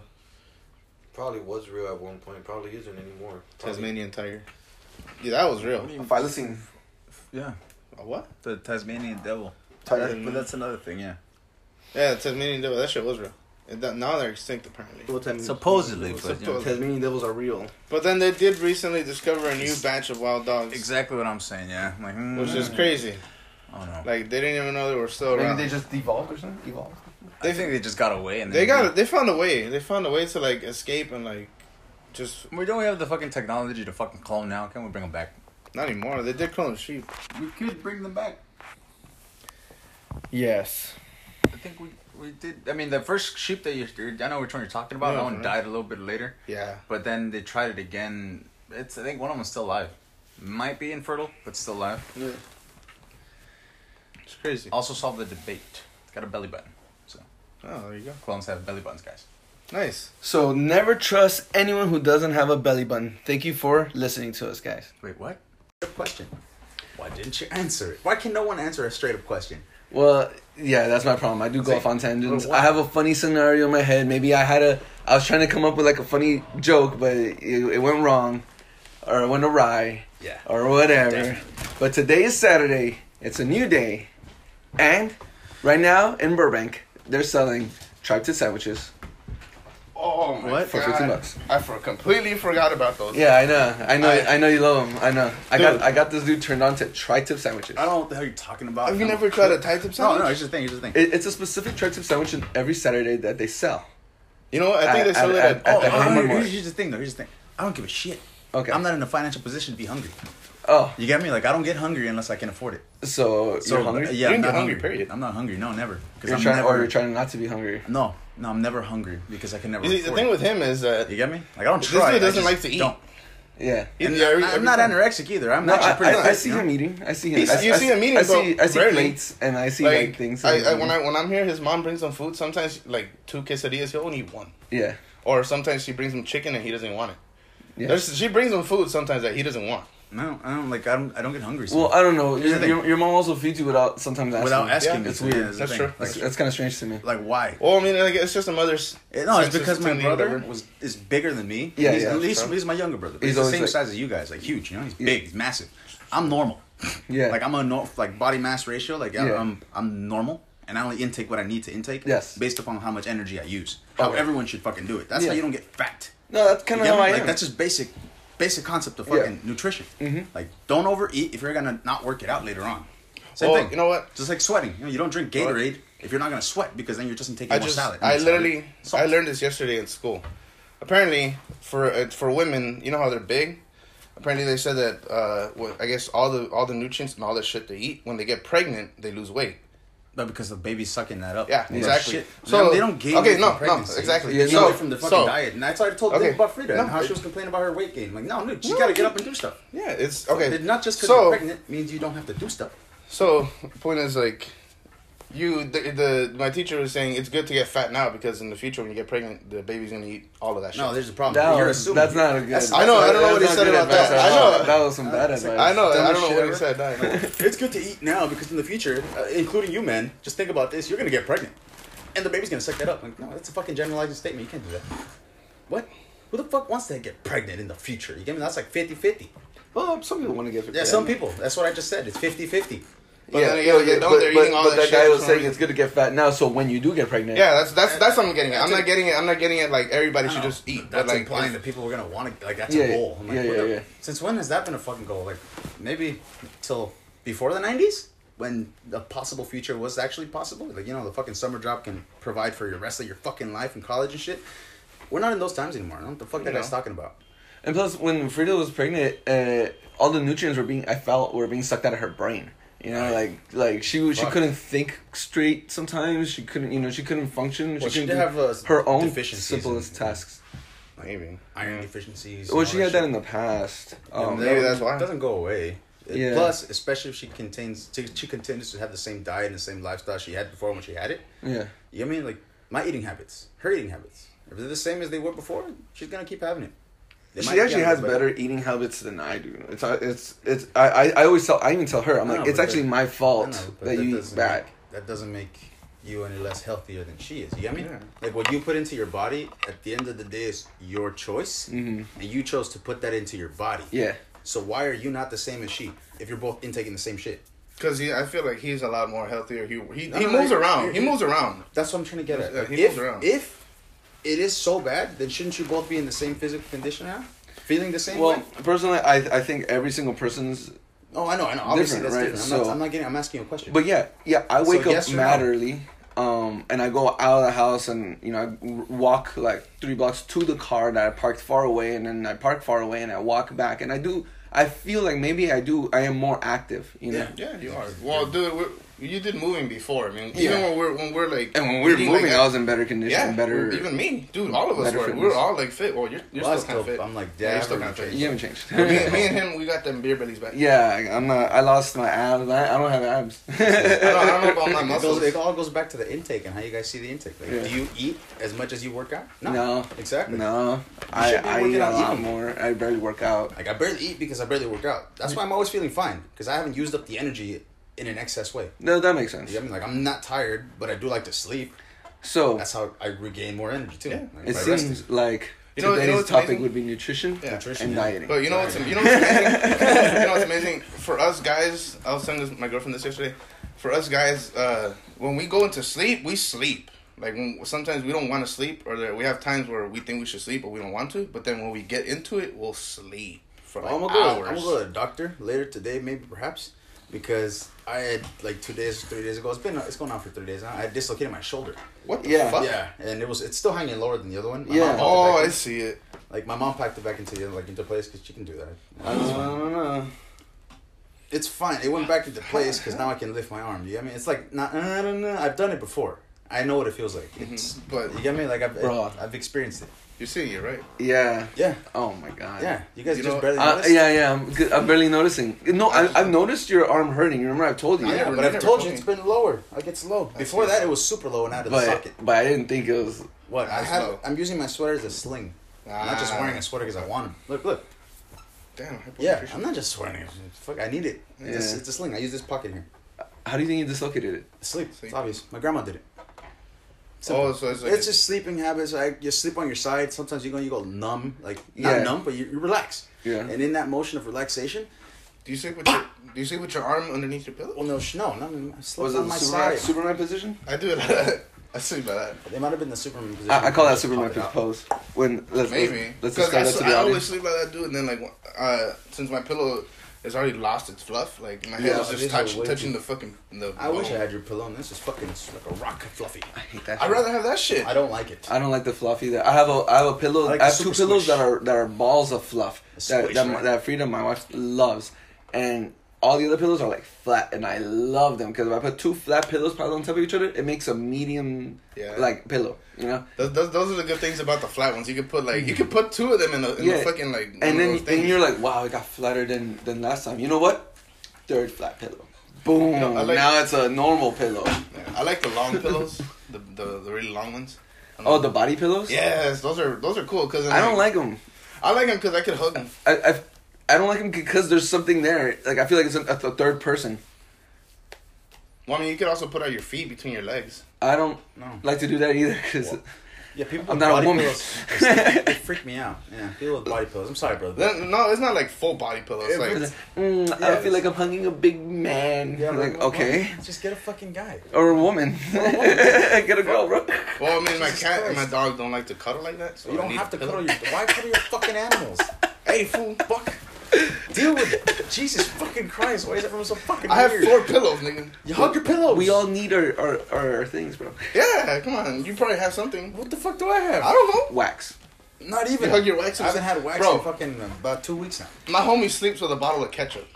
Speaker 3: Probably was real at one point. Probably isn't anymore. Probably-
Speaker 4: Tasmanian tiger. Yeah, that was real.
Speaker 11: If I listen,
Speaker 2: yeah,
Speaker 4: A what?
Speaker 2: [LAUGHS] the Tasmanian devil.
Speaker 4: Tiger.
Speaker 1: Mm.
Speaker 2: but that's another thing. Yeah.
Speaker 4: Yeah, the Tasmanian devil. That shit was real. And that, now they're extinct apparently.
Speaker 11: what time?
Speaker 2: Supposedly, but
Speaker 4: Supposedly.
Speaker 2: you know,
Speaker 11: Tasmanian devils are real.
Speaker 4: But then they did recently discover a new batch of wild dogs,
Speaker 2: exactly what I'm saying. Yeah, I'm like, mm,
Speaker 4: which is crazy.
Speaker 2: Oh no.
Speaker 4: Like they didn't even know they were still
Speaker 11: Maybe
Speaker 4: around.
Speaker 11: they just devolved or something. Evolved.
Speaker 2: I think they just got away, and
Speaker 4: They
Speaker 2: then-
Speaker 4: got they found a way. They found a way to like escape and like just
Speaker 2: We don't have the fucking technology to fucking clone now. Can we bring them back?
Speaker 4: not anymore. They did clone sheep.
Speaker 2: We could bring them back.
Speaker 1: Yes.
Speaker 2: I think we we did. I mean, the first sheep that you, you're- I know which one you're talking about.
Speaker 4: Yeah,
Speaker 2: that one
Speaker 4: right.
Speaker 2: died a little bit later,
Speaker 4: Yeah.
Speaker 2: but then they tried it again. It's I think one of them's still alive. Might be infertile, but still alive.
Speaker 4: It's crazy.
Speaker 2: Also solved the debate. Got a belly button.
Speaker 4: Oh, there you go.
Speaker 2: Clones have belly buttons, guys.
Speaker 4: Nice.
Speaker 1: So never trust anyone who doesn't have a belly button. Thank you for listening to us, guys.
Speaker 2: Wait, what? Straight up question. Why didn't you answer it? Why can no one answer a straight up question?
Speaker 1: Well, yeah, that's my problem. I do go off on tangents.
Speaker 2: Well, why-
Speaker 1: I have a funny scenario in my head. Maybe I had a, I was trying to come up with like a funny joke, but it, it went wrong, or it went awry.
Speaker 2: Yeah.
Speaker 1: or whatever.
Speaker 2: Definitely.
Speaker 1: But today is Saturday. It's a new day, and right now in Burbank, they're selling tri-tip sandwiches
Speaker 4: Oh my
Speaker 1: for fifteen bucks.
Speaker 4: I for completely forgot about those.
Speaker 1: Yeah, I know. I know.
Speaker 4: I-
Speaker 1: I, know you love them. I know. I
Speaker 4: Dude.
Speaker 1: got. I got this dude turned on to tri-tip sandwiches.
Speaker 2: I don't know what the hell you're talking about.
Speaker 4: Have you
Speaker 2: No.
Speaker 4: never tried a Thai
Speaker 2: No,
Speaker 4: tip sandwich?
Speaker 2: no, it's just a thing. It's just a thing.
Speaker 1: It, it's a specific tri-tip sandwich in every Saturday that they sell.
Speaker 4: You know what? I think
Speaker 1: At-
Speaker 4: they sell
Speaker 1: at-
Speaker 4: it
Speaker 1: at-
Speaker 4: at.
Speaker 2: oh,
Speaker 1: the
Speaker 2: no, no,
Speaker 1: Hammer
Speaker 2: no,
Speaker 1: Mart.
Speaker 2: here's,
Speaker 11: [LAUGHS]
Speaker 2: here's the thing, though. Here's the thing. I don't give a shit.
Speaker 1: Okay.
Speaker 2: I'm not in a financial position to be hungry.
Speaker 1: Oh,
Speaker 2: You get me? Like I don't get hungry unless I can afford it.
Speaker 1: so,
Speaker 2: So
Speaker 1: you're hungry?
Speaker 2: yeah,
Speaker 4: You
Speaker 2: I'm
Speaker 4: didn't
Speaker 2: not
Speaker 4: get hungry,
Speaker 2: hungry.
Speaker 4: period.
Speaker 2: Period. I'm not hungry. No, never. Because
Speaker 1: You're
Speaker 2: I'm
Speaker 1: trying,
Speaker 2: never.
Speaker 1: or you're trying not to be hungry.
Speaker 2: no, no, I'm never hungry because I can never.
Speaker 4: You see, the
Speaker 2: afford
Speaker 4: thing
Speaker 2: it.
Speaker 4: with him is that
Speaker 2: you get me? Like I don't
Speaker 4: This
Speaker 2: try.
Speaker 4: dude
Speaker 2: I
Speaker 4: doesn't
Speaker 2: just
Speaker 4: like to eat.
Speaker 2: Don't.
Speaker 11: Yeah.
Speaker 4: And
Speaker 2: I'm
Speaker 4: every-
Speaker 2: not- I'm
Speaker 4: every
Speaker 2: not
Speaker 4: time-
Speaker 2: anorexic either. I'm
Speaker 11: No,
Speaker 2: actually
Speaker 11: I,
Speaker 2: pretty
Speaker 11: I, I
Speaker 2: fit,
Speaker 11: see
Speaker 2: you know?
Speaker 11: him eating. I see him.
Speaker 4: He's-
Speaker 11: I,
Speaker 4: you
Speaker 11: I,
Speaker 4: see him eating,
Speaker 11: I see,
Speaker 4: but
Speaker 11: I see
Speaker 4: rarely.
Speaker 11: plates and I see like,
Speaker 4: Like,
Speaker 11: things.
Speaker 4: I,
Speaker 11: and-
Speaker 4: I, when I when I'm here, his mom brings him food. Sometimes like two quesadillas, he'll only eat one.
Speaker 11: yeah,
Speaker 4: Or sometimes she brings him chicken and he doesn't want it.
Speaker 11: yeah.
Speaker 4: There's, she brings him food sometimes that he doesn't want.
Speaker 2: No, I don't like. I don't. I don't get hungry.
Speaker 11: well,
Speaker 2: sometimes.
Speaker 11: I don't know.
Speaker 2: Here's
Speaker 11: Your,
Speaker 2: the thing.
Speaker 11: your, your mom also feeds you without sometimes asking.
Speaker 2: without
Speaker 11: you.
Speaker 2: asking, me.
Speaker 11: it's weird.
Speaker 2: Yeah, the
Speaker 4: That's
Speaker 2: thing.
Speaker 4: true.
Speaker 11: That's,
Speaker 2: Like,
Speaker 11: that's kind of strange to me.
Speaker 2: like why?
Speaker 4: Well, I mean, like, it's just a mother's.
Speaker 2: It- no, it's
Speaker 4: sensitivity,
Speaker 2: because my
Speaker 4: whatever.
Speaker 2: brother was is bigger than me.
Speaker 11: Yeah,
Speaker 2: he's,
Speaker 11: yeah,
Speaker 2: At least
Speaker 11: sure.
Speaker 2: he's my younger brother. But
Speaker 11: He's
Speaker 2: he's, the
Speaker 11: always
Speaker 2: same
Speaker 11: like-
Speaker 2: size as you guys. Like huge. You know, he's
Speaker 11: Yeah.
Speaker 2: big. He's massive. I'm normal.
Speaker 11: Yeah.
Speaker 2: Like I'm a nor- like body mass ratio. Like I'm,
Speaker 11: Yeah.
Speaker 2: I'm I'm normal, and I only intake what I need to intake.
Speaker 11: Yes.
Speaker 2: Based upon how much energy I use. How
Speaker 11: Okay.
Speaker 2: everyone should fucking do it. That's
Speaker 11: Yeah.
Speaker 2: how you don't get fat.
Speaker 11: no, that's kind
Speaker 2: You
Speaker 11: of
Speaker 2: get
Speaker 11: how
Speaker 2: me?
Speaker 11: I
Speaker 2: like
Speaker 11: am.
Speaker 2: that's just basic, basic concept of
Speaker 11: Yeah.
Speaker 2: fucking nutrition. Like don't overeat if you're gonna not work it out later on. Same
Speaker 4: Well,
Speaker 2: thing.
Speaker 4: you know what?
Speaker 2: Just like sweating. You know, you don't drink Gatorade if you're not gonna sweat because then you're just taking
Speaker 4: I
Speaker 2: more
Speaker 4: just,
Speaker 2: salad.
Speaker 4: I
Speaker 2: More
Speaker 4: literally,
Speaker 2: salad.
Speaker 4: I learned this yesterday in school. Apparently, for uh, for women, you know how they're big. Apparently, they said that uh, well, I guess all the all the nutrients and all the shit they eat when they get pregnant, they lose weight.
Speaker 2: But because the baby's sucking that up.
Speaker 4: Yeah,
Speaker 2: They don't
Speaker 4: exactly.
Speaker 2: shit.
Speaker 4: So-
Speaker 2: they don't gain.
Speaker 4: okay,
Speaker 2: weight
Speaker 4: no,
Speaker 2: from pregnancy.
Speaker 4: no, exactly.
Speaker 2: They gain
Speaker 11: So-
Speaker 2: weight from the fucking
Speaker 4: so-
Speaker 2: dick and that's what I told
Speaker 4: Okay.
Speaker 2: Dave about Frida and
Speaker 4: No,
Speaker 2: how she
Speaker 4: it-
Speaker 2: was complaining about her weight gain. Like, no, dude, she
Speaker 4: No,
Speaker 2: gotta get
Speaker 4: it-
Speaker 2: up and do stuff.
Speaker 4: Yeah, it's okay.
Speaker 2: Did not just because
Speaker 4: So-
Speaker 2: you're pregnant means you don't have to do stuff.
Speaker 4: So, point is like, you the, the my teacher was saying it's good to get fat now because in the future when you get pregnant, the baby's gonna eat all of that shit.
Speaker 2: No, there's a problem.
Speaker 11: That
Speaker 2: you're
Speaker 11: was-
Speaker 2: assuming.
Speaker 11: that's not a good.
Speaker 2: That's-
Speaker 4: I know, I don't know what
Speaker 11: that's
Speaker 4: he
Speaker 11: not
Speaker 4: said
Speaker 11: good
Speaker 4: about
Speaker 11: advice
Speaker 4: that.
Speaker 11: at
Speaker 4: I
Speaker 11: all.
Speaker 4: know.
Speaker 11: that was some bad advice.
Speaker 4: I know. I don't know
Speaker 2: shit
Speaker 4: what he
Speaker 2: ever.
Speaker 4: said. No.
Speaker 2: it's good to eat now because in the future, uh, including you, man, just think about this. You're gonna get pregnant, and the baby's gonna suck that up. Like, no, that's a fucking generalizing statement. You can't do that. What? Who the fuck wants to get pregnant in the future? You get me? That's like 50-50.
Speaker 11: Well, some people want to get.
Speaker 2: Yeah, some people. That's what I just said. It's 50-50.
Speaker 4: But then again, like, no, they're eating all
Speaker 11: but
Speaker 4: that
Speaker 11: that
Speaker 4: shit
Speaker 11: guy
Speaker 4: for
Speaker 11: was
Speaker 4: some
Speaker 11: saying
Speaker 4: reason.
Speaker 11: it's good to get fat now, so when you do get pregnant,
Speaker 4: Yeah, that's that's that's what I'm getting at. I'm
Speaker 2: That's
Speaker 4: not
Speaker 2: a-
Speaker 4: getting it. I'm not getting it. Like everybody should
Speaker 2: No,
Speaker 4: just eat.
Speaker 2: That's
Speaker 4: but, like,
Speaker 2: implying
Speaker 4: if-
Speaker 2: that people were gonna want to like that's
Speaker 11: Yeah,
Speaker 2: a goal. I'm like,
Speaker 11: yeah, yeah,
Speaker 2: what the-
Speaker 11: yeah.
Speaker 2: Since when has that been a fucking goal? Like maybe till before the nineties, when the possible future was actually possible. Like you know, the fucking summer job can provide for your rest of your fucking life in college and shit. We're not in those times anymore. I don't know what the fuck that
Speaker 4: No.
Speaker 2: guy's talking about.
Speaker 11: And plus, when Frida was pregnant, uh, all the nutrients were being I felt were being sucked out of her brain. You know, like like she w- she
Speaker 2: Fuck.
Speaker 11: couldn't think straight sometimes. She couldn't you know she couldn't function.
Speaker 2: Well, she
Speaker 11: couldn't
Speaker 2: did have,
Speaker 11: do
Speaker 2: uh,
Speaker 11: her own
Speaker 2: deficiencies
Speaker 11: simplest
Speaker 2: and-
Speaker 11: tasks.
Speaker 4: maybe.
Speaker 2: Iron deficiencies. and all
Speaker 11: Well, she had
Speaker 2: shit.
Speaker 11: that
Speaker 2: uh,
Speaker 11: in the past. Um,
Speaker 4: Maybe that's why.
Speaker 2: It doesn't go away. It-
Speaker 11: Yeah.
Speaker 2: Plus, especially if she contains, she she continues to have the same diet and the same lifestyle she had before when she had it.
Speaker 11: yeah,
Speaker 2: You know what I mean? Like my eating habits, her eating habits. If they're the same as they were before, she's gonna keep having it. They might
Speaker 11: she
Speaker 2: be
Speaker 11: actually
Speaker 2: having
Speaker 11: has
Speaker 2: it, but-
Speaker 11: better eating habits than I do. It's uh, it's it's I I, I always tell I even tell her I'm
Speaker 2: No,
Speaker 11: like it's
Speaker 2: but
Speaker 11: actually
Speaker 2: that-
Speaker 11: my
Speaker 2: I
Speaker 11: fault
Speaker 2: know, but
Speaker 11: that, you eat
Speaker 2: doesn't
Speaker 11: bad.
Speaker 2: make- that doesn't make you any less healthier than she is. You get me? Like what you put into your body at the end of the day is your choice, and you chose to put that into your body.
Speaker 11: Mm-hmm. Yeah.
Speaker 2: So why are you not the same as she? If you're both intaking the same shit.
Speaker 4: Because I feel like he's a lot more healthier. He he,
Speaker 2: No,
Speaker 4: he
Speaker 2: no,
Speaker 4: moves
Speaker 2: he-
Speaker 4: around.
Speaker 2: he-
Speaker 4: He moves around.
Speaker 2: That's what I'm trying to get at.
Speaker 4: Yeah,
Speaker 2: Like,
Speaker 4: he
Speaker 2: if,
Speaker 4: moves around.
Speaker 2: if it is so bad, then shouldn't you both be in the same physical condition now? Feeling the same
Speaker 11: Well,
Speaker 2: way?
Speaker 11: personally, I I think every single person's
Speaker 2: Oh, I know, I know. Obviously,
Speaker 11: Different,
Speaker 2: that's
Speaker 11: right?
Speaker 2: different. I'm, not,
Speaker 11: So-
Speaker 2: I'm not getting. I'm asking you a question.
Speaker 11: But yeah, yeah, I wake
Speaker 2: yes
Speaker 11: up
Speaker 2: or
Speaker 11: mad
Speaker 2: no?
Speaker 11: early, um, and I go out of the house, and you know, I w- walk like three blocks to the car that I parked far away, and then I park far away, and I walk back, and I do. I feel like maybe I do. I am more active, you know.
Speaker 4: Yeah, you are. Well, dude, we're, you did moving before. I mean,
Speaker 11: Yeah.
Speaker 4: even when we're when we're like
Speaker 11: And when we were
Speaker 4: eating
Speaker 11: moving,
Speaker 4: like
Speaker 11: I
Speaker 4: that-
Speaker 11: was in better condition,
Speaker 4: yeah,
Speaker 11: better.
Speaker 4: even me, dude. All of us
Speaker 11: better
Speaker 4: were. We
Speaker 11: fitness.
Speaker 4: were all like fit. Well, you're you're
Speaker 2: Well, I
Speaker 4: still kind of
Speaker 2: still-
Speaker 4: fit.
Speaker 2: I'm like,
Speaker 4: yeah,
Speaker 2: damn,
Speaker 4: you're still kind of
Speaker 2: I'm
Speaker 4: [LAUGHS] fit.
Speaker 11: you haven't changed. [LAUGHS]
Speaker 4: me, me and him, we got them beer bellies back.
Speaker 11: yeah, I'm not. I lost my abs. I, I don't have abs. [LAUGHS]
Speaker 4: I don't, I don't know about my [LAUGHS]
Speaker 2: it, goes,
Speaker 4: muscles.
Speaker 2: it all goes back to the intake and how you guys see the intake. Like,
Speaker 11: Yeah.
Speaker 2: Do you eat as much as you work out?
Speaker 11: No.
Speaker 2: exactly.
Speaker 11: no, I
Speaker 2: should be
Speaker 11: I
Speaker 2: working
Speaker 11: eat a
Speaker 2: out
Speaker 11: lot
Speaker 2: even
Speaker 11: more. I barely work out.
Speaker 2: Like I barely eat because I barely work out. That's why I'm always feeling fine because I haven't used up the energy in an excess way.
Speaker 11: No, that makes sense.
Speaker 2: You know what I mean? Like I'm not tired, but I do like to sleep.
Speaker 11: So
Speaker 2: That's how I regain more energy too.
Speaker 4: Yeah.
Speaker 2: Like,
Speaker 11: It
Speaker 2: by
Speaker 11: seems
Speaker 2: resting.
Speaker 11: like
Speaker 4: You know- you know
Speaker 11: today's
Speaker 4: what's
Speaker 11: topic
Speaker 4: amazing?
Speaker 11: would be nutrition
Speaker 4: Yeah.
Speaker 2: Nutrition,
Speaker 11: and
Speaker 2: yeah.
Speaker 11: dieting.
Speaker 4: But you know what's you know what's amazing? you know what's amazing for us guys? I was telling this, my girlfriend this yesterday. For us guys, uh, when we go into sleep, we sleep. Like when, sometimes we don't want to sleep, or there, we have times where we think we should sleep, but we don't want to. But then when we get into it, we'll sleep for like
Speaker 2: Oh, I'm gonna go.
Speaker 4: hours.
Speaker 2: I'm gonna go to the doctor later today, maybe perhaps, because I had like two days, three days ago. It's been it's going on for three days now. I dislocated my shoulder.
Speaker 4: What the
Speaker 11: Yeah.
Speaker 4: fuck?
Speaker 2: Yeah, and it was it's still hanging lower than the other one. My
Speaker 11: Yeah.
Speaker 2: mom packed it
Speaker 4: Oh,
Speaker 2: back
Speaker 4: I
Speaker 2: in.
Speaker 4: see it.
Speaker 2: like my mom packed it back into the like into place because she can do that.
Speaker 11: I don't know.
Speaker 2: It's fine. It went back into place because now I can lift my arm. You get me? It's like nah, nah, nah, nah. I've done it before. I know what it feels like. It's
Speaker 4: But
Speaker 2: you get me? Like I've
Speaker 11: Bruh.
Speaker 2: I've experienced it.
Speaker 4: You're seeing it, right?
Speaker 11: Yeah.
Speaker 2: Yeah.
Speaker 11: Oh my god.
Speaker 2: Yeah. You guys
Speaker 4: You
Speaker 2: just
Speaker 4: know,
Speaker 2: barely
Speaker 11: Uh,
Speaker 2: noticed.
Speaker 11: yeah, yeah. I'm, good- I'm barely noticing. No, I, I've noticed your arm hurting. You remember I've told you.
Speaker 4: I
Speaker 2: Yeah,
Speaker 4: never-
Speaker 2: but
Speaker 4: they
Speaker 2: I've
Speaker 4: never
Speaker 2: told
Speaker 4: told
Speaker 2: you
Speaker 4: me.
Speaker 2: it's been lower. Like it's low. Before
Speaker 4: good.
Speaker 2: that, it was super low and out of the
Speaker 11: But
Speaker 2: socket.
Speaker 11: but I didn't think it was.
Speaker 2: What? I
Speaker 4: That's
Speaker 2: had.
Speaker 4: low.
Speaker 2: I'm using my sweater as a sling. I'm not just
Speaker 4: Ah.
Speaker 2: wearing a sweater because I want them. Look, look.
Speaker 4: Damn. hyponutrition.
Speaker 2: Yeah, I'm not just wearing it. Fuck, I need it. It's,
Speaker 11: Yeah.
Speaker 2: it's a sling. I use this pocket here.
Speaker 11: How do you think you dislocated it?
Speaker 2: Sleep.
Speaker 4: Sleep.
Speaker 2: It's obvious. My grandma did it.
Speaker 4: Oh, so it's like
Speaker 2: it's just sleeping habits. Like you sleep on your side. Sometimes you go you go numb, like not
Speaker 11: Yeah.
Speaker 2: numb, but you, you relax.
Speaker 11: Yeah.
Speaker 2: And in that motion of relaxation,
Speaker 4: Do you sleep with your Do you sleep with your arm underneath your pillow?
Speaker 2: well, no, sh- no, no, I slept
Speaker 11: Was it
Speaker 2: on
Speaker 11: the
Speaker 2: my
Speaker 11: Superman,
Speaker 2: side.
Speaker 11: Superman position?
Speaker 4: I do it. [LAUGHS] I sleep by that.
Speaker 2: they might have been the Superman position.
Speaker 11: I, I call that
Speaker 2: Just
Speaker 11: Superman
Speaker 2: pop it out.
Speaker 11: pose. When let's
Speaker 4: Maybe
Speaker 11: let's, let's
Speaker 4: because I,
Speaker 11: describe that
Speaker 4: sl-
Speaker 11: to
Speaker 4: I
Speaker 11: the
Speaker 4: always
Speaker 11: audience.
Speaker 4: sleep like that dude, and then like uh, since my pillow is already lost its fluff, like my head
Speaker 11: Yeah,
Speaker 4: is
Speaker 2: these
Speaker 4: just
Speaker 2: are
Speaker 4: touch,
Speaker 2: way
Speaker 4: touching the fucking the.
Speaker 2: I wish I
Speaker 4: bone.
Speaker 2: had your pillow. And this is fucking s- like a rock fluffy.
Speaker 11: I hate that.
Speaker 4: I'd
Speaker 11: shit.
Speaker 4: rather have that shit.
Speaker 2: I don't like it.
Speaker 11: I don't like the fluff either. I have a I have a
Speaker 2: I
Speaker 11: pillow. I,
Speaker 2: like the
Speaker 11: have two
Speaker 2: super
Speaker 11: pillows
Speaker 2: squish.
Speaker 11: that are that are balls of fluff.
Speaker 2: The
Speaker 11: that
Speaker 2: squish,
Speaker 11: that,
Speaker 2: right?
Speaker 11: that freedom my wife loves, and all the other pillows are like flat, and I love them because if I put two flat pillows piled on top of each other, it makes a medium
Speaker 4: Yeah.
Speaker 11: like pillow. You know.
Speaker 4: Those, those, those are the good things about the flat ones. You can put like you can put two of them in a, in
Speaker 11: Yeah.
Speaker 4: a fucking like. one of
Speaker 11: And then
Speaker 4: those things.
Speaker 11: and you're like, wow, it got flatter than than last time. You know what? Third flat pillow. Boom.
Speaker 4: No, I like-
Speaker 11: now it's a normal pillow.
Speaker 4: Yeah, I like the long pillows, the, the the really long ones. I'm
Speaker 11: Oh,
Speaker 4: like,
Speaker 11: the body pillows.
Speaker 4: yes, those are those are cool because
Speaker 11: I don't like them.
Speaker 4: I like them because I could hug them.
Speaker 11: I, I I don't like them because there's something there. Like I feel like it's a, a third person.
Speaker 4: Well, I mean, you could also put out your feet between your legs.
Speaker 11: I don't
Speaker 2: No.
Speaker 11: like to do that either because
Speaker 2: Yeah, people.
Speaker 11: I'm
Speaker 2: with
Speaker 11: not a
Speaker 2: body
Speaker 11: woman.
Speaker 2: pillows, they- they freak me out. Yeah, people with body pillows. I'm sorry, brother.
Speaker 11: [LAUGHS]
Speaker 2: but-
Speaker 4: Then- No, it's not like full body pillow. It's like
Speaker 11: [LAUGHS] mm, I
Speaker 2: Yeah.
Speaker 11: feel like I'm hugging a big man.
Speaker 2: Yeah,
Speaker 11: like
Speaker 2: but-
Speaker 11: okay,
Speaker 2: Just get a fucking guy.
Speaker 11: or a woman. [LAUGHS] Get a girl, bro.
Speaker 4: Well, I mean, my
Speaker 2: Jesus
Speaker 4: cat and my
Speaker 2: Christ.
Speaker 4: dog don't like to cuddle like that. So
Speaker 2: You
Speaker 4: I
Speaker 2: don't
Speaker 4: need
Speaker 2: have to
Speaker 4: a pillow.
Speaker 2: cuddle your. Why cuddle your fucking
Speaker 4: [LAUGHS]
Speaker 2: animals?
Speaker 4: Hey, fool, fuck!
Speaker 2: Deal with it. Jesus fucking Christ! Why is everyone so fucking
Speaker 4: [LAUGHS] I have
Speaker 2: weird?
Speaker 4: four pillows, nigga.
Speaker 2: You hug your pillows.
Speaker 11: We all need our, our our things, bro.
Speaker 4: Yeah, come on. You probably have something.
Speaker 2: What the fuck do I have?
Speaker 4: I don't know.
Speaker 11: Wax.
Speaker 2: Not even.
Speaker 4: You hug your wax
Speaker 2: I haven't had wax
Speaker 4: Bro.
Speaker 2: in fucking uh, about two weeks now.
Speaker 4: My homie sleeps with a bottle of ketchup.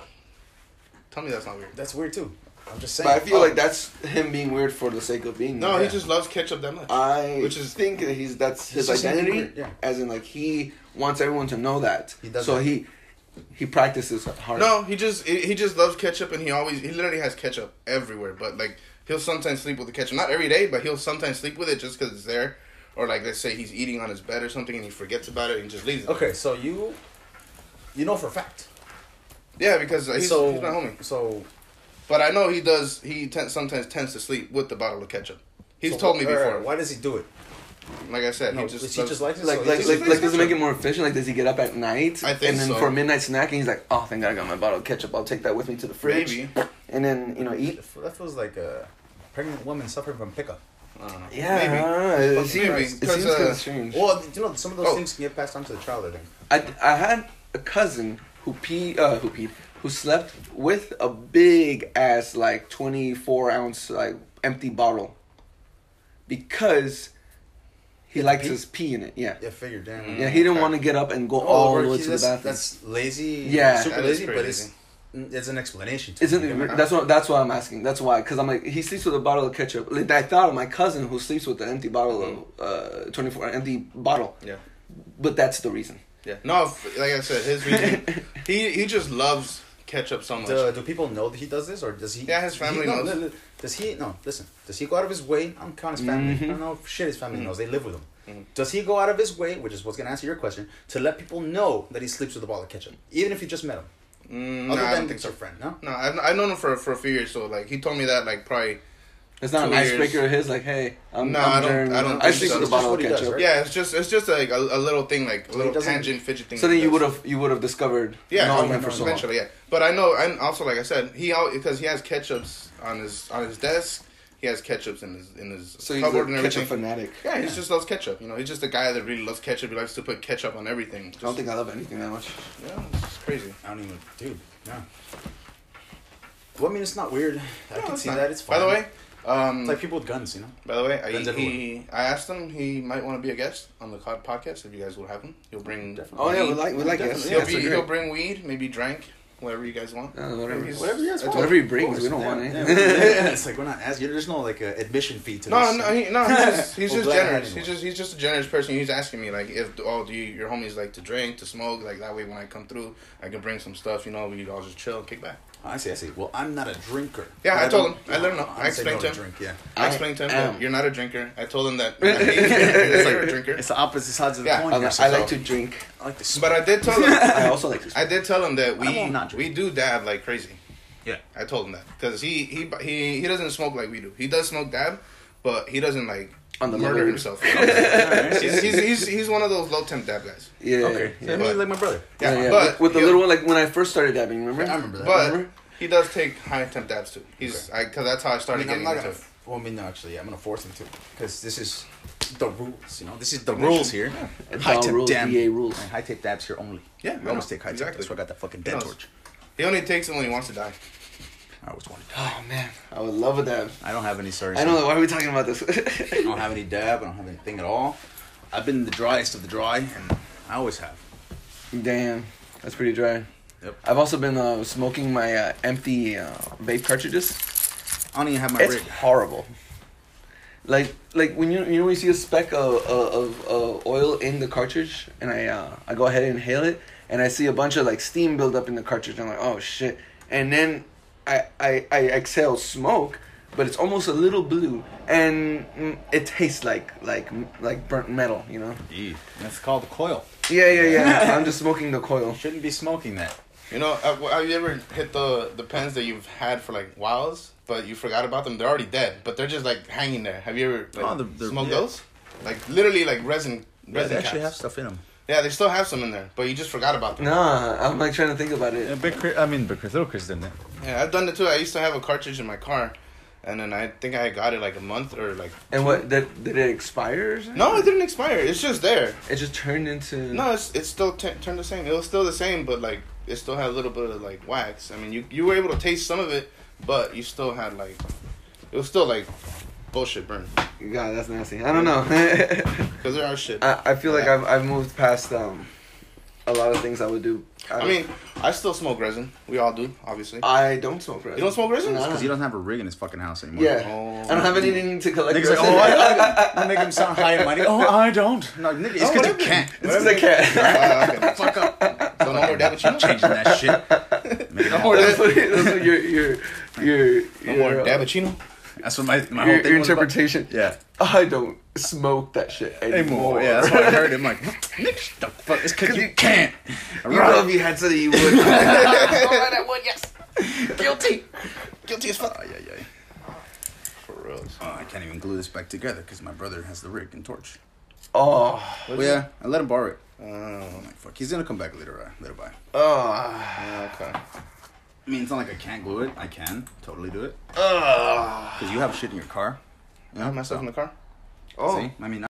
Speaker 4: Tell me that's not weird.
Speaker 2: That's weird too. I'm just
Speaker 11: But
Speaker 2: saying.
Speaker 11: I feel
Speaker 2: Oh,
Speaker 11: like that's him being weird for the sake of being.
Speaker 4: No, he
Speaker 11: weird.
Speaker 4: just loves ketchup that much.
Speaker 2: Uh,
Speaker 11: I
Speaker 4: Which
Speaker 11: which
Speaker 4: is-
Speaker 11: is think that he's that's his
Speaker 2: just an
Speaker 11: identity,
Speaker 2: immigrant, yeah.
Speaker 11: as in like he wants everyone to know that.
Speaker 2: He does
Speaker 11: so
Speaker 2: that.
Speaker 11: he he practices hard.
Speaker 4: no, he just he he just loves ketchup, and he always he literally has ketchup everywhere. But like he'll sometimes sleep with the ketchup, not every day, but he'll sometimes sleep with it just because it's there. Or like let's say he's eating on his bed or something, and he forgets about it and just leaves it.
Speaker 2: Um, Okay, so you, you know for a fact.
Speaker 4: Yeah, because he's,
Speaker 2: so
Speaker 4: he's my homie.
Speaker 2: so
Speaker 4: But I know he does. He ten- sometimes tends to sleep with the bottle of ketchup. He's
Speaker 2: so
Speaker 4: told me
Speaker 2: wh- alright,
Speaker 4: before.
Speaker 2: Why does he do it?
Speaker 4: Like I said,
Speaker 2: No,
Speaker 4: he
Speaker 2: does
Speaker 4: just
Speaker 2: he
Speaker 4: loves-
Speaker 2: just likes it.
Speaker 11: Like,
Speaker 2: So
Speaker 11: like,
Speaker 2: he
Speaker 11: like,
Speaker 2: just-
Speaker 11: like, does it make it more efficient? Like, does he get up at night?
Speaker 4: I think
Speaker 11: And then
Speaker 4: so.
Speaker 11: for midnight snacking, he's like, oh, thank God I got my bottle of ketchup. I'll take that with me to the fridge.
Speaker 4: Maybe.
Speaker 11: And then, you know, eat.
Speaker 2: That feels like a pregnant woman suffering from pickup.
Speaker 11: Yeah.
Speaker 4: Maybe.
Speaker 11: I don't know. It seems,
Speaker 4: Maybe,
Speaker 11: it
Speaker 4: 'cause,
Speaker 11: seems
Speaker 4: uh,
Speaker 11: kind of strange.
Speaker 2: Well, you know, some of those
Speaker 4: Oh.
Speaker 2: things can get passed on to the child. I think.
Speaker 11: I, I had a cousin who pee uh, who peed who slept with a big ass like twenty four ounce like empty bottle because he liked
Speaker 2: pee?
Speaker 11: his pee in it. Yeah,
Speaker 2: Yeah, figured. Damn.
Speaker 11: yeah. He didn't want to get up and go
Speaker 2: Oh,
Speaker 11: all
Speaker 2: or
Speaker 11: the way
Speaker 2: he-
Speaker 11: to the
Speaker 2: that's,
Speaker 11: bathroom.
Speaker 2: That's lazy.
Speaker 11: Yeah.
Speaker 2: super
Speaker 4: That is
Speaker 2: lazy,
Speaker 4: pretty
Speaker 2: but it's it's an explanation. To
Speaker 11: Isn't
Speaker 2: it?
Speaker 11: it, that's what that's why I'm asking. That's why because I'm like he sleeps with a bottle of ketchup. Like, I thought of my cousin who sleeps with an empty bottle of uh, twenty four empty bottle.
Speaker 4: Yeah.
Speaker 11: But that's the reason.
Speaker 4: Yeah. No, f- like I said,
Speaker 11: [LAUGHS]
Speaker 4: his reason. he he just loves ketchup so much.
Speaker 2: Do, do people know that he does this, or does he?
Speaker 4: Yeah, his family
Speaker 2: he, no,
Speaker 4: knows.
Speaker 2: li- li- does he? No, listen. Does he go out of his way? I don't count his family.
Speaker 11: Mm-hmm.
Speaker 2: I don't know if shit his family
Speaker 4: Mm-hmm.
Speaker 2: knows. They live with him. Does he go out of his way, which is what's gonna answer your question, to let people know that he sleeps with a ball of ketchup, even if you just met him?
Speaker 4: Mm,
Speaker 2: Other
Speaker 4: nah, I
Speaker 2: than
Speaker 4: don't think
Speaker 2: it's your
Speaker 4: so.
Speaker 2: friend, no.
Speaker 4: No, I've, I've known him for for a few years, so like he told me that like probably.
Speaker 11: It's not
Speaker 4: Two
Speaker 11: an
Speaker 4: years.
Speaker 11: icebreaker of his. Like, hey, I'm,
Speaker 4: No,
Speaker 11: I'm
Speaker 4: I don't-
Speaker 11: Jeremy,
Speaker 4: I don't
Speaker 11: know?
Speaker 4: think
Speaker 11: sleep
Speaker 4: so.
Speaker 11: with a
Speaker 4: It's
Speaker 11: bottle
Speaker 2: just what
Speaker 11: of
Speaker 2: he does,
Speaker 11: ketchup.
Speaker 2: right?
Speaker 4: Yeah, it's just it's just like a, a little thing, like a little
Speaker 2: doesn't-
Speaker 4: tangent fidget thing.
Speaker 11: So then
Speaker 4: he
Speaker 11: you
Speaker 4: does.
Speaker 11: would have you would have discovered
Speaker 4: Yeah,
Speaker 11: knowing
Speaker 4: I
Speaker 11: him for so long.
Speaker 4: eventually, yeah. But I know, and also like I said, he because he has ketchups on his on his desk. He has ketchups in his in his
Speaker 11: So he's
Speaker 4: cupboard
Speaker 11: a
Speaker 4: and
Speaker 11: ketchup
Speaker 4: everything.
Speaker 11: fanatic.
Speaker 4: Yeah, he just loves ketchup. You know, he's just a guy that really loves ketchup. He likes to put ketchup on everything.
Speaker 11: I don't think I love anything that much.
Speaker 4: Yeah, it's just crazy.
Speaker 2: I don't even, dude. No. Well, I mean, it's not weird. I
Speaker 4: No,
Speaker 2: can
Speaker 4: it's
Speaker 2: see
Speaker 4: not.
Speaker 2: that. It's fine.
Speaker 4: By the way, um,
Speaker 2: it's like people with guns, you know.
Speaker 4: by the way, I,
Speaker 2: Depends
Speaker 4: he, I asked him he might want to be a guest on the COD podcast if you guys would have him. He'll bring
Speaker 2: Definitely.
Speaker 11: Oh yeah, we like we like
Speaker 2: Definitely.
Speaker 11: yes.
Speaker 4: He'll,
Speaker 11: yes,
Speaker 4: be,
Speaker 11: agree.
Speaker 4: he'll bring weed, maybe drank, whatever you guys want.
Speaker 11: Uh, whatever.
Speaker 4: Whatever you guys want.
Speaker 11: Whatever he brings, we don't want
Speaker 2: Yeah,
Speaker 11: anything. [LAUGHS]
Speaker 2: yeah. it's like we're not asking. There's no like uh, admission fee to
Speaker 4: No,
Speaker 2: this.
Speaker 4: no, he, no. He's just,
Speaker 2: [LAUGHS]
Speaker 4: he's
Speaker 2: Well,
Speaker 4: just
Speaker 2: glad I had
Speaker 4: generous.
Speaker 2: him.
Speaker 4: He's just, he's just a generous person. He's asking me like, if oh, do you, your homies like to drink, to smoke? Like that way, when I come through, I can bring some stuff. You know, we could all just chill, and kick back.
Speaker 2: Oh, I see. I see. Well, I'm not a drinker.
Speaker 4: Yeah, I told
Speaker 2: don't-
Speaker 4: him. I let him know. I
Speaker 2: don't say
Speaker 4: explained
Speaker 2: no
Speaker 4: to him.
Speaker 2: Drink. Yeah.
Speaker 4: I,
Speaker 11: I
Speaker 4: explained to him
Speaker 11: am.
Speaker 4: that you're not a drinker. I told him
Speaker 11: [LAUGHS]
Speaker 4: that it's like a drinker.
Speaker 2: It's the opposite sides of the
Speaker 4: Yeah,
Speaker 2: coin.
Speaker 11: I,
Speaker 2: here,
Speaker 11: like,
Speaker 2: so-
Speaker 11: I like
Speaker 4: [LAUGHS]
Speaker 11: to drink.
Speaker 2: I like to.
Speaker 11: [LAUGHS]
Speaker 2: smoke.
Speaker 4: But I did tell him.
Speaker 11: I also like to.
Speaker 4: I did tell him that
Speaker 2: I will
Speaker 4: we
Speaker 2: not drink.
Speaker 4: we do dab like crazy.
Speaker 2: Yeah.
Speaker 4: I told him that because he, he he he doesn't smoke like we do. He does smoke dab, but he doesn't like
Speaker 11: On the
Speaker 4: murder
Speaker 11: level.
Speaker 4: himself. [LAUGHS]
Speaker 2: Alright.
Speaker 4: he's, he's, he's, he's one of those low temp dab guys.
Speaker 11: Yeah.
Speaker 2: Okay.
Speaker 11: Yeah.
Speaker 2: So I mean, like my brother.
Speaker 11: Yeah, yeah.
Speaker 4: but
Speaker 11: With- with the
Speaker 4: he'll-
Speaker 11: little one, like when I first started dabbing, remember?
Speaker 2: I remember that.
Speaker 4: But
Speaker 11: Remember?
Speaker 4: he does take high temp dabs too. He's I because that's how I
Speaker 2: I
Speaker 4: started
Speaker 2: mean, I'm
Speaker 4: getting
Speaker 2: not
Speaker 4: into
Speaker 2: gonna.
Speaker 4: it.
Speaker 2: Well, I mean, no, actually, yeah, I'm gonna force him to because this is the rules. You know, this is the rules here.
Speaker 11: It's
Speaker 2: High
Speaker 11: all
Speaker 2: tip
Speaker 11: rules,
Speaker 2: dab.
Speaker 11: VA rules.
Speaker 2: And High tip dabs here only.
Speaker 4: Yeah,
Speaker 2: we
Speaker 4: I
Speaker 2: always
Speaker 4: know.
Speaker 2: take high tip.
Speaker 4: Exactly.
Speaker 2: That's why I got that fucking
Speaker 4: He
Speaker 2: dead
Speaker 4: knows.
Speaker 2: torch.
Speaker 4: He only takes them when he wants to die.
Speaker 2: I always wanted.
Speaker 11: Oh man, I would love a dab.
Speaker 2: I don't have any sorry.
Speaker 11: I know that. Why are we talking about this? [LAUGHS]
Speaker 2: I don't have any dab. I don't have anything at all. I've been the driest of the dry, and I always have.
Speaker 11: Damn, that's pretty dry.
Speaker 2: Yep.
Speaker 11: I've also been uh, smoking my uh, empty uh, vape cartridges.
Speaker 2: I don't even have my
Speaker 11: It's
Speaker 2: rig.
Speaker 11: horrible. Like like when you you know when you see a speck of of, of uh, oil in the cartridge, and I uh, I go ahead and inhale it, and I see a bunch of like steam build up in the cartridge. I'm like, oh shit! And then I I, I exhale smoke, but it's almost a little blue, and mm, it tastes like like like burnt metal. You know?
Speaker 2: That's called coil.
Speaker 11: Yeah yeah yeah. [LAUGHS] I'm just smoking the coil.
Speaker 2: Shouldn't be smoking that.
Speaker 4: You know, have, have you ever hit the the pens that you've had for like whiles, but you forgot about them? They're already dead, but they're just like hanging there. Have you ever like,
Speaker 2: Oh, they're- they're-
Speaker 4: smoked
Speaker 2: yeah.
Speaker 4: those? Like literally like resin
Speaker 2: Yeah,
Speaker 4: resin
Speaker 2: they actually have
Speaker 4: caps.
Speaker 2: stuff in them.
Speaker 4: yeah, they still have some in there, but you just forgot about them.
Speaker 11: Nah, I'm like trying to think about it.
Speaker 2: Yeah, big Chris, I mean, big Chris, little Chris didn't it?
Speaker 4: Yeah, I've done it too. I used to have a cartridge in my car, and then I think I got it like a month or like.
Speaker 11: And what did, did it expire? Or something?
Speaker 4: No, it didn't expire. It's just there.
Speaker 11: it just turned into
Speaker 4: No, it's it's still t- turned the same. It was still the same, but like it still had a little bit of like wax. I mean, you you were able to taste some of it, but you still had like it was still like bullshit burn
Speaker 11: God, that's nasty. I don't know. [LAUGHS]
Speaker 4: because there are shit. I,
Speaker 11: I, I feel like I've I've moved past um a lot of things I would do. I,
Speaker 4: mean, I still smoke resin. We all do, obviously.
Speaker 11: I don't smoke resin.
Speaker 4: you don't smoke resin?
Speaker 11: Uh, No, I
Speaker 2: Because he doesn't have a rig in his fucking house anymore.
Speaker 11: Yeah,
Speaker 4: Oh.
Speaker 11: I don't have anything to collect. [LAUGHS]
Speaker 2: Niggas like,
Speaker 11: resin.
Speaker 2: oh, I, I, I make him sound high and mighty. Oh, I don't. No, nigga, it's because you can't.
Speaker 11: it's 'cause I
Speaker 2: [LAUGHS]
Speaker 11: can't.
Speaker 4: Ah, okay.
Speaker 2: Fuck up.
Speaker 4: So no more
Speaker 2: Changing
Speaker 4: Dabbichino.
Speaker 2: that shit. [LAUGHS] Make Oh, it happen.
Speaker 11: [LAUGHS] that's what, that's what your your your
Speaker 4: No more
Speaker 11: your, uh,
Speaker 4: Dabbichino.
Speaker 2: That's what my, my whole
Speaker 11: your,
Speaker 2: thing
Speaker 11: your
Speaker 2: was about.
Speaker 11: interpretation.
Speaker 2: Yeah.
Speaker 11: I don't smoke that shit anymore.
Speaker 2: Anymore. Yeah, that's what I heard him like, [LAUGHS] nigga, shut the fuck. It's [LAUGHS] because
Speaker 11: 'Cause
Speaker 2: you,
Speaker 11: you-
Speaker 2: can't.
Speaker 11: You know if you had said that you would.
Speaker 4: Guilty as fuck.
Speaker 2: Ay, ay, ay.
Speaker 4: For real.
Speaker 2: Oh, I can't even glue this back together because my brother has the rig and torch.
Speaker 11: oh,
Speaker 2: Well, yeah, I let him borrow it.
Speaker 4: Oh,
Speaker 2: I'm like, fuck, he's gonna come back later, uh, later by.
Speaker 11: oh,
Speaker 4: okay.
Speaker 2: I mean, it's not like I can't glue it. I can totally do it.
Speaker 11: oh.
Speaker 2: Ah. Because you have shit in your car. You
Speaker 4: I have myself in the car.
Speaker 11: oh.
Speaker 2: See? I mean,